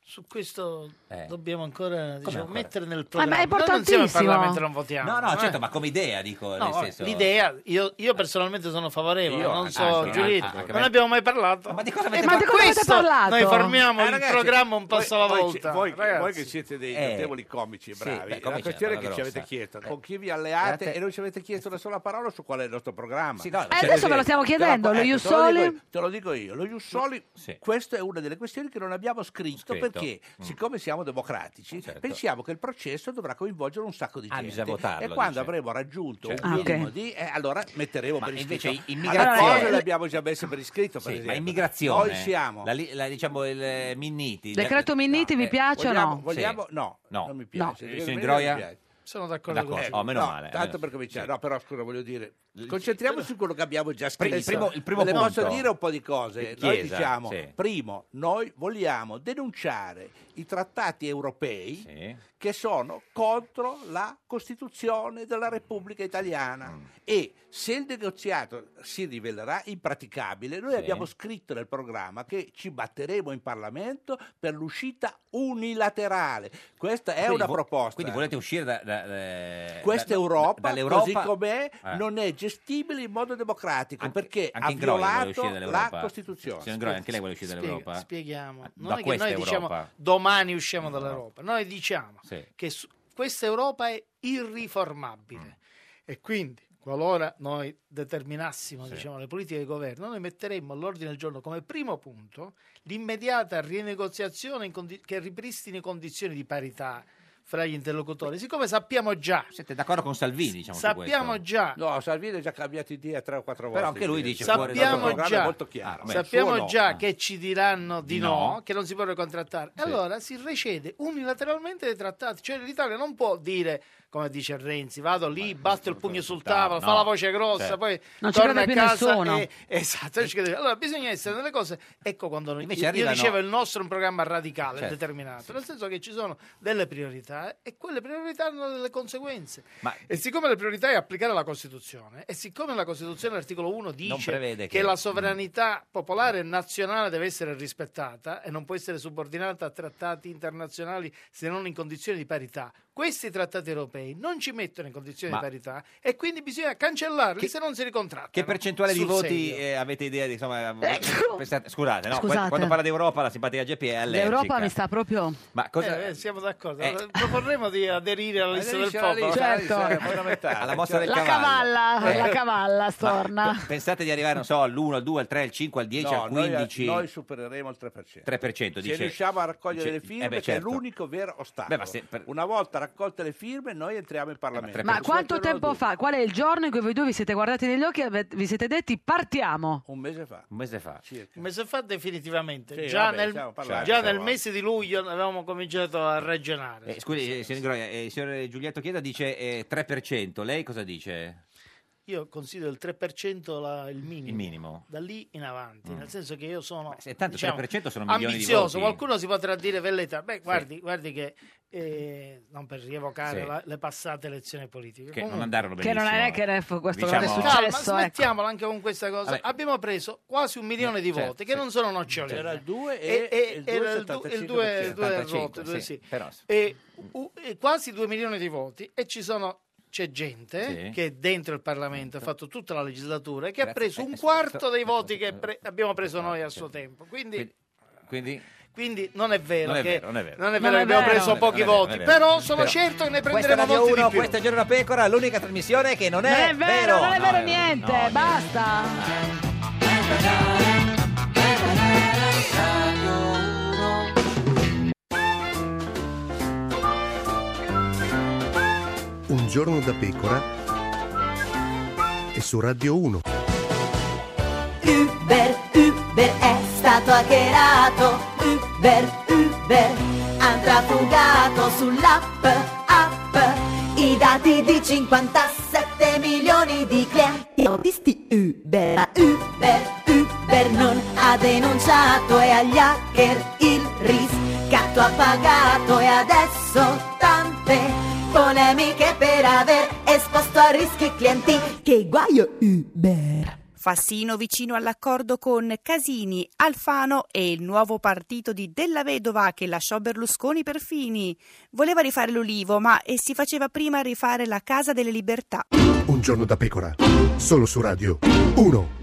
Speaker 11: Su questo
Speaker 3: Eh.
Speaker 11: dobbiamo ancora, diciamo,
Speaker 3: ancora?
Speaker 11: mettere nel
Speaker 3: Ah, ma
Speaker 11: programma.
Speaker 3: è
Speaker 11: Noi non siamo in
Speaker 3: importantissimo.
Speaker 11: Parlamento, non votiamo.
Speaker 3: No, no,
Speaker 11: eh.
Speaker 3: certo, ma come idea, dico,
Speaker 11: No,
Speaker 3: nel senso...
Speaker 11: L'idea, io,
Speaker 12: Eh.
Speaker 11: io personalmente sono favorevole,
Speaker 3: Io
Speaker 11: non
Speaker 3: anche,
Speaker 11: so
Speaker 3: anche,
Speaker 11: Giulietto,
Speaker 3: anche, anche
Speaker 11: non
Speaker 3: me.
Speaker 11: abbiamo mai parlato. Ma di
Speaker 3: Eh, cosa
Speaker 12: avete parlato?
Speaker 11: questo Noi formiamo
Speaker 12: Eh,
Speaker 11: il
Speaker 12: ragazzi,
Speaker 11: programma un passo alla
Speaker 12: voi- voi-
Speaker 11: volta.
Speaker 12: Voi,
Speaker 11: ragazzi.
Speaker 12: voi che siete dei
Speaker 11: Eh,
Speaker 12: notevoli comici e
Speaker 11: sì,
Speaker 12: bravi,
Speaker 11: beh,
Speaker 12: la
Speaker 11: comici è
Speaker 12: questione è
Speaker 11: una
Speaker 12: che ci
Speaker 11: grossa.
Speaker 12: avete chiesto
Speaker 11: Eh.
Speaker 12: con chi vi alleate
Speaker 11: Alleate-
Speaker 12: e non ci avete chiesto una sola parola su qual è il nostro programma.
Speaker 3: Sì, no, Eh,
Speaker 2: cioè- adesso ve lo stiamo
Speaker 12: Te ecco,
Speaker 2: chiedendo,
Speaker 12: te
Speaker 2: lo
Speaker 12: dico
Speaker 2: Jussoli?
Speaker 12: io, Te lo dico io, lo Jussoli, questa è una delle questioni che non abbiamo scritto,
Speaker 3: Scritto.
Speaker 12: perché
Speaker 3: Mm. certo.
Speaker 12: siccome siamo democratici pensiamo che il processo dovrà coinvolgere un sacco di
Speaker 3: Ah,
Speaker 12: gente
Speaker 3: bisogna votarlo,
Speaker 12: e quando
Speaker 3: dice.
Speaker 12: avremo raggiunto
Speaker 3: Certo.
Speaker 12: un
Speaker 3: Ah,
Speaker 12: minimo
Speaker 3: ok.
Speaker 12: di... eh, allora metteremo
Speaker 3: Ma
Speaker 12: per
Speaker 3: invece
Speaker 12: iscritto.
Speaker 3: immigrazione-
Speaker 12: Allora, cose le abbiamo già messe per iscritto, per
Speaker 3: Sì, ma
Speaker 12: esempio.
Speaker 3: immigrazione.
Speaker 12: Noi siamo...
Speaker 3: La, li- la- diciamo il eh, Minniti. eh,
Speaker 2: Decreto Minniti vi piace o
Speaker 12: vogliamo-
Speaker 2: no?
Speaker 12: vogliamo- no,
Speaker 3: No.
Speaker 12: non mi piace.
Speaker 3: No.
Speaker 12: Decreto
Speaker 3: Signor
Speaker 12: Minniti
Speaker 3: Groia?
Speaker 12: non mi piace.
Speaker 11: Sono d'accordo,
Speaker 3: D'accordo.
Speaker 11: con te.
Speaker 3: Oh, meno
Speaker 12: No,
Speaker 3: male,
Speaker 12: Tanto
Speaker 3: meno-
Speaker 12: per cominciare,
Speaker 3: sì.
Speaker 12: no, però scusa, voglio dire, concentriamoci su quello che abbiamo già
Speaker 3: Pri-
Speaker 12: scritto.
Speaker 3: il primo- il primo
Speaker 12: Le posso
Speaker 3: punto.
Speaker 12: dire un po' di cose. noi
Speaker 3: Chiesa,
Speaker 12: diciamo,
Speaker 3: sì.
Speaker 12: primo, noi vogliamo denunciare i trattati europei che sono contro la Costituzione della Repubblica Italiana.
Speaker 3: Mm.
Speaker 12: E se il negoziato si rivelerà impraticabile, noi
Speaker 3: Sì.
Speaker 12: abbiamo scritto nel programma che ci batteremo in Parlamento per l'uscita unilaterale. Questa è
Speaker 3: Quindi
Speaker 12: una
Speaker 3: vo-
Speaker 12: proposta.
Speaker 3: Quindi volete uscire da, da- da-
Speaker 12: Questa
Speaker 3: Eh, da-
Speaker 12: Europa,
Speaker 3: dall'Europa?
Speaker 12: così com'è,
Speaker 3: Ah.
Speaker 12: non è gestibile in modo democratico
Speaker 3: Anche-
Speaker 12: perché
Speaker 3: anche
Speaker 12: ha
Speaker 3: in Groia vuole
Speaker 12: violato
Speaker 3: uscire
Speaker 12: la
Speaker 3: dall'Europa.
Speaker 12: Costituzione.
Speaker 3: Signor Groia, anche lei vuole uscire
Speaker 12: Spiega-
Speaker 3: dall'Europa?
Speaker 11: Spieghiamo.
Speaker 3: Da
Speaker 11: Non è che
Speaker 3: questa
Speaker 11: noi diciamo
Speaker 3: Europa.
Speaker 11: domani usciamo dall'Europa. Noi diciamo
Speaker 3: Sì.
Speaker 11: che su- questa Europa è irriformabile. Mm. E quindi, qualora noi determinassimo
Speaker 13: Sì.
Speaker 11: diciamo, le politiche di governo, noi metteremmo all'ordine del giorno come primo punto l'immediata rinegoziazione in condi- che ripristini condizioni di parità fra gli interlocutori. Siccome sappiamo già
Speaker 3: Siete d'accordo con Salvini, diciamo, su
Speaker 11: Sappiamo
Speaker 3: questo?
Speaker 11: già.
Speaker 12: No, Salvini ha già cambiato idea tre o quattro volte.
Speaker 3: Però anche lui dice fuori dal
Speaker 11: Sappiamo
Speaker 3: programma,
Speaker 11: già,
Speaker 3: è molto chiaro. Beh,
Speaker 11: sappiamo
Speaker 3: il suo no.
Speaker 11: già che ci diranno di
Speaker 3: Di
Speaker 11: no,
Speaker 3: no.
Speaker 11: che non si può contrattare.
Speaker 3: Sì.
Speaker 11: Allora si recede unilateralmente dai trattati. Cioè l'Italia non può dire, come dice Renzi, vado lì, batto il pugno sul tavolo,
Speaker 2: no.
Speaker 11: fa la voce grossa,
Speaker 3: Certo.
Speaker 2: Sì.
Speaker 11: poi
Speaker 2: Non ci
Speaker 11: torna a
Speaker 2: crede più
Speaker 11: casa.
Speaker 2: nessuno.
Speaker 11: e- esatto, non ci crede più. allora bisogna essere nelle cose. Ecco quando noi,
Speaker 3: Invece
Speaker 11: io,
Speaker 3: arrivano-
Speaker 11: dicevo il nostro è un programma radicale,
Speaker 3: Certo.
Speaker 11: determinato, nel senso che ci sono delle priorità eh, e quelle priorità hanno delle conseguenze.
Speaker 3: Ma-
Speaker 11: E siccome la priorità è applicare la Costituzione, e siccome la Costituzione l'articolo 1
Speaker 3: Non
Speaker 11: dice che,
Speaker 3: prevede che- mm.
Speaker 11: la sovranità popolare e nazionale deve essere rispettata e non può essere subordinata a trattati internazionali se non in condizioni di parità, questi trattati europei non ci mettono in condizioni
Speaker 3: Ma-
Speaker 11: di parità e quindi bisogna cancellarli se non si ricontrattano.
Speaker 3: Che percentuale di
Speaker 11: Sul
Speaker 3: voti
Speaker 11: serio. Eh,
Speaker 3: eh, avete idea di insomma, pensate- scusate, no,
Speaker 2: Scusate.
Speaker 3: quando parla d'Europa la simpatica GP è allergica.
Speaker 2: L'Europa mi sta proprio...
Speaker 3: Ma cosa
Speaker 11: Eh, eh, siamo d'accordo.
Speaker 3: Eh.
Speaker 11: Proporremo di aderire alla lista del
Speaker 12: Aderisci alla
Speaker 11: popolo.
Speaker 12: lista,
Speaker 2: Certo. alla lista, è fondamentale.
Speaker 3: alla mossa del
Speaker 2: La
Speaker 3: cavallo.
Speaker 2: cavalla,
Speaker 3: Eh.
Speaker 2: la cavalla storna.
Speaker 3: Pensate di arrivare, non so, all'1, al 2, al 3, al 5, al 10,
Speaker 12: No,
Speaker 3: al
Speaker 12: noi-
Speaker 3: 15.
Speaker 12: Noi, supereremo il 3%.
Speaker 3: 3%
Speaker 12: Se
Speaker 3: dice-
Speaker 12: riusciamo a raccogliere le
Speaker 3: dice-
Speaker 12: firme,
Speaker 3: eh beh,
Speaker 12: che è
Speaker 3: certo.
Speaker 12: l'unico vero ostacolo.
Speaker 3: Beh, ma se per- Eh,
Speaker 12: Una volta raccolte le firme, noi entriamo in Parlamento.
Speaker 2: Ma quanto tempo fa? Qual è il giorno in cui voi due vi siete guardati negli occhi e ave- vi siete detti partiamo?
Speaker 12: Un mese fa.
Speaker 3: Un mese fa.
Speaker 11: Un mese fa definitivamente,
Speaker 12: Sì,
Speaker 11: già,
Speaker 12: vabbè, stiamo
Speaker 11: nel,
Speaker 12: parlando.
Speaker 11: già nel
Speaker 12: Certo.
Speaker 11: mese di luglio avevamo cominciato a ragionare.
Speaker 3: Eh, scusi, eh, signor Groia, eh, signor Giulietto Chiesa dice eh, 3%. Lei cosa dice?
Speaker 11: Io considero il 3% la- il minimo.
Speaker 3: Il minimo.
Speaker 11: Da lì in avanti,
Speaker 3: Mm.
Speaker 11: nel senso che io sono
Speaker 3: se tanto
Speaker 11: diciamo,
Speaker 3: 3% sono milioni di
Speaker 11: ambizioso.
Speaker 3: voti.
Speaker 11: Qualcuno si potrà dire velleità. Beh, guardi, guardi che eh, non per rievocare
Speaker 3: Sì.
Speaker 11: la- le passate elezioni politiche,
Speaker 3: Che
Speaker 11: Comunque-
Speaker 3: non andarono
Speaker 2: Che
Speaker 3: benissimo.
Speaker 2: non è che ne- questo
Speaker 3: Diciamo-
Speaker 2: non è
Speaker 11: Calma,
Speaker 2: successo. ecco.
Speaker 11: smettiamola anche con questa cosa.
Speaker 3: Vabbè.
Speaker 11: Abbiamo preso quasi un milione di
Speaker 3: Certo,
Speaker 11: voti, che
Speaker 3: sì.
Speaker 11: non sono noccioline.
Speaker 12: C'era il due
Speaker 11: E-
Speaker 12: e-
Speaker 11: e-
Speaker 12: il
Speaker 11: era il du-
Speaker 12: 2,75%.
Speaker 11: il 2 rotto,
Speaker 3: 75,
Speaker 11: due
Speaker 3: sì,
Speaker 11: sì.
Speaker 3: però-
Speaker 11: E, u- e quasi 2 milioni di voti e ci sono c'è gente
Speaker 3: Sì.
Speaker 11: che dentro il Parlamento ha fatto tutta la legislatura e che ha
Speaker 3: Grazie.
Speaker 11: preso
Speaker 3: Eh,
Speaker 11: un
Speaker 3: eh,
Speaker 11: quarto
Speaker 3: so-
Speaker 11: dei voti che pre- abbiamo preso noi al suo
Speaker 3: certo.
Speaker 11: tempo. Quindi,
Speaker 3: Quindi- Quindi
Speaker 11: quindi non è vero
Speaker 3: non è
Speaker 11: che
Speaker 3: vero, non è vero.
Speaker 11: non è
Speaker 3: Non
Speaker 11: vero che
Speaker 3: è
Speaker 11: abbiamo
Speaker 3: vero,
Speaker 11: preso
Speaker 3: non è vero,
Speaker 11: pochi
Speaker 3: non è vero,
Speaker 11: voti,
Speaker 3: non è vero.
Speaker 11: però sono
Speaker 3: Però-
Speaker 11: certo che ne
Speaker 3: Questa è
Speaker 11: prenderemo
Speaker 3: Radio
Speaker 11: molti di
Speaker 3: 1,
Speaker 11: più.
Speaker 3: questa è Giorno da Pecora, l'unica trasmissione che non
Speaker 2: Non
Speaker 3: è,
Speaker 2: è vero, non è
Speaker 3: No,
Speaker 2: vero
Speaker 3: no,
Speaker 2: niente, basta.
Speaker 8: Un giorno da pecora e su Radio 1.
Speaker 7: Uber, Uber è stato hackerato. Uber, Uber andrà fugato sull'app, app. I dati di 57 milioni di clienti autisti Uber. Ma Uber, Uber non ha denunciato e agli hacker il riscatto ha pagato e adesso tante polemiche per aver esposto a rischio i clienti. Che guaio Uber.
Speaker 9: Fassino vicino all'accordo con Casini, Alfano e il nuovo partito di Della Vedova che lasciò Berlusconi per Fini. Voleva rifare l'Ulivo, ma e si faceva prima rifare la Casa delle Libertà.
Speaker 8: Un giorno da pecora. Solo su Radio 1.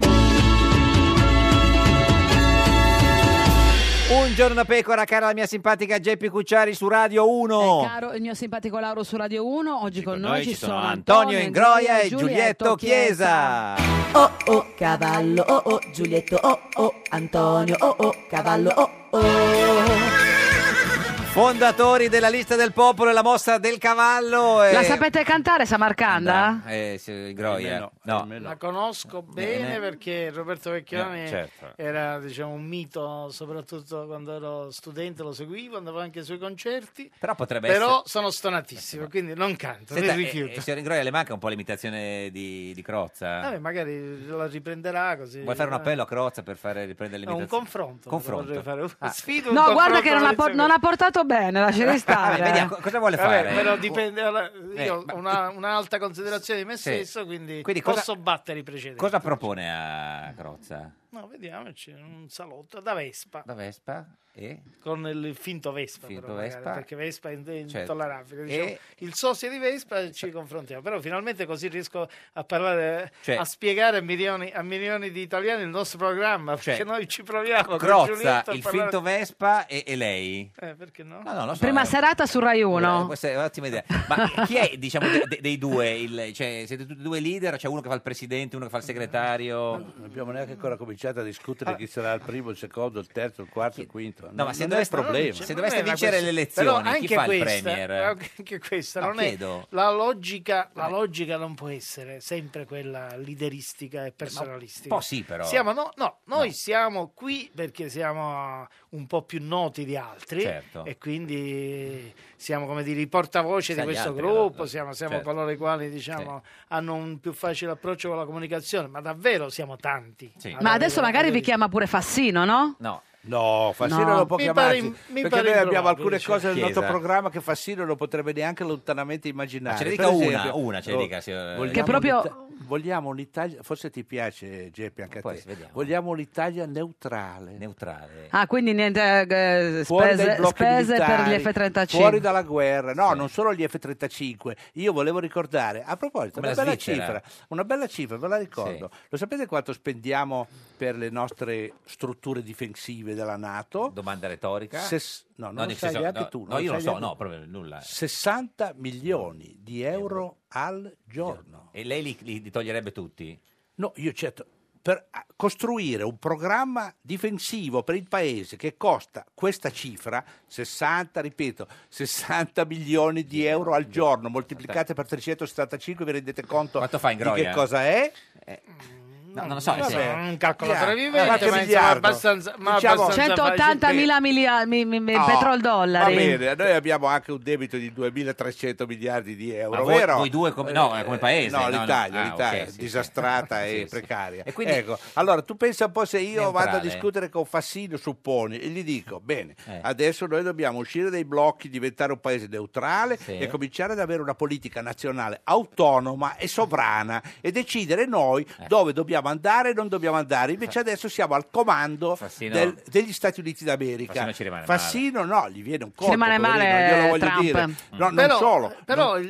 Speaker 3: Un giorno da Pecora, cara la mia simpatica Geppi Cucciari su Radio 1.
Speaker 2: Eh, Caro il mio simpatico Lauro su Radio 1, oggi con noi, ci sono
Speaker 3: Antonio Ingroia e Giulietto Chiesa.
Speaker 7: Oh oh cavallo, oh oh Giulietto, oh oh Antonio, oh oh cavallo, oh oh.
Speaker 3: Fondatori della lista del popolo e la mossa del cavallo. e-
Speaker 2: La sapete cantare Samarcanda?
Speaker 3: Eh, sì, Groia.
Speaker 12: Almeno-
Speaker 3: no.
Speaker 11: La conosco bene,
Speaker 3: Bene.
Speaker 11: perché Roberto Vecchioni
Speaker 3: Eh, certo.
Speaker 11: era diciamo, un mito, soprattutto quando ero studente lo seguivo, andavo anche ai suoi concerti.
Speaker 3: Però potrebbe
Speaker 11: Però
Speaker 3: essere- Eh,
Speaker 11: sono stonatissimo, quindi non canto,
Speaker 3: Senta,
Speaker 11: mi
Speaker 3: eh,
Speaker 11: rifiuto.
Speaker 3: eh, signor Ingroia, le manca un po' l'imitazione di, di Crozza?
Speaker 11: Vabbè, magari la riprenderà così.
Speaker 3: Vuoi fare un
Speaker 11: eh.
Speaker 3: appello a Crozza per fare riprendere
Speaker 11: No, un
Speaker 3: l'imitazione?
Speaker 11: confronto.
Speaker 3: confronto.
Speaker 11: Vorrei fare un-
Speaker 3: Ah.
Speaker 11: sfido un
Speaker 2: No, guarda
Speaker 11: confronto
Speaker 2: che non ha,
Speaker 11: con
Speaker 2: por-
Speaker 11: Renzi.
Speaker 2: non ha portato fatto bene,
Speaker 11: Ah,
Speaker 2: lasciali stare.
Speaker 3: Vediamo, co- cosa vuole
Speaker 11: Vabbè,
Speaker 3: fare?
Speaker 11: però dipende- allora, io
Speaker 3: Eh, ma-
Speaker 11: ho una, un'alta considerazione di me
Speaker 3: Sì.
Speaker 11: stesso, quindi,
Speaker 3: Quindi cosa-
Speaker 11: posso battere i precedenti.
Speaker 3: Cosa propone a Crozza?
Speaker 11: No, vediamoci, un salotto da Vespa.
Speaker 3: La Vespa e...
Speaker 11: Con il finto Vespa,
Speaker 3: Finto
Speaker 11: però, magari,
Speaker 3: Vespa.
Speaker 11: perché Vespa è in- è
Speaker 3: Certo.
Speaker 11: intollerabile.
Speaker 3: E-
Speaker 11: diciamo. Il sosia di Vespa ci confrontiamo, però finalmente così riesco a parlare,
Speaker 3: Cioè-
Speaker 11: a spiegare a milioni, a milioni di italiani il nostro programma, perché noi ci proviamo. con
Speaker 3: Cioè, Crozza,
Speaker 11: Giulietto a
Speaker 3: il
Speaker 11: parlare-
Speaker 3: finto Vespa e, e lei?
Speaker 11: Eh, perché no?
Speaker 3: No, no, lo so,
Speaker 2: Prima
Speaker 3: eh,
Speaker 2: serata su Rai 1.
Speaker 3: eh, Questa è un'ottima idea. Ma chi è, diciamo, de- de- dei due? Il, cioè, siete tutti e due leader? C'è uno che fa il presidente, uno che fa il segretario?
Speaker 12: Non abbiamo
Speaker 3: Mm.
Speaker 12: neanche ancora cominciato a discutere chi sarà il primo, il secondo, il terzo, il quarto, il quinto.
Speaker 3: No, ma se
Speaker 12: non è il
Speaker 3: doveste-
Speaker 12: problema.
Speaker 3: se doveste
Speaker 11: era
Speaker 3: vincere
Speaker 11: questo.
Speaker 3: le elezioni,
Speaker 11: Però
Speaker 3: chi
Speaker 11: anche
Speaker 3: fa il
Speaker 11: questa- eh,
Speaker 3: premier?
Speaker 11: Anche questa
Speaker 3: No,
Speaker 11: non è
Speaker 3: chiedo.
Speaker 11: la logica, la logica non può essere sempre quella lideristica e personalistica.
Speaker 3: Eh, po' sì, però.
Speaker 11: Siamo, no, no, noi siamo qui perché siamo un po' più noti di altri
Speaker 3: Certo.
Speaker 11: e quindi siamo come dire i portavoce
Speaker 3: Sai,
Speaker 11: di
Speaker 3: gli
Speaker 11: questo
Speaker 3: altri,
Speaker 11: gruppo,
Speaker 3: lo-
Speaker 11: siamo, siamo
Speaker 3: certo.
Speaker 11: coloro i quali diciamo hanno un più facile approccio con la comunicazione, ma davvero siamo tanti. Ad
Speaker 2: Ma adesso
Speaker 11: avere-
Speaker 2: magari vi chiama pure Fassino, no?
Speaker 3: No.
Speaker 12: No, Fassino
Speaker 2: No.
Speaker 12: non può
Speaker 11: Mi
Speaker 12: chiamarci
Speaker 11: pare- mi
Speaker 12: perché
Speaker 11: pare
Speaker 12: noi abbiamo
Speaker 11: improbabile,
Speaker 12: alcune
Speaker 11: cioè.
Speaker 12: cose nel nostro
Speaker 3: Chiesa.
Speaker 12: programma che Fassino non potrebbe neanche lontanamente immaginare.
Speaker 3: Ma ce ne
Speaker 12: Per
Speaker 3: dica una,
Speaker 12: esempio, oh,
Speaker 3: una ce ne dica, signor-
Speaker 12: vogliamo
Speaker 3: Che
Speaker 2: proprio-
Speaker 12: un'Ita- vogliamo un'Italia, forse ti piace Geppi anche a
Speaker 3: Poi
Speaker 12: te.
Speaker 3: vediamo.
Speaker 12: Vogliamo un'Italia neutrale.
Speaker 3: Neutrale.
Speaker 2: Ah, quindi niente eh,
Speaker 12: Fuori dai
Speaker 2: spese,
Speaker 12: blocchi
Speaker 2: spese per gli
Speaker 12: militari,
Speaker 2: F-35.
Speaker 12: Fuori dalla guerra. No, non solo gli F-35. Io volevo ricordare, a proposito,
Speaker 3: Come
Speaker 12: una
Speaker 3: la
Speaker 12: bella
Speaker 3: Svizzera.
Speaker 12: cifra. Una bella cifra, ve la ricordo. Lo sapete quanto spendiamo per le nostre strutture difensive della Nato?
Speaker 3: Domanda retorica?
Speaker 12: Ses- no, non lo
Speaker 3: nel
Speaker 12: sai
Speaker 3: senso-
Speaker 12: neanche
Speaker 3: no,
Speaker 12: tu, non
Speaker 3: No,
Speaker 12: lo
Speaker 3: io lo
Speaker 12: sai
Speaker 3: so,
Speaker 12: neanche
Speaker 3: no,
Speaker 12: tu.
Speaker 3: proprio nulla.
Speaker 12: 60 milioni di euro al giorno.
Speaker 3: E lei li, li- li toglierebbe tutti?
Speaker 12: No, io certo. Per ah, costruire un programma difensivo per il paese che costa questa cifra, 60, ripeto, 60 milioni di euro al giorno, moltiplicate per 375, vi rendete conto
Speaker 3: Quanto fa in
Speaker 12: di
Speaker 3: Groia? Eh,
Speaker 12: che cosa è?
Speaker 3: No, non lo so.
Speaker 11: Mm, Vabbè,
Speaker 3: se-
Speaker 11: un calcolatore
Speaker 12: Yeah.
Speaker 11: vivente,
Speaker 12: Qualche
Speaker 11: ma insomma,
Speaker 12: miliardo.
Speaker 11: abbastanza- ma
Speaker 12: Diciamo-
Speaker 11: abbastanza
Speaker 2: 180
Speaker 12: facile.
Speaker 2: mila milia- mi- mi- mi-
Speaker 12: No,
Speaker 2: petrol dollari.
Speaker 12: Va bene, noi abbiamo anche un debito di 2.300 miliardi di euro,
Speaker 3: Ma voi-
Speaker 12: vero?
Speaker 3: voi due come- no,
Speaker 12: Eh,
Speaker 3: come paese,
Speaker 12: No,
Speaker 3: no, no.
Speaker 12: l'Italia,
Speaker 3: Ah,
Speaker 12: l'Italia,
Speaker 3: ok, sì, sì.
Speaker 12: disastrata e
Speaker 3: Sì, sì.
Speaker 12: precaria.
Speaker 3: E quindi-
Speaker 12: Ecco, allora tu pensa un po' se io vado a
Speaker 3: Neutrale.
Speaker 12: discutere con Fassino, supponi, e gli dico, bene,
Speaker 3: Eh.
Speaker 12: adesso noi dobbiamo uscire dai blocchi, diventare un paese neutrale
Speaker 3: Sì.
Speaker 12: e cominciare ad avere una politica nazionale autonoma e sovrana e decidere noi
Speaker 3: Eh.
Speaker 12: dove dobbiamo andare e non dobbiamo andare. Invece adesso siamo al comando
Speaker 3: Fassino-
Speaker 12: del- degli Stati Uniti d'America.
Speaker 3: Fassino ci rimane
Speaker 12: Fassino no, gli viene un conto.
Speaker 2: rimane
Speaker 12: poverino,
Speaker 2: male,
Speaker 12: glielo voglio
Speaker 2: Trump.
Speaker 12: dire.
Speaker 3: Mm.
Speaker 12: No, non
Speaker 11: però,
Speaker 12: solo.
Speaker 11: però
Speaker 12: non-
Speaker 11: il,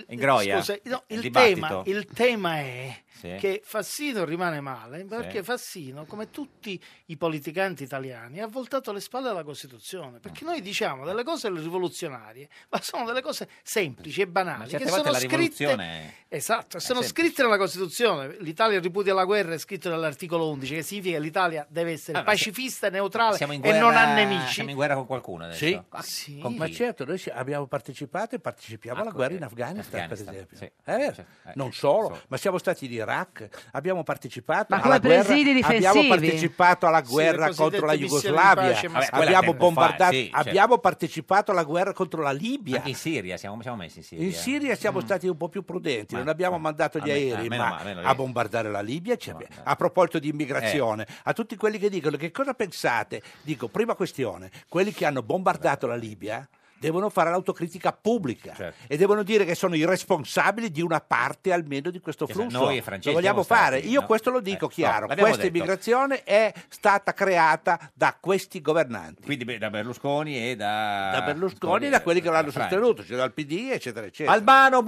Speaker 11: scusa, no, il tema, il tema è
Speaker 12: Sì.
Speaker 11: che Fassino rimane male perché
Speaker 12: Sì.
Speaker 11: Fassino, come tutti i politicanti italiani, ha voltato le spalle alla Costituzione. Perché noi diciamo delle cose rivoluzionarie, ma sono delle cose semplici e banali che
Speaker 3: Certe volte
Speaker 11: sono
Speaker 3: la
Speaker 11: scritte.
Speaker 3: rivoluzione...
Speaker 11: Esatto, sono
Speaker 3: semplice.
Speaker 11: scritte nella Costituzione. L'Italia ripudia la guerra è scritto nell'articolo 11, che significa che l'Italia deve essere
Speaker 3: Ah, ma
Speaker 11: pacifista, neutrale
Speaker 3: Siamo in
Speaker 11: e
Speaker 3: guerra,
Speaker 11: non ha nemici.
Speaker 3: Siamo in guerra con qualcuno adesso?
Speaker 12: Sì.
Speaker 3: Ah,
Speaker 11: Sì.
Speaker 3: con chi?
Speaker 12: Ma certo, noi si- abbiamo partecipato e partecipiamo alla guerra in Afghanistan,
Speaker 3: Ah, eh, Afghanistan,
Speaker 12: per esempio.
Speaker 3: sì.
Speaker 12: Eh,
Speaker 3: eh,
Speaker 12: non solo, ma siamo stati in Iraq, abbiamo partecipato
Speaker 2: Ma
Speaker 12: alla
Speaker 2: come presidi
Speaker 12: guerra,
Speaker 2: difensivi?
Speaker 12: abbiamo partecipato alla
Speaker 11: Sì, le
Speaker 12: guerra
Speaker 11: cosiddette
Speaker 12: contro la
Speaker 11: missioni di
Speaker 12: Jugoslavia,
Speaker 11: pace, ma- Vabbè,
Speaker 3: quella
Speaker 12: abbiamo
Speaker 3: tempo fa,
Speaker 12: bombardato,
Speaker 3: sì, certo.
Speaker 12: abbiamo partecipato alla guerra contro la Libia.
Speaker 3: Anche in Siria, siamo, siamo messi in Siria.
Speaker 12: In Siria
Speaker 3: Mm.
Speaker 12: siamo stati un po' più prudenti, non abbiamo mandato gli
Speaker 3: a me-
Speaker 12: aerei,
Speaker 3: a meno
Speaker 12: ma
Speaker 3: male, Eh. meno
Speaker 12: a
Speaker 3: lì.
Speaker 12: bombardare la Libia. ci abbiamo- a proposito di immigrazione, a tutti quelli che dicono che cosa pensate, dico prima questione, quelli che hanno bombardato la Libia devono fare l'autocritica pubblica
Speaker 3: Certo.
Speaker 12: e devono dire che sono i responsabili di una parte almeno di questo
Speaker 3: Che
Speaker 12: flusso.
Speaker 3: Esatto. noi e francesi
Speaker 12: lo vogliamo
Speaker 3: siamo stati,
Speaker 12: fare, io
Speaker 3: no?
Speaker 12: questo lo dico
Speaker 3: Eh, no,
Speaker 12: chiaro,
Speaker 3: l'abbiamo
Speaker 12: questa
Speaker 3: detto.
Speaker 12: immigrazione è stata creata da questi governanti.
Speaker 3: Quindi beh, da Berlusconi e da...
Speaker 12: Da Berlusconi e da quelli che lo hanno
Speaker 3: Francia.
Speaker 12: sostenuto, cioè dal PD, eccetera, eccetera.
Speaker 3: Albano,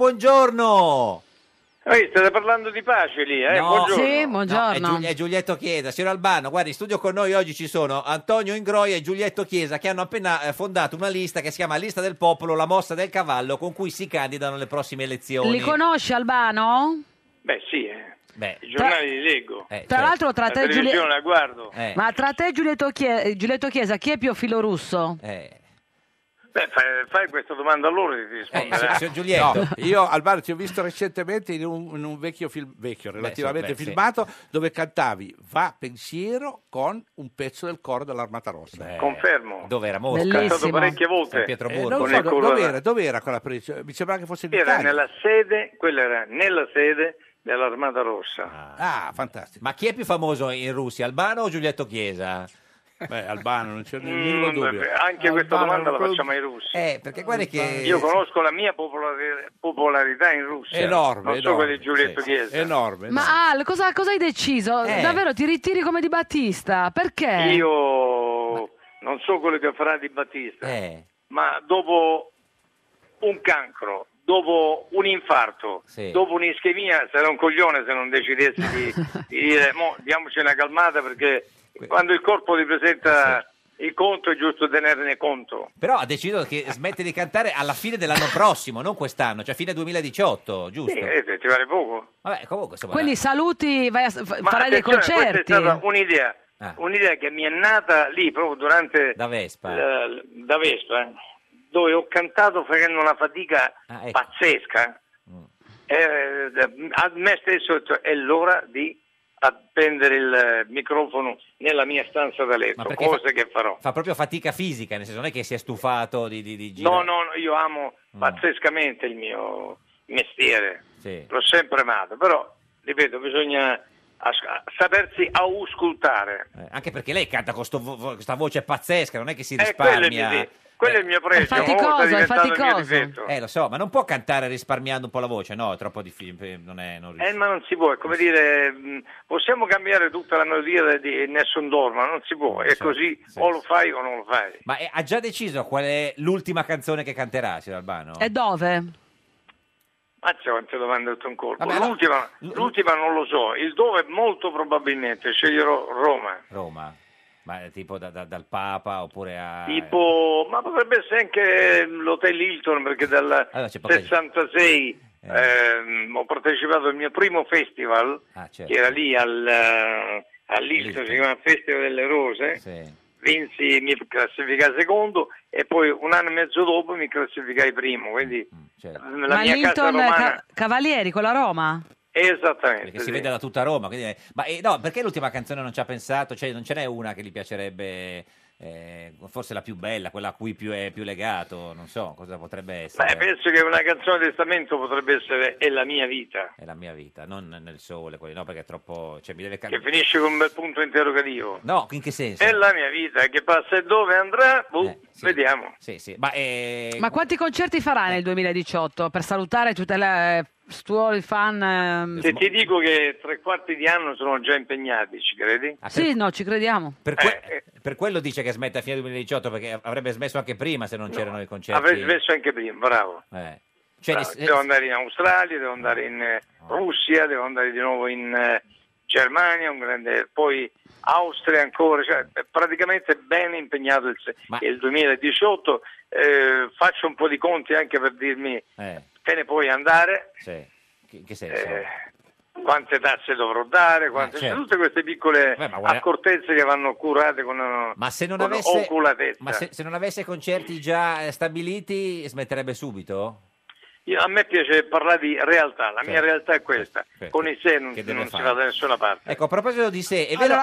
Speaker 3: buongiorno!
Speaker 13: Eh, state parlando di pace lì, eh?
Speaker 3: No.
Speaker 13: Buongiorno.
Speaker 3: No, è, Giul- è Giulietto Chiesa. Signor Albano, guardi, in studio con noi oggi ci sono Antonio Ingroia e Giulietto Chiesa che hanno appena eh, fondato una lista che si chiama Lista del Popolo, la mossa del cavallo con cui si candidano alle prossime elezioni.
Speaker 2: Li conosci Albano?
Speaker 13: Beh, sì, eh.
Speaker 3: Beh, Eh, certo.
Speaker 13: i giornali li leggo.
Speaker 2: Tra l'altro tra te e
Speaker 13: la televisione
Speaker 2: Giulia-
Speaker 13: la guardo.
Speaker 2: Ma tra te e Giulietto, Chie- Giulietto Chiesa chi è più filorusso?
Speaker 3: Eh,
Speaker 13: Beh, fai, fai questa domanda a loro eh. e ti
Speaker 3: Eh,
Speaker 12: Eh,
Speaker 13: risponderà.
Speaker 12: No, io Alvaro ti ho visto recentemente in un, in un vecchio film, vecchio, relativamente
Speaker 3: beh, sì.
Speaker 12: filmato, dove cantavi Va pensiero con un pezzo del coro dell'Armata Rossa.
Speaker 13: Confermo.
Speaker 3: Eh, Dove era
Speaker 13: Mosca? Bellissimo. Cantato parecchie volte.
Speaker 12: A Pietroburgo.
Speaker 13: Eh, non
Speaker 12: Con
Speaker 13: so
Speaker 12: il
Speaker 13: do-
Speaker 12: coro-
Speaker 13: dov'era-
Speaker 12: dov'era, dov'era quella presa? Mi sembra che fosse in
Speaker 13: Era
Speaker 12: Italia.
Speaker 13: nella sede, quella era nella sede dell'Armata Rossa.
Speaker 12: Ah, fantastico.
Speaker 3: Ma chi è più famoso in Russia, Albano o Giulietto Chiesa?
Speaker 12: Beh, Albano, non c'è
Speaker 13: Mm,
Speaker 12: nemmeno dubbio.
Speaker 13: anche questa domanda la facciamo ai russi.
Speaker 3: Eh, perché guarda che...
Speaker 13: Io conosco la mia popolari- popolarità in Russia.
Speaker 12: Enorme,
Speaker 13: Non so
Speaker 12: enorme,
Speaker 13: quella di Giulietto Chiesa.
Speaker 12: Enorme.
Speaker 2: Ma Al, cosa, cosa hai deciso?
Speaker 13: Eh.
Speaker 2: Davvero ti ritiri come di Battista? Perché?
Speaker 13: Io non so quello che farà Di Battista,
Speaker 3: Eh.
Speaker 13: ma dopo un cancro, dopo un infarto,
Speaker 3: Sì.
Speaker 13: dopo un'ischemia, sarà un coglione se non decidessi di, di dire "Mo, diamoci una calmata perché quando il corpo ti presenta il conto è giusto tenerne conto.
Speaker 3: Però ha deciso che smette di cantare alla fine dell'anno prossimo, non quest'anno, cioè fine 2018, giusto?
Speaker 13: Sì, eh, ti pare poco.
Speaker 3: Vabbè, comunque, insomma,
Speaker 2: Quindi saluti, vai a, fa-
Speaker 13: Ma
Speaker 2: farai dei
Speaker 13: attenzione,
Speaker 2: concerti.
Speaker 13: Questa è stata un'idea, un'idea che mi è nata lì proprio durante
Speaker 3: Ah. da Vespa,
Speaker 13: l- da Vespa, dove ho cantato facendo una fatica
Speaker 3: Ah, ecco.
Speaker 13: pazzesca.
Speaker 3: Mm.
Speaker 13: Eh, d- a me stesso ho detto, è l'ora di appendere il microfono nella mia stanza da letto,
Speaker 3: perché
Speaker 13: cosa che farò.
Speaker 3: fa proprio fatica fisica, nel senso non è che si è stufato di, di, di
Speaker 13: No,
Speaker 3: girare.
Speaker 13: no, no, io amo
Speaker 3: Mm.
Speaker 13: pazzescamente il mio mestiere,
Speaker 3: Sì.
Speaker 13: l'ho sempre amato, però, ripeto, bisogna as- sapersi auscultare.
Speaker 3: Eh, Anche perché lei canta con sto vo- vo- questa voce pazzesca, non è che si
Speaker 13: Eh, quello è il mio,
Speaker 3: risparmia.
Speaker 13: de- quello è il mio pregio, una volta diventato il mio difetto.
Speaker 3: Eh, lo so, ma non può cantare risparmiando un po' la voce, no? È troppo difficile, non è... non riesce.
Speaker 13: Eh, ma non si può, è come dire, mh, possiamo cambiare tutta la melodia di Nessun Dorma, non si può, è
Speaker 3: Sì,
Speaker 13: così,
Speaker 3: sì,
Speaker 13: o lo fai o non lo fai.
Speaker 3: Ma eh, ha già deciso qual è l'ultima canzone che canterà, signor Albano?
Speaker 2: E dove?
Speaker 13: Mazza quante domande ho detto in colpo.
Speaker 3: Vabbè, allora-
Speaker 13: l'ultima, l'ultima non lo so, il dove molto probabilmente sceglierò Roma.
Speaker 3: Roma. Ma eh, tipo da- da- dal Papa oppure a...
Speaker 13: Tipo, ma potrebbe essere anche l'Hotel Hilton perché dal
Speaker 3: Allora, cioè, c'è poca-
Speaker 13: 66
Speaker 3: Eh.
Speaker 13: ehm, ho partecipato al mio primo festival
Speaker 3: Ah, certo.
Speaker 13: che era lì al, eh, all'Hilton, si chiama Festival delle Rose. Vinsi, mi classificai secondo e poi un anno e mezzo dopo mi classificai primo, quindi
Speaker 3: Mm, certo.
Speaker 13: la
Speaker 2: Ma
Speaker 13: mia casa
Speaker 2: Linton
Speaker 13: romana
Speaker 2: Ca- Cavalieri con la Roma?
Speaker 13: esattamente.
Speaker 3: Perché si
Speaker 13: sì.
Speaker 3: vede da tutta Roma. quindi, eh, Ma eh, no, perché l'ultima canzone non ci ha pensato? Cioè, non ce n'è una che gli piacerebbe... eh, forse la più bella, quella a cui più è più legato, non so cosa potrebbe essere.
Speaker 13: Beh, Eh, penso che una canzone di testamento potrebbe essere È la mia vita,
Speaker 3: È la mia vita, non nel sole, quelli, no, perché è troppo... Cioè, mi deve
Speaker 13: che
Speaker 3: cambiare...
Speaker 13: finisce Eh, con un bel punto interrogativo.
Speaker 3: No, in che senso?
Speaker 13: È la mia vita che passa e dove andrà, boh, vediamo.
Speaker 3: Eh, Sì, sì, ma, eh,
Speaker 2: Ma quanti concerti farà
Speaker 13: Eh.
Speaker 2: nel 2018 per salutare tutti i tuoi fan?
Speaker 3: mm,
Speaker 2: ehm?
Speaker 13: Se ti dico che tre quarti di anno sono già impegnati, ci credi?
Speaker 3: Ah,
Speaker 2: Sì, no, ci crediamo.
Speaker 3: Per, que-
Speaker 13: eh,
Speaker 3: per quello dice che smette a fine 2018 perché avrebbe smesso anche prima se non c'erano i concerti.
Speaker 13: Avrei smesso anche prima, bravo.
Speaker 3: Eh. Cioè, Oh.
Speaker 13: Bravo.
Speaker 3: di-
Speaker 13: Devo andare in Australia, devo andare in eh, Russia, devo andare di nuovo in eh, Germania, un grande- poi Austria ancora, cioè, è praticamente ben impegnato il, se- il 2018. Eh, faccio un po' di conti anche per dirmi
Speaker 3: eh,
Speaker 13: te ne puoi andare,
Speaker 3: sì. Che- In che senso?
Speaker 13: eh, quante tasse dovrò dare, quante-
Speaker 3: Eh, certo. Eh,
Speaker 13: tutte queste piccole
Speaker 3: ma guarda-
Speaker 13: accortezze che vanno curate con, eh,
Speaker 3: Ma se non
Speaker 13: con
Speaker 3: avesse-
Speaker 13: oculatezza.
Speaker 3: Ma se, se non avesse concerti già eh, stabiliti, smetterebbe subito?
Speaker 13: Io- a me piace parlare di realtà, la mia realtà è questa, con i sé non,
Speaker 3: Certo, Che deve
Speaker 13: non si
Speaker 3: fare?
Speaker 13: va da nessuna parte.
Speaker 3: Ecco, a proposito di sé, è vero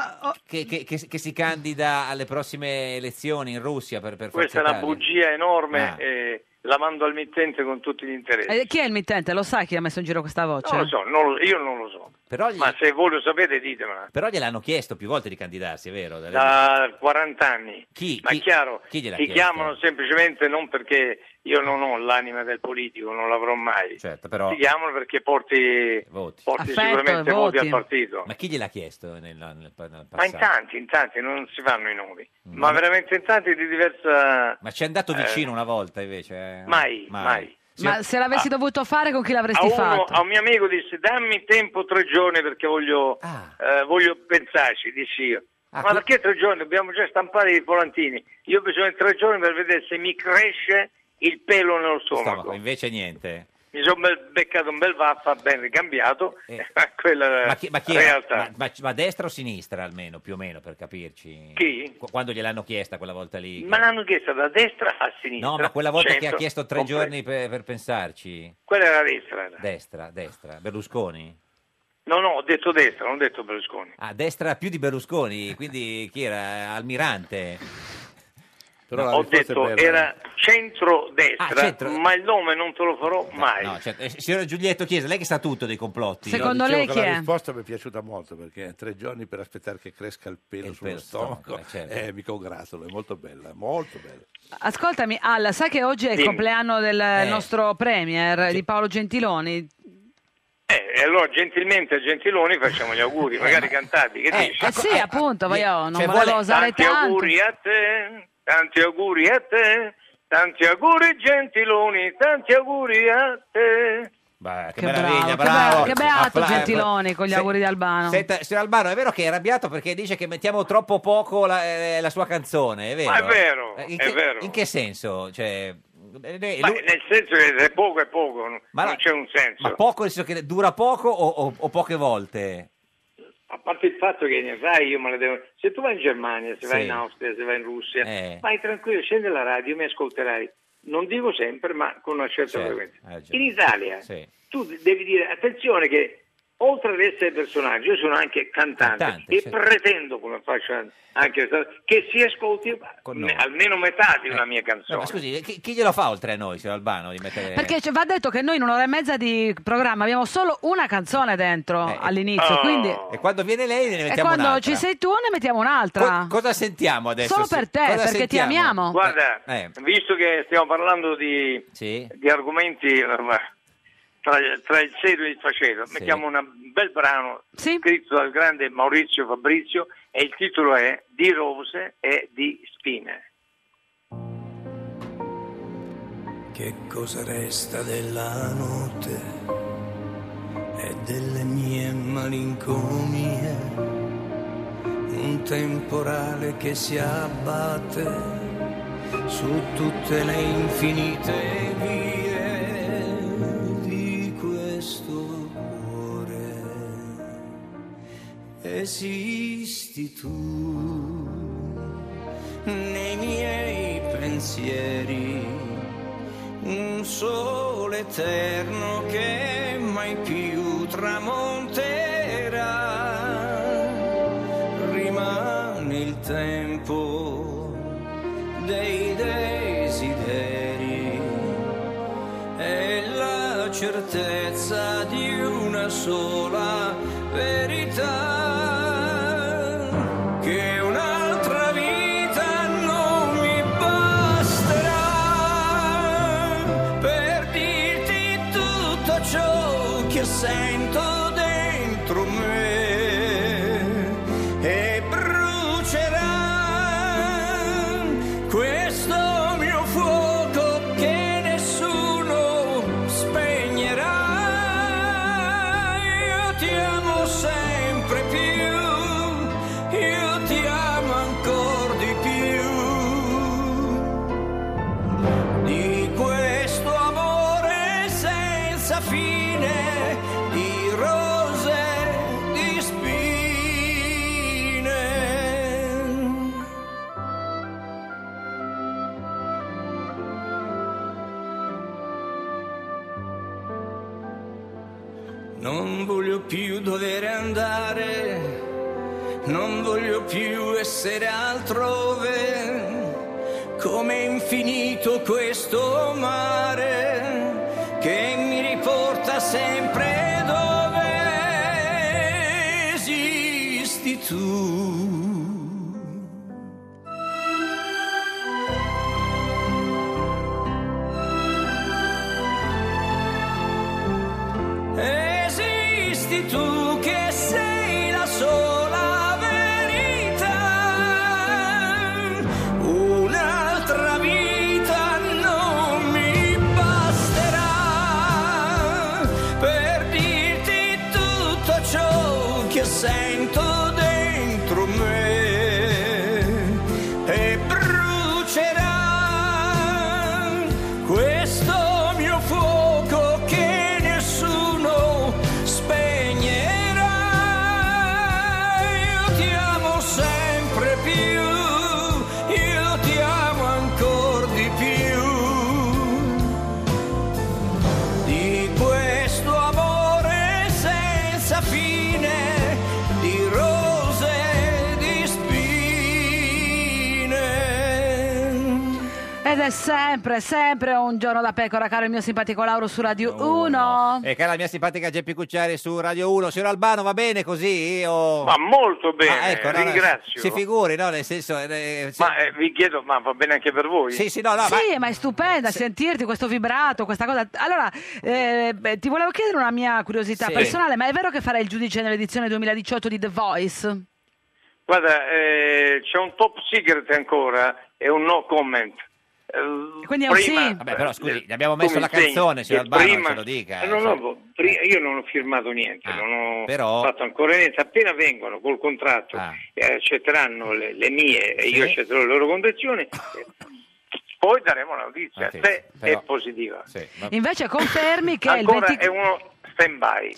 Speaker 3: che, che- che- che si candida alle prossime elezioni in Russia per, per
Speaker 13: Questa è
Speaker 3: Forza
Speaker 13: una
Speaker 3: Italia?
Speaker 13: bugia enorme
Speaker 3: Ah.
Speaker 13: e la mando al mittente con tutti gli interessi.
Speaker 2: Eh, chi è il mittente? Lo sai chi ha messo in giro questa voce?
Speaker 13: Non lo so, non lo- io non lo so, ma se voi lo sapete ditemela.
Speaker 3: Però gliel'hanno chiesto più volte di candidarsi, è vero?
Speaker 13: Da 40 anni.
Speaker 3: Chi?
Speaker 13: Ma
Speaker 3: Chi-
Speaker 13: chiaro,
Speaker 3: chi gliel'ha
Speaker 13: ti
Speaker 3: chiesto?
Speaker 13: chiamano semplicemente non perché io non ho l'anima del politico, non l'avrò mai.
Speaker 3: Certo, però...
Speaker 13: Ti chiamano perché porti, porti
Speaker 3: Affetto e
Speaker 13: sicuramente voti.
Speaker 3: voti.
Speaker 13: al partito.
Speaker 3: Ma chi gliel'ha chiesto nel, nel- nel passato?
Speaker 13: Ma in tanti, in tanti, non si fanno i nomi. Ma veramente in tanti di diversa...
Speaker 3: Mm. Ma ci è andato vicino una volta invece? eh?
Speaker 13: Mai, mai.
Speaker 2: Ma se l'avessi dovuto fare con chi
Speaker 13: Ah. A,
Speaker 2: l'avresti
Speaker 13: uno,
Speaker 2: fatto?
Speaker 13: a un mio amico disse dammi tempo tre giorni perché voglio,
Speaker 3: Ah.
Speaker 13: eh, voglio pensarci, dissi io. Ma perché tre giorni? Dobbiamo già stampare i volantini. Io ho bisogno di tre giorni per vedere se mi cresce il pelo nello stomaco.
Speaker 3: Stomaco, invece niente.
Speaker 13: Mi sono bel- beccato un bel vaffa ben ricambiato. Quella
Speaker 3: Eh. Ma chi, ma chi era?
Speaker 13: realtà.
Speaker 3: Ma, ma- ma destra o sinistra almeno, più o meno, per capirci?
Speaker 13: Chi?
Speaker 3: Qu- Quando gliel'hanno chiesta quella volta lì?
Speaker 13: Ma l'hanno chiesta da destra a sinistra.
Speaker 3: No, ma quella volta che ha
Speaker 13: Centro,
Speaker 3: chiesto tre
Speaker 13: completo.
Speaker 3: giorni per, per pensarci?
Speaker 13: Quella era destra. era.
Speaker 3: Destra, destra. Berlusconi?
Speaker 13: No, no, ho detto destra, non ho detto Berlusconi.
Speaker 3: Ah, destra più di Berlusconi, quindi chi era? Almirante?
Speaker 12: Però la
Speaker 13: ho
Speaker 12: risposta è
Speaker 13: detto
Speaker 12: per-
Speaker 13: era centrodestra,
Speaker 3: Ah, centro-
Speaker 13: ma il nome non te lo farò mai.
Speaker 3: No, certo. Eh, signora Giulietto Chiesa, lei che sa tutto dei complotti.
Speaker 12: No, dicevo che La risposta mi è piaciuta molto perché tre giorni per aspettare che cresca il pelo sullo
Speaker 3: pelo
Speaker 12: stomaco,
Speaker 3: stomaco, eh, certo.
Speaker 12: eh, mi congratulo, è molto bella, molto bella.
Speaker 2: Ascoltami, Alla, sai che oggi è il
Speaker 12: Dimmi.
Speaker 2: compleanno del
Speaker 12: Eh.
Speaker 2: nostro premier di Paolo Gentiloni?
Speaker 13: Eh, e allora gentilmente a Gentiloni facciamo gli
Speaker 3: Eh,
Speaker 13: auguri, magari cantati, che dici?
Speaker 2: Eh sì, appunto, voglio, non
Speaker 13: Ah, Cioè,
Speaker 2: volevo
Speaker 13: vuole-
Speaker 2: usare
Speaker 13: tanti
Speaker 2: tanto.
Speaker 13: auguri a te, tanti auguri a te, tanti auguri Gentiloni, tanti auguri a te.
Speaker 3: Beh, che,
Speaker 2: Che
Speaker 3: meraviglia,
Speaker 2: bravo, che
Speaker 3: bravo.
Speaker 2: bravo, che beato
Speaker 3: Appla-
Speaker 2: Gentiloni con gli
Speaker 3: Se-
Speaker 2: auguri di Albano.
Speaker 3: Senta, signor Albano, è vero che è arrabbiato perché dice che mettiamo troppo poco la, eh, la sua canzone, è vero?
Speaker 13: Ma è vero,
Speaker 3: Eh, in
Speaker 13: è
Speaker 3: che,
Speaker 13: vero.
Speaker 3: In che senso? Cioè, eh, lui-
Speaker 13: Ma nel senso che se è poco è poco, non
Speaker 3: Ma
Speaker 13: non
Speaker 3: no,
Speaker 13: c'è un senso.
Speaker 3: ma poco nel senso che dura poco o, o- o poche volte? Eh,
Speaker 13: A parte il fatto che ne sai, io me la devo. Se tu vai in Germania, se vai
Speaker 3: Sì.
Speaker 13: in Austria, se vai in Russia,
Speaker 3: Eh.
Speaker 13: vai tranquillo, scendi la radio, mi ascolterai. Non dico sempre, ma con una certa
Speaker 3: Certo,
Speaker 13: frequenza.
Speaker 3: hai ragione.
Speaker 13: In Italia
Speaker 3: Sì.
Speaker 13: tu devi dire attenzione che oltre ad essere personaggio, io sono anche cantante,
Speaker 3: Cantante, certo.
Speaker 13: e
Speaker 3: sì.
Speaker 13: pretendo, come faccio anche che si ascolti
Speaker 3: Con
Speaker 13: me-
Speaker 3: noi. Eh.
Speaker 13: almeno metà di una mia
Speaker 3: No,
Speaker 13: canzone.
Speaker 3: ma scusi, chi, chi glielo fa oltre a noi, signor Albano? Di
Speaker 13: eh.
Speaker 3: mettere...
Speaker 2: Perché ci va detto che noi in un'ora e mezza di programma abbiamo solo una canzone dentro
Speaker 13: Eh,
Speaker 2: all'inizio,
Speaker 3: Oh.
Speaker 2: quindi...
Speaker 3: E quando viene lei ne
Speaker 2: E
Speaker 3: mettiamo
Speaker 2: quando
Speaker 3: un'altra.
Speaker 2: ci sei tu ne mettiamo un'altra.
Speaker 3: Co- cosa sentiamo adesso?
Speaker 2: Solo per te,
Speaker 3: Cosa
Speaker 2: perché ti
Speaker 3: sentiamo?
Speaker 2: amiamo.
Speaker 13: Guarda,
Speaker 3: Eh.
Speaker 13: visto che stiamo parlando di, di argomenti eh, tra, tra il serio e il faceto, mettiamo un bel brano scritto dal grande Maurizio Fabrizio e il titolo è Di rose e di
Speaker 3: Ah,
Speaker 13: spine.
Speaker 15: Che cosa resta della notte e delle mie malinconie? Un temporale che si abbatte su tutte le infinite vie di questo cuore. Esisti tu nei miei pensieri un sole eterno che mai più tramonterà. Rimane il tempo dei desideri e la certezza di una sola verità. Che un'altra vita non mi basterà per dirti tutto ciò che sento dentro me e brucerà questo mio fuoco che nessuno spegnerà. Io ti amo sempre più, io ti amo ancora di più. Di questo amore senza fine, di rose, di spine. Non voglio più dover andare, non voglio più essere altrove, come infinito questo mare che mi riporta sempre dove esisti tu. Esisti tu che sei la sola verità. Un'altra vita non mi basterà per dirti tutto ciò che sento dentro me e brucerà questo mio fuoco che nessuno spegnerà. Io ti amo sempre più, io ti amo ancora di più. Di questo amore senza fine, di rose, di
Speaker 2: Ed è sempre, sempre un giorno da pecora, caro il mio simpatico Lauro su Radio
Speaker 3: Oh,
Speaker 2: 1.
Speaker 3: E Eh, cara la mia simpatica Geppi Cucciari su Radio 1. Signor Albano, va bene così? O-
Speaker 13: Ma molto bene,
Speaker 3: Ah, ecco, no, no,
Speaker 13: ringrazio.
Speaker 3: Si figuri, no? Nel senso... eh,
Speaker 13: ma eh, vi chiedo, ma va bene anche per voi?
Speaker 3: Sì, sì, no, no,
Speaker 2: sì, ma è stupenda sentirti questo vibrato, questa cosa. Allora, eh, beh, ti volevo chiedere una mia curiosità
Speaker 13: Sì.
Speaker 2: personale, ma è vero che farai il giudice nell'edizione 2018 di The Voice?
Speaker 13: Guarda, eh, c'è un top secret ancora e un no comment. Eh,
Speaker 2: Quindi è un
Speaker 13: prima- Eh,
Speaker 2: sì?
Speaker 3: Vabbè, però scusi, gli abbiamo
Speaker 13: tu
Speaker 3: messo
Speaker 13: mi
Speaker 3: la
Speaker 13: insegni
Speaker 3: canzone, signor
Speaker 13: che
Speaker 3: Albano,
Speaker 13: prima-
Speaker 3: ce lo dica,
Speaker 13: Eh, no,
Speaker 3: eh,
Speaker 13: no,
Speaker 3: so.
Speaker 13: boh, pri- io non ho firmato niente, non ho
Speaker 3: però- Ah.
Speaker 13: fatto ancora niente. Appena vengono col contratto e accetteranno le, le mie e io
Speaker 3: Sì.
Speaker 13: accetterò le loro condizioni, eh, poi daremo la notizia,
Speaker 3: Notizia,
Speaker 13: se
Speaker 3: però-
Speaker 13: è positiva.
Speaker 2: Invece confermi che il
Speaker 13: ancora
Speaker 2: 20
Speaker 13: è uno stand-by.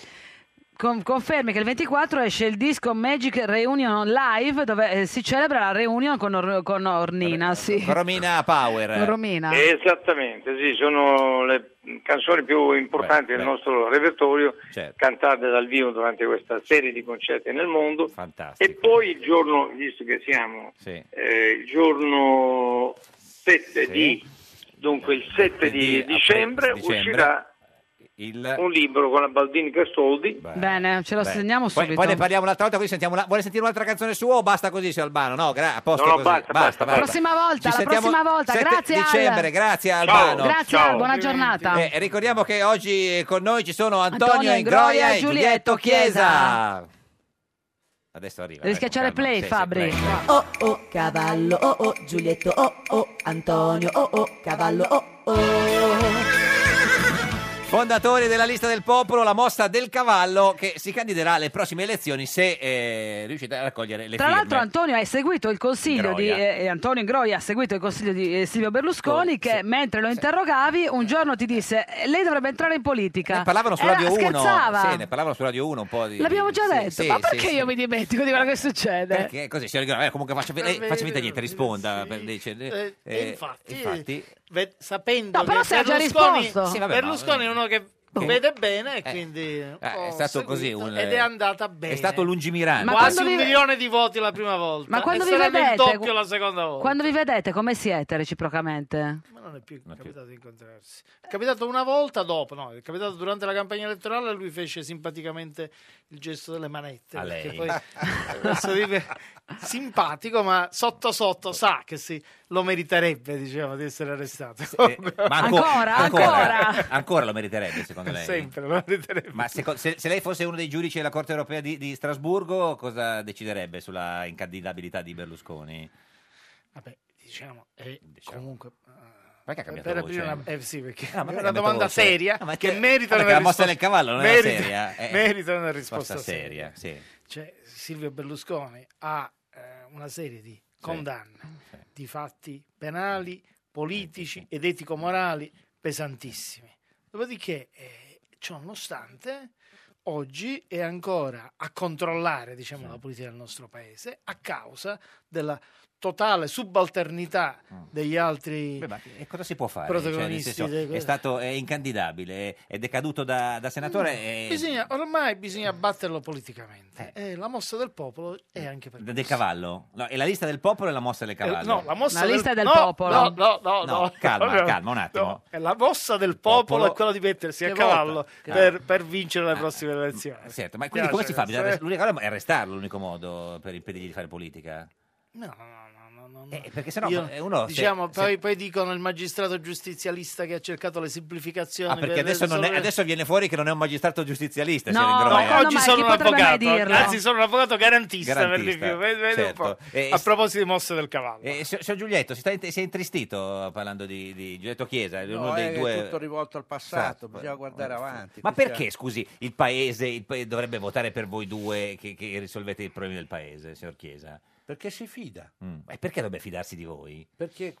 Speaker 2: con- confermi che il 24 esce il disco Magic Reunion Live dove eh, si celebra la reunion con, Or- con Ornina, sì.
Speaker 3: Con Romina Power. eh.
Speaker 2: Con Romina.
Speaker 13: Esattamente, sì, sono le canzoni più importanti
Speaker 3: Beh,
Speaker 13: del
Speaker 3: beh.
Speaker 13: nostro repertorio,
Speaker 3: Certo.
Speaker 13: cantate dal vivo durante questa serie di concerti nel mondo. E poi il giorno, visto che siamo,
Speaker 3: Sì.
Speaker 13: eh, il giorno 7
Speaker 3: Sì.
Speaker 13: di, dunque il 7 di
Speaker 3: aprile-
Speaker 13: dicembre,
Speaker 3: dicembre.
Speaker 13: uscirà
Speaker 3: Il...
Speaker 13: un libro con la Baldini Castoldi.
Speaker 2: Bene, ce lo
Speaker 3: Beh,
Speaker 2: segniamo
Speaker 3: poi,
Speaker 2: subito.
Speaker 3: poi ne parliamo un'altra volta, così sentiamo la- vuole sentire un'altra canzone sua o basta così, signor Albano? No, gra- a posto
Speaker 13: No, no,
Speaker 3: così.
Speaker 13: basta, basta,
Speaker 2: La prossima volta,
Speaker 3: Ci
Speaker 2: la
Speaker 3: sentiamo
Speaker 2: prossima volta.
Speaker 3: 7
Speaker 2: Grazie Al.
Speaker 3: dicembre, grazie
Speaker 2: Ciao.
Speaker 3: Albano.
Speaker 2: Grazie Al, buona giornata.
Speaker 3: Eh, ricordiamo che oggi con noi ci sono Antonio,
Speaker 2: Antonio
Speaker 3: Ingroia,
Speaker 2: Ingroia
Speaker 3: e Giulietto
Speaker 2: Giulietto Chiesa.
Speaker 3: Chiesa. Adesso arriva.
Speaker 2: Devi schiacciare play, Fabri.
Speaker 7: Oh oh cavallo, oh oh Giulietto, oh oh Antonio, oh oh cavallo, oh oh.
Speaker 3: Fondatori della lista del popolo, la mossa del cavallo che si candiderà alle prossime elezioni se eh, riuscite a raccogliere le
Speaker 2: Tra
Speaker 3: firme.
Speaker 2: l'altro Antonio ha seguito il consiglio
Speaker 3: Ingroia.
Speaker 2: di eh, Antonio Ingroia ha seguito il consiglio di eh, Silvio Berlusconi che mentre lo interrogavi un giorno ti disse "Eh, lei dovrebbe entrare in politica.
Speaker 3: Ne Eh, parlavano su
Speaker 2: Era-
Speaker 3: Radio 1.
Speaker 2: Ah, eh, scherzava.
Speaker 3: Sì, ne parlavano su Radio 1 un po' di...
Speaker 2: L'abbiamo già
Speaker 3: sì,
Speaker 2: detto,
Speaker 3: sì,
Speaker 2: ma
Speaker 3: sì,
Speaker 2: perché
Speaker 3: sì.
Speaker 2: io mi dimentico di quello che succede?
Speaker 3: Perché così, signor Ingroia, eh, comunque faccia, lei,
Speaker 11: Vabbè,
Speaker 3: faccia finta di niente, risponda. per- dice,
Speaker 11: Eh,
Speaker 3: eh,
Speaker 11: infatti,
Speaker 3: infatti,
Speaker 11: ve- sapendo
Speaker 2: No, però
Speaker 11: che
Speaker 2: se ha già
Speaker 11: Berlusconi,
Speaker 2: risposto. Sì,
Speaker 3: vabbè, ma-
Speaker 11: Berlusconi è uno che vede bene e quindi un
Speaker 3: eh,
Speaker 11: po'
Speaker 3: è stato
Speaker 11: seguito,
Speaker 3: così un,
Speaker 11: ed
Speaker 3: eh,
Speaker 11: è andata bene.
Speaker 3: è stato lungimirante.
Speaker 11: quasi un
Speaker 2: quando vi-
Speaker 11: milione di voti la prima volta
Speaker 2: Ma quando
Speaker 11: e
Speaker 2: vi
Speaker 11: saranno
Speaker 2: vedete?
Speaker 11: il doppio la seconda volta.
Speaker 2: Quando vi vedete come siete reciprocamente?
Speaker 11: Ma non è più capitato di incontrarsi. È capitato una volta dopo, no, è capitato durante la campagna elettorale lui fece simpaticamente il gesto delle manette.
Speaker 3: A
Speaker 11: perché
Speaker 3: lei.
Speaker 11: poi adesso vive simpatico, ma sotto sotto sa che si, lo meriterebbe, diciamo, di essere arrestato.
Speaker 3: Eh, ma anco-
Speaker 11: Ancora,
Speaker 3: ancora,
Speaker 11: ancora.
Speaker 3: ancora lo meriterebbe, secondo lei?
Speaker 11: Sempre lo meriterebbe.
Speaker 3: Ma seco- se, se lei fosse uno dei giudici della Corte europea di, di Strasburgo, cosa deciderebbe sulla incandidabilità di Berlusconi?
Speaker 11: Vabbè, diciamo, è comunque eh,
Speaker 3: Perché
Speaker 11: per
Speaker 3: ha cambiato voce?
Speaker 11: aprire una, eh, sì, perché
Speaker 3: No, ma
Speaker 11: è
Speaker 3: perché
Speaker 11: una
Speaker 3: ha cambiato
Speaker 11: domanda
Speaker 3: voce?
Speaker 11: seria
Speaker 3: No, ma
Speaker 11: che
Speaker 3: che-
Speaker 11: merita
Speaker 3: guarda
Speaker 11: una
Speaker 3: che la mossa
Speaker 11: risposta
Speaker 3: del cavallo non era
Speaker 11: merita,
Speaker 3: seria, eh.
Speaker 11: merita una risposta seria.
Speaker 3: seria, sì.
Speaker 11: Cioè, Silvio Berlusconi ha eh, una serie di condanne di fatti penali, politici ed etico-morali pesantissimi. Dopodiché, eh, ciò nonostante, oggi è ancora a controllare diciamo, la politica del nostro paese a causa della totale subalternità degli altri
Speaker 3: Mm. Beh, ma e cosa si può fare? Cioè, nel
Speaker 11: protagonisti.
Speaker 3: senso,
Speaker 11: dei-
Speaker 3: è stato è incandidabile, è, è decaduto da, da senatore.
Speaker 11: Mm.
Speaker 3: è-
Speaker 11: Bisogna- ormai bisogna batterlo politicamente.
Speaker 3: Eh.
Speaker 11: E la mossa del popolo
Speaker 3: Mm.
Speaker 11: è anche per
Speaker 3: Del cavallo? No, è la lista del popolo e la mossa del cavallo?
Speaker 11: Eh, No, la mossa
Speaker 2: La lista è del
Speaker 11: no,
Speaker 2: popolo.
Speaker 11: No, no, no,
Speaker 3: No,
Speaker 11: no.
Speaker 3: calma, calma, un attimo.
Speaker 11: No, è la mossa del popolo,
Speaker 3: Popolo.
Speaker 11: è quella di mettersi a
Speaker 3: Che vota.
Speaker 11: cavallo
Speaker 3: Che-
Speaker 11: per, per vincere le prossime elezioni.
Speaker 3: Certo, ma quindi
Speaker 11: Piace
Speaker 3: come si fa?
Speaker 11: questo,
Speaker 3: Bisogna
Speaker 11: eh?
Speaker 3: arrest- L'unica cosa è arrestarlo, l'unico modo per impedirgli di fare politica. Ah,
Speaker 11: No, no, no, no, no.
Speaker 3: Eh, perché sennò
Speaker 11: Io-
Speaker 3: eh, uno... se-
Speaker 11: diciamo,
Speaker 3: se-
Speaker 11: poi, poi dicono il magistrato giustizialista che ha cercato le semplificazioni.
Speaker 3: Ah, perché
Speaker 11: per
Speaker 3: adesso, non è-
Speaker 11: risolvere-
Speaker 3: adesso viene fuori che non è un magistrato giustizialista,
Speaker 11: No,
Speaker 3: signor
Speaker 11: no,
Speaker 3: Ingroia.
Speaker 11: oggi sono un avvocato, anzi sono un avvocato garantista, per di
Speaker 3: Garantista,
Speaker 11: più. Vedi- vedi un po'.
Speaker 3: certo. Eh,
Speaker 11: a proposito di mosse del cavallo.
Speaker 3: Eh, signor signor Giulietto, si, sta int- si è intristito parlando di, di Giulietto Chiesa, è
Speaker 12: No,
Speaker 3: uno
Speaker 12: è
Speaker 3: dei due... Esatto.
Speaker 12: tutto rivolto al passato, bisogna guardare avanti.
Speaker 3: Ma
Speaker 12: Questa-
Speaker 3: perché, scusi, il paese, il pa- dovrebbe votare per voi due che, che risolvete i problemi del paese, signor Chiesa?
Speaker 12: Perché si fida.
Speaker 3: Mm. E perché dovrebbe fidarsi di voi?
Speaker 12: Perché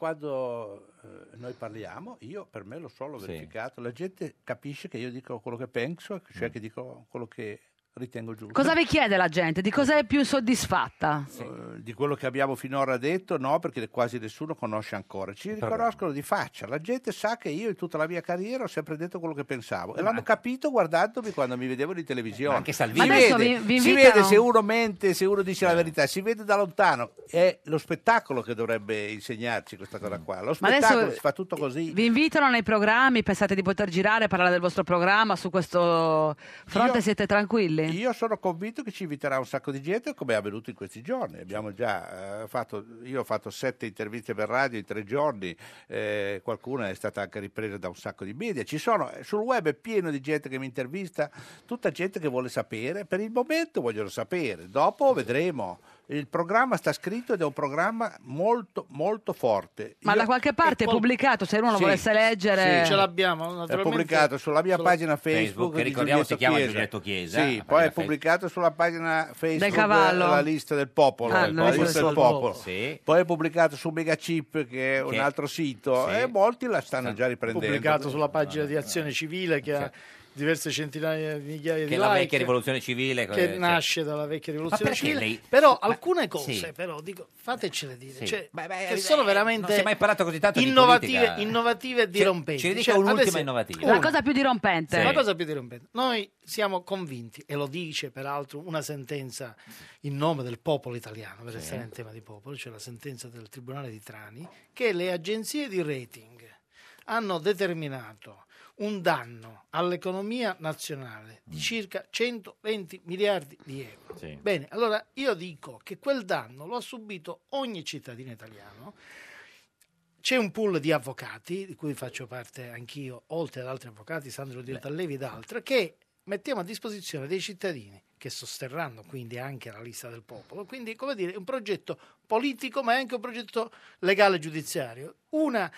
Speaker 12: quando eh, noi parliamo, io per me l'ho solo
Speaker 3: Sì.
Speaker 12: verificato, la gente capisce che io dico quello che penso, cioè che dico quello che ritengo giusto.
Speaker 2: Cosa vi chiede la gente? Di cosa è più soddisfatta?
Speaker 12: Eh, Di quello che abbiamo finora detto, no, perché quasi nessuno conosce ancora. Ci
Speaker 2: Vabbè.
Speaker 12: riconoscono di faccia. La gente sa che io in tutta la mia carriera ho sempre detto quello che pensavo. E l'hanno capito guardandomi quando mi vedevo in televisione. Anche
Speaker 2: Salvini. Ma adesso vi- vi
Speaker 12: si
Speaker 2: invitano?
Speaker 12: vede se uno mente, se uno dice la verità, si vede da lontano. È lo spettacolo che dovrebbe insegnarci questa cosa qua. Lo
Speaker 2: Ma adesso-
Speaker 12: spettacolo si fa tutto così.
Speaker 2: Vi invitano nei programmi? Pensate di poter girare, parlare del vostro programma su questo fronte?
Speaker 12: Io-
Speaker 2: siete tranquilli?
Speaker 12: Io sono convinto che ci inviterà un sacco di gente, come è avvenuto in questi giorni. Abbiamo già eh, fatto, io ho fatto sette interviste per radio in tre giorni, eh, qualcuna è stata anche ripresa da un sacco di media. Ci sono, sul web è pieno di gente che mi intervista, tutta gente che vuole sapere. Per il momento vogliono sapere, dopo vedremo. Il programma sta scritto ed è un programma molto, molto forte.
Speaker 2: Ma
Speaker 12: Io-
Speaker 2: da qualche parte è pubblicato, se uno lo
Speaker 12: Sì,
Speaker 2: volesse leggere...
Speaker 12: sì. Ce l'abbiamo, È pubblicato sulla mia pagina Facebook,
Speaker 16: Facebook,
Speaker 12: di
Speaker 16: ricordiamo, si chiama Giulietto Chiesa, la
Speaker 12: Sì,
Speaker 16: pagina
Speaker 12: poi è
Speaker 16: Facebook.
Speaker 12: pubblicato sulla pagina Facebook
Speaker 16: cavallo.
Speaker 12: la lista del popolo,
Speaker 16: Ah,
Speaker 12: la
Speaker 16: la lista
Speaker 12: lista
Speaker 16: del
Speaker 12: del
Speaker 16: popolo.
Speaker 12: popolo.
Speaker 16: Sì.
Speaker 12: Poi è pubblicato su Megachip che è un
Speaker 16: Che-
Speaker 12: altro sito
Speaker 16: sì.
Speaker 12: e molti la stanno già riprendendo.
Speaker 11: Pubblicato sulla pagina di Azione Civile che ha diverse centinaia di migliaia
Speaker 16: Che
Speaker 11: di
Speaker 16: è la
Speaker 11: like,
Speaker 16: vecchia rivoluzione civile.
Speaker 11: che
Speaker 16: cioè-
Speaker 11: nasce dalla vecchia rivoluzione
Speaker 16: perché
Speaker 11: civile.
Speaker 16: lei-
Speaker 11: Però
Speaker 16: Ma-
Speaker 11: alcune cose,
Speaker 16: sì.
Speaker 11: però, dico, fatecele dire,
Speaker 16: Sì.
Speaker 11: cioè,
Speaker 16: Beh,
Speaker 11: che
Speaker 16: eh,
Speaker 11: sono
Speaker 16: non si è mai
Speaker 11: veramente
Speaker 16: parlato così tanto di
Speaker 11: innovative,
Speaker 16: politica.
Speaker 11: innovative e
Speaker 16: Ci-
Speaker 11: dirompenti.
Speaker 16: ci ridica
Speaker 11: Cioè, ad
Speaker 16: un'ultima
Speaker 11: esempio,
Speaker 16: innovativa.
Speaker 11: una
Speaker 2: La cosa più dirompente.
Speaker 11: La cosa più dirompente. Noi siamo convinti, e lo dice peraltro una sentenza in nome del popolo italiano, per
Speaker 16: Sì.
Speaker 11: restare in tema di popolo, cioè la sentenza del Tribunale di Trani, che le agenzie di rating hanno determinato un danno all'economia nazionale di circa 120 miliardi di euro.
Speaker 16: Sì.
Speaker 11: Bene, allora io dico che quel danno lo ha subito ogni cittadino italiano. C'è un pool di avvocati, di cui faccio parte anch'io, oltre ad altri avvocati, Sandro Dio Tallevi ed altri, che mettiamo a disposizione dei cittadini che sosterranno quindi anche la lista del popolo. Quindi, come dire, è un progetto politico, ma è anche un progetto legale e giudiziario. Una,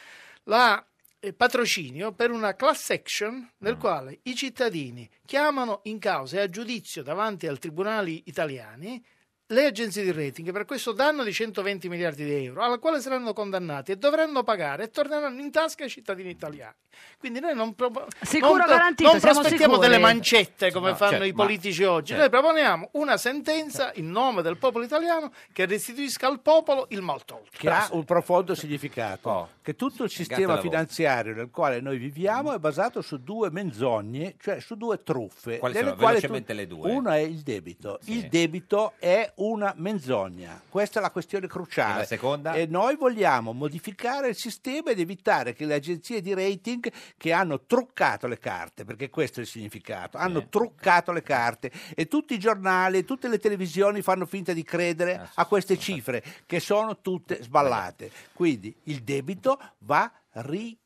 Speaker 11: la eh, patrocinio per una class action nel quale i cittadini chiamano in causa e a giudizio davanti ai tribunali italiani le agenzie di rating per questo danno di 120 miliardi di euro alla quale saranno condannati e drovranno pagare e torneranno in tasca ai cittadini italiani. Quindi noi non, propo-
Speaker 2: Sicuro,
Speaker 11: non,
Speaker 2: garantito,
Speaker 11: non
Speaker 2: siamo
Speaker 11: prospettiamo
Speaker 2: sicuri.
Speaker 11: delle mancette come
Speaker 16: No,
Speaker 11: fanno
Speaker 16: certo,
Speaker 11: i
Speaker 16: ma-
Speaker 11: politici oggi,
Speaker 16: certo.
Speaker 11: noi proponiamo una sentenza in nome del popolo italiano che restituisca al popolo il mal tolto.
Speaker 12: che ha un profondo significato.
Speaker 16: Oh.
Speaker 12: Che tutto il sistema
Speaker 11: alla volta.
Speaker 12: finanziario nel quale noi viviamo è basato su due menzogne, cioè su due truffe.
Speaker 16: Quali
Speaker 12: delle
Speaker 16: sono?
Speaker 12: quali
Speaker 16: Velocemente le due.
Speaker 12: Una è il debito. Il debito è una menzogna. Questa è la questione cruciale.
Speaker 16: E la seconda?
Speaker 12: E noi vogliamo modificare il sistema ed evitare che le agenzie di rating che hanno truccato le carte, perché questo è il significato, hanno truccato le carte e tutti i giornali, tutte le televisioni fanno finta di
Speaker 16: Ah,
Speaker 12: credere a queste cifre che sono tutte sballate. Quindi il debito va ri-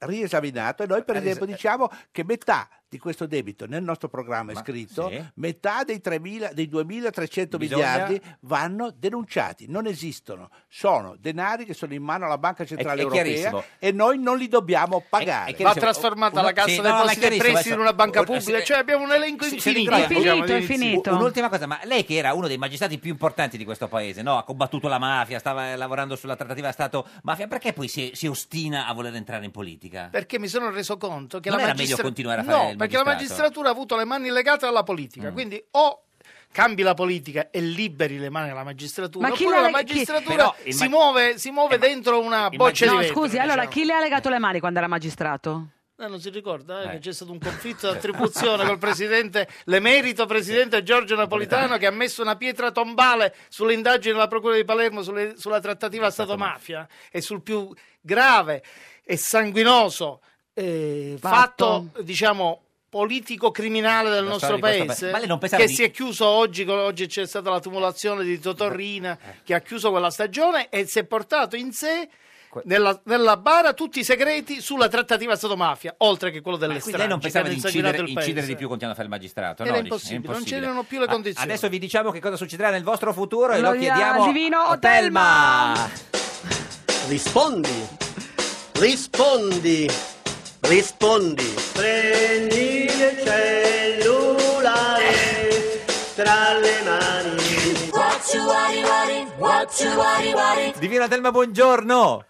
Speaker 12: riesaminato e noi per
Speaker 16: Ries-
Speaker 12: esempio diciamo che metà di questo debito nel nostro programma è scritto
Speaker 16: sì.
Speaker 12: metà dei, 3.000 dei 2.300
Speaker 16: Bisogna-
Speaker 12: miliardi vanno denunciati, non esistono, sono denari che sono in mano alla Banca Centrale
Speaker 16: È- è
Speaker 12: Europea
Speaker 16: chiarissimo.
Speaker 12: e noi non li dobbiamo pagare.
Speaker 11: Va trasformata la cassa dei depositi e prestiti in una banca pubblica, cioè abbiamo un elenco infinito. diciamo, di-
Speaker 16: U- Un'ultima cosa, ma lei che era uno dei magistrati più importanti di questo paese, no? ha combattuto la mafia, stava eh, lavorando sulla trattativa Stato-mafia, perché poi si, si ostina a voler entrare in politica?
Speaker 11: Perché mi sono reso conto che
Speaker 16: Non
Speaker 11: la
Speaker 16: era
Speaker 11: magistra-
Speaker 16: meglio continuare a
Speaker 11: No,
Speaker 16: fare il
Speaker 11: perché la
Speaker 16: magistrato?
Speaker 11: magistratura ha avuto le mani legate alla
Speaker 2: Mm.
Speaker 11: politica, quindi o cambi la politica e liberi le mani alla magistratura,
Speaker 2: Ma chi
Speaker 11: oppure
Speaker 2: la
Speaker 11: la
Speaker 2: lega- chi-
Speaker 11: magistratura
Speaker 2: Però il
Speaker 11: si
Speaker 2: ma-
Speaker 11: muove, si muove dentro una boccia di
Speaker 2: No,
Speaker 11: vetro,
Speaker 2: scusi, allora
Speaker 11: diciamo.
Speaker 2: chi le ha legato le mani quando era magistrato?
Speaker 11: Eh, non si ricorda eh, che c'è stato un conflitto di attribuzione col presidente, l'emerito presidente Giorgio Napolitano, che ha messo una pietra tombale sulle indagini della Procura di Palermo sulle- sulla trattativa Stato-mafia e sul più grave e sanguinoso eh, fatto,
Speaker 16: Fatto.
Speaker 11: diciamo, politico-criminale del
Speaker 16: Lo
Speaker 11: nostro
Speaker 16: storia di questo
Speaker 11: paese,
Speaker 16: paese. Ma lei non pensava
Speaker 11: che
Speaker 16: di-
Speaker 11: si è chiuso oggi, con- oggi c'è stata la tumulazione di Totorrina,
Speaker 16: Eh.
Speaker 11: che ha chiuso quella stagione e si è portato in sé nella, nella bara tutti i segreti sulla trattativa Stato-mafia, oltre che quello delle
Speaker 16: Ma quindi lei non
Speaker 11: stragi che
Speaker 16: pensava
Speaker 11: hanno
Speaker 16: di
Speaker 11: insanguinato
Speaker 16: incidere,
Speaker 11: il paese.
Speaker 16: incidere di più continuando a fare il magistrato?
Speaker 11: Era
Speaker 16: no, dici,
Speaker 11: impossibile,
Speaker 16: è
Speaker 11: non
Speaker 16: impossibile.
Speaker 11: c'erano più le
Speaker 16: A-
Speaker 11: condizioni.
Speaker 16: adesso vi diciamo che cosa succederà nel vostro futuro e
Speaker 2: Lo
Speaker 16: lo chiediamo
Speaker 2: divino
Speaker 16: a
Speaker 2: Otelma.
Speaker 16: Telma.
Speaker 17: Rispondi, rispondi, rispondi. Prendi il cellulare
Speaker 5: Oh.
Speaker 17: tra le mani.
Speaker 15: What you worry, worry, what you worry, worry.
Speaker 16: Divina Telma, buongiorno.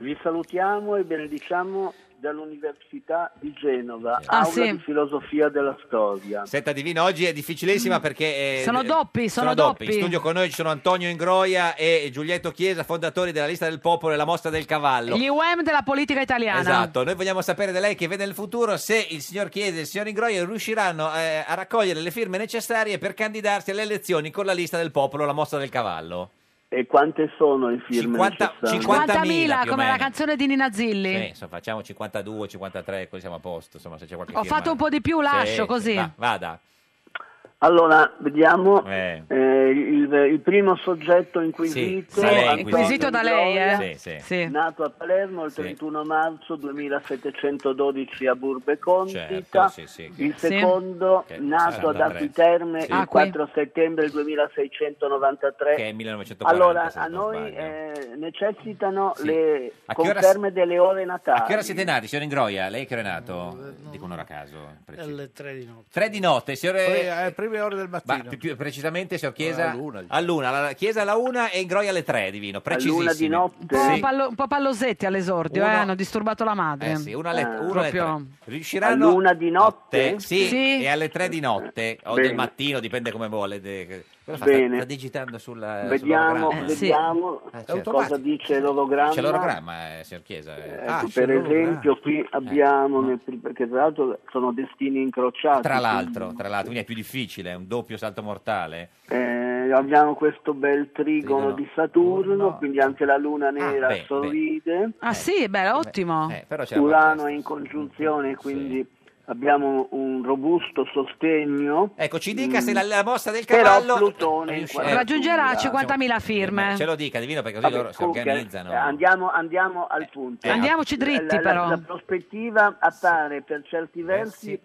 Speaker 17: Vi salutiamo e benediciamo
Speaker 18: dall'Università di Genova,
Speaker 2: Ah,
Speaker 18: aula
Speaker 2: sì.
Speaker 18: di filosofia della storia.
Speaker 3: Setta Divina oggi è difficilissima perché... eh,
Speaker 2: Sono doppi, sono doppi.
Speaker 3: In studio con noi ci sono Antonio Ingroia e Giulietto Chiesa, fondatori della Lista del Popolo e la Mostra del Cavallo.
Speaker 2: Gli UM della politica italiana.
Speaker 3: Esatto, noi vogliamo sapere da lei che vede nel futuro se il signor Chiesa e il signor Ingroia riusciranno eh, a raccogliere le firme necessarie per candidarsi alle elezioni con la lista del popolo, la mossa del cavallo.
Speaker 18: E quante sono le firme
Speaker 3: 50
Speaker 18: necessarie?
Speaker 3: 50.000 più o
Speaker 2: come la
Speaker 3: meno.
Speaker 2: canzone di Nina Zilli.
Speaker 3: Sì, insomma, facciamo 52, 53, così siamo a posto, insomma, se c'è qualche
Speaker 2: Ho
Speaker 3: firma.
Speaker 2: fatto un po' di più, lascio
Speaker 3: Sì,
Speaker 2: così.
Speaker 3: va- vada.
Speaker 18: Allora, vediamo
Speaker 3: Eh.
Speaker 18: eh, il, il primo soggetto inquisito.
Speaker 3: Sì, da lei,
Speaker 18: Antonio
Speaker 3: inquisito da lei, eh.
Speaker 18: Ingroia,
Speaker 3: Sì, sì.
Speaker 18: Nato a Palermo il 31 marzo 2712 a Burbe Condita.
Speaker 3: Certo, sì, sì.
Speaker 18: Il
Speaker 3: Sì.
Speaker 18: secondo,
Speaker 3: Che-
Speaker 18: nato ad
Speaker 3: 63.
Speaker 18: Appi Terme
Speaker 3: Sì. Ah,
Speaker 18: il
Speaker 3: qui.
Speaker 18: 4 settembre 2693.
Speaker 3: Che è 1940,
Speaker 18: Allora,
Speaker 3: se
Speaker 18: a
Speaker 3: non
Speaker 18: noi
Speaker 3: sbaglio.
Speaker 18: eh, necessitano
Speaker 3: Sì.
Speaker 18: le
Speaker 3: A che ora
Speaker 18: conferme delle ore natali.
Speaker 3: A che ora siete nati, signor Ingroia? Lei che ora è
Speaker 11: eh,
Speaker 3: nato? Dico un'ora a caso.
Speaker 11: alle tre di notte.
Speaker 3: Tre di notte, signor...
Speaker 11: Poi, eh, alle prime ore del
Speaker 3: Ma
Speaker 11: mattino.
Speaker 3: più, più precisamente, signor Chiesa?
Speaker 11: All'una.
Speaker 3: All'una, la- la Chiesa alla una e Ingroia alle tre, divino. Precisissimo.
Speaker 2: Un po', pallo- un po' pallosetti all'esordio,
Speaker 3: Uno-
Speaker 2: eh, hanno disturbato la madre.
Speaker 3: Eh sì, una alle,
Speaker 2: Eh,
Speaker 3: una alle
Speaker 2: proprio.
Speaker 3: tre. Riusciranno
Speaker 18: All'una Ah, di notte?
Speaker 3: Notte? Sì,
Speaker 18: Ah. Sì.
Speaker 3: e alle tre di notte o
Speaker 18: Bene.
Speaker 3: del mattino, dipende come vuole. De- cosa fa?
Speaker 18: Bene.
Speaker 3: Sta, sta digitando sulla
Speaker 18: Vediamo,
Speaker 3: Eh,
Speaker 2: Eh,
Speaker 3: sull'orogramma?
Speaker 18: vediamo
Speaker 3: Ah, certo.
Speaker 18: cosa dice l'orogramma.
Speaker 3: C'è l'orogramma, eh, signor Chiesa.
Speaker 18: Ah, Eh,
Speaker 3: Ah,
Speaker 18: ecco,
Speaker 3: c'è
Speaker 18: per
Speaker 3: l'orogramma.
Speaker 18: esempio
Speaker 3: Eh.
Speaker 18: qui abbiamo, nel pri- che tra l'altro sono destini incrociati.
Speaker 3: Tra l'altro, tra l'altro, quindi è più difficile, è un doppio salto mortale.
Speaker 18: quindi, eh, abbiamo questo bel trigono
Speaker 3: Trigono. Ah,
Speaker 18: di Saturno, quindi anche la luna nera
Speaker 3: beh, beh.
Speaker 18: sorride.
Speaker 2: Ah sì, beh, ottimo.
Speaker 3: eh, però c'era
Speaker 18: Urano è in congiunzione, quindi abbiamo un robusto sostegno.
Speaker 3: Ecco, ci dica
Speaker 18: Mm.
Speaker 3: se la, la mossa del
Speaker 18: Però
Speaker 3: cavallo
Speaker 18: Plutone in
Speaker 3: riuscirà-
Speaker 2: Raggiungerà
Speaker 3: Eh,
Speaker 2: 50.000 firme.
Speaker 3: Ce lo dica, divino, perché così
Speaker 18: Vabbè,
Speaker 3: loro si
Speaker 18: comunque, eh,
Speaker 3: organizzano.
Speaker 18: Andiamo, andiamo al punto.
Speaker 3: eh, Andiamoci
Speaker 2: dritti,
Speaker 18: La- la-
Speaker 2: però.
Speaker 18: La, prospettiva appare per
Speaker 3: Eh,
Speaker 18: certi versi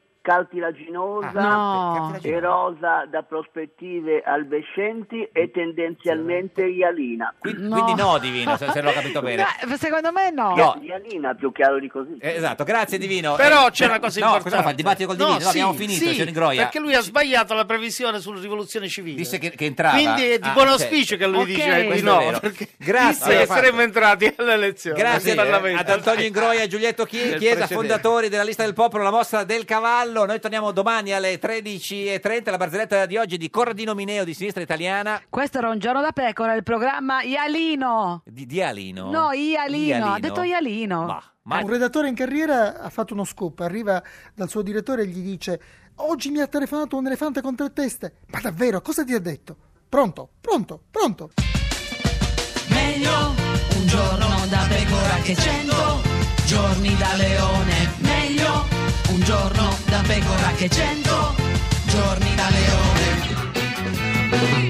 Speaker 18: caltilaginosa,
Speaker 2: Ah, no. caltilaginosa.
Speaker 18: erosa da prospettive albescenti e tendenzialmente ialina.
Speaker 3: Quindi no, divino, se, se l'ho capito certo, bene.
Speaker 2: Eh, Secondo me no.
Speaker 3: No.
Speaker 18: Ialina più chiaro di così.
Speaker 3: Eh, Esatto, grazie divino.
Speaker 11: Però
Speaker 3: Eh,
Speaker 11: c'è una cosa
Speaker 3: no,
Speaker 11: importante.
Speaker 3: cosa fa il dibattito col divino? No,
Speaker 11: sì,
Speaker 3: abbiamo finito,
Speaker 11: sì,
Speaker 3: signor Ingroia.
Speaker 11: Perché lui ha sbagliato la previsione sulla rivoluzione civile.
Speaker 3: Disse che, che entrava.
Speaker 11: Quindi è di
Speaker 3: Ah,
Speaker 11: buon
Speaker 3: certo.
Speaker 11: auspicio che lui
Speaker 3: Ok.
Speaker 11: dice di
Speaker 3: Questo è
Speaker 11: no,
Speaker 3: vero.
Speaker 11: perché
Speaker 3: Grazie.
Speaker 11: disse che
Speaker 3: Allora,
Speaker 11: saremmo entrati alle elezioni.
Speaker 3: Grazie
Speaker 11: al Parlamento.
Speaker 3: ad Antonio Ingroia e Giulietto Chi-
Speaker 11: Del
Speaker 3: Chiesa,
Speaker 11: precedente.
Speaker 3: fondatori della Lista del Popolo, la mossa del cavallo. Noi torniamo domani alle 13.30. La barzelletta di oggi di Corradino Mineo di Sinistra Italiana.
Speaker 2: Questo era un giorno da pecora, il programma Ialino.
Speaker 3: Di, di Alino?
Speaker 2: No, Ialino, ha detto Ialino.
Speaker 19: Un redattore in carriera ha fatto uno scoop, arriva dal suo direttore e gli dice «Oggi mi ha telefonato un elefante con tre teste». «Ma davvero? Cosa ti ha detto?» «Pronto, pronto, pronto».
Speaker 20: Meglio un giorno da pecora che cento giorni da leone. Meglio un giorno da pecora che cento giorni da leone.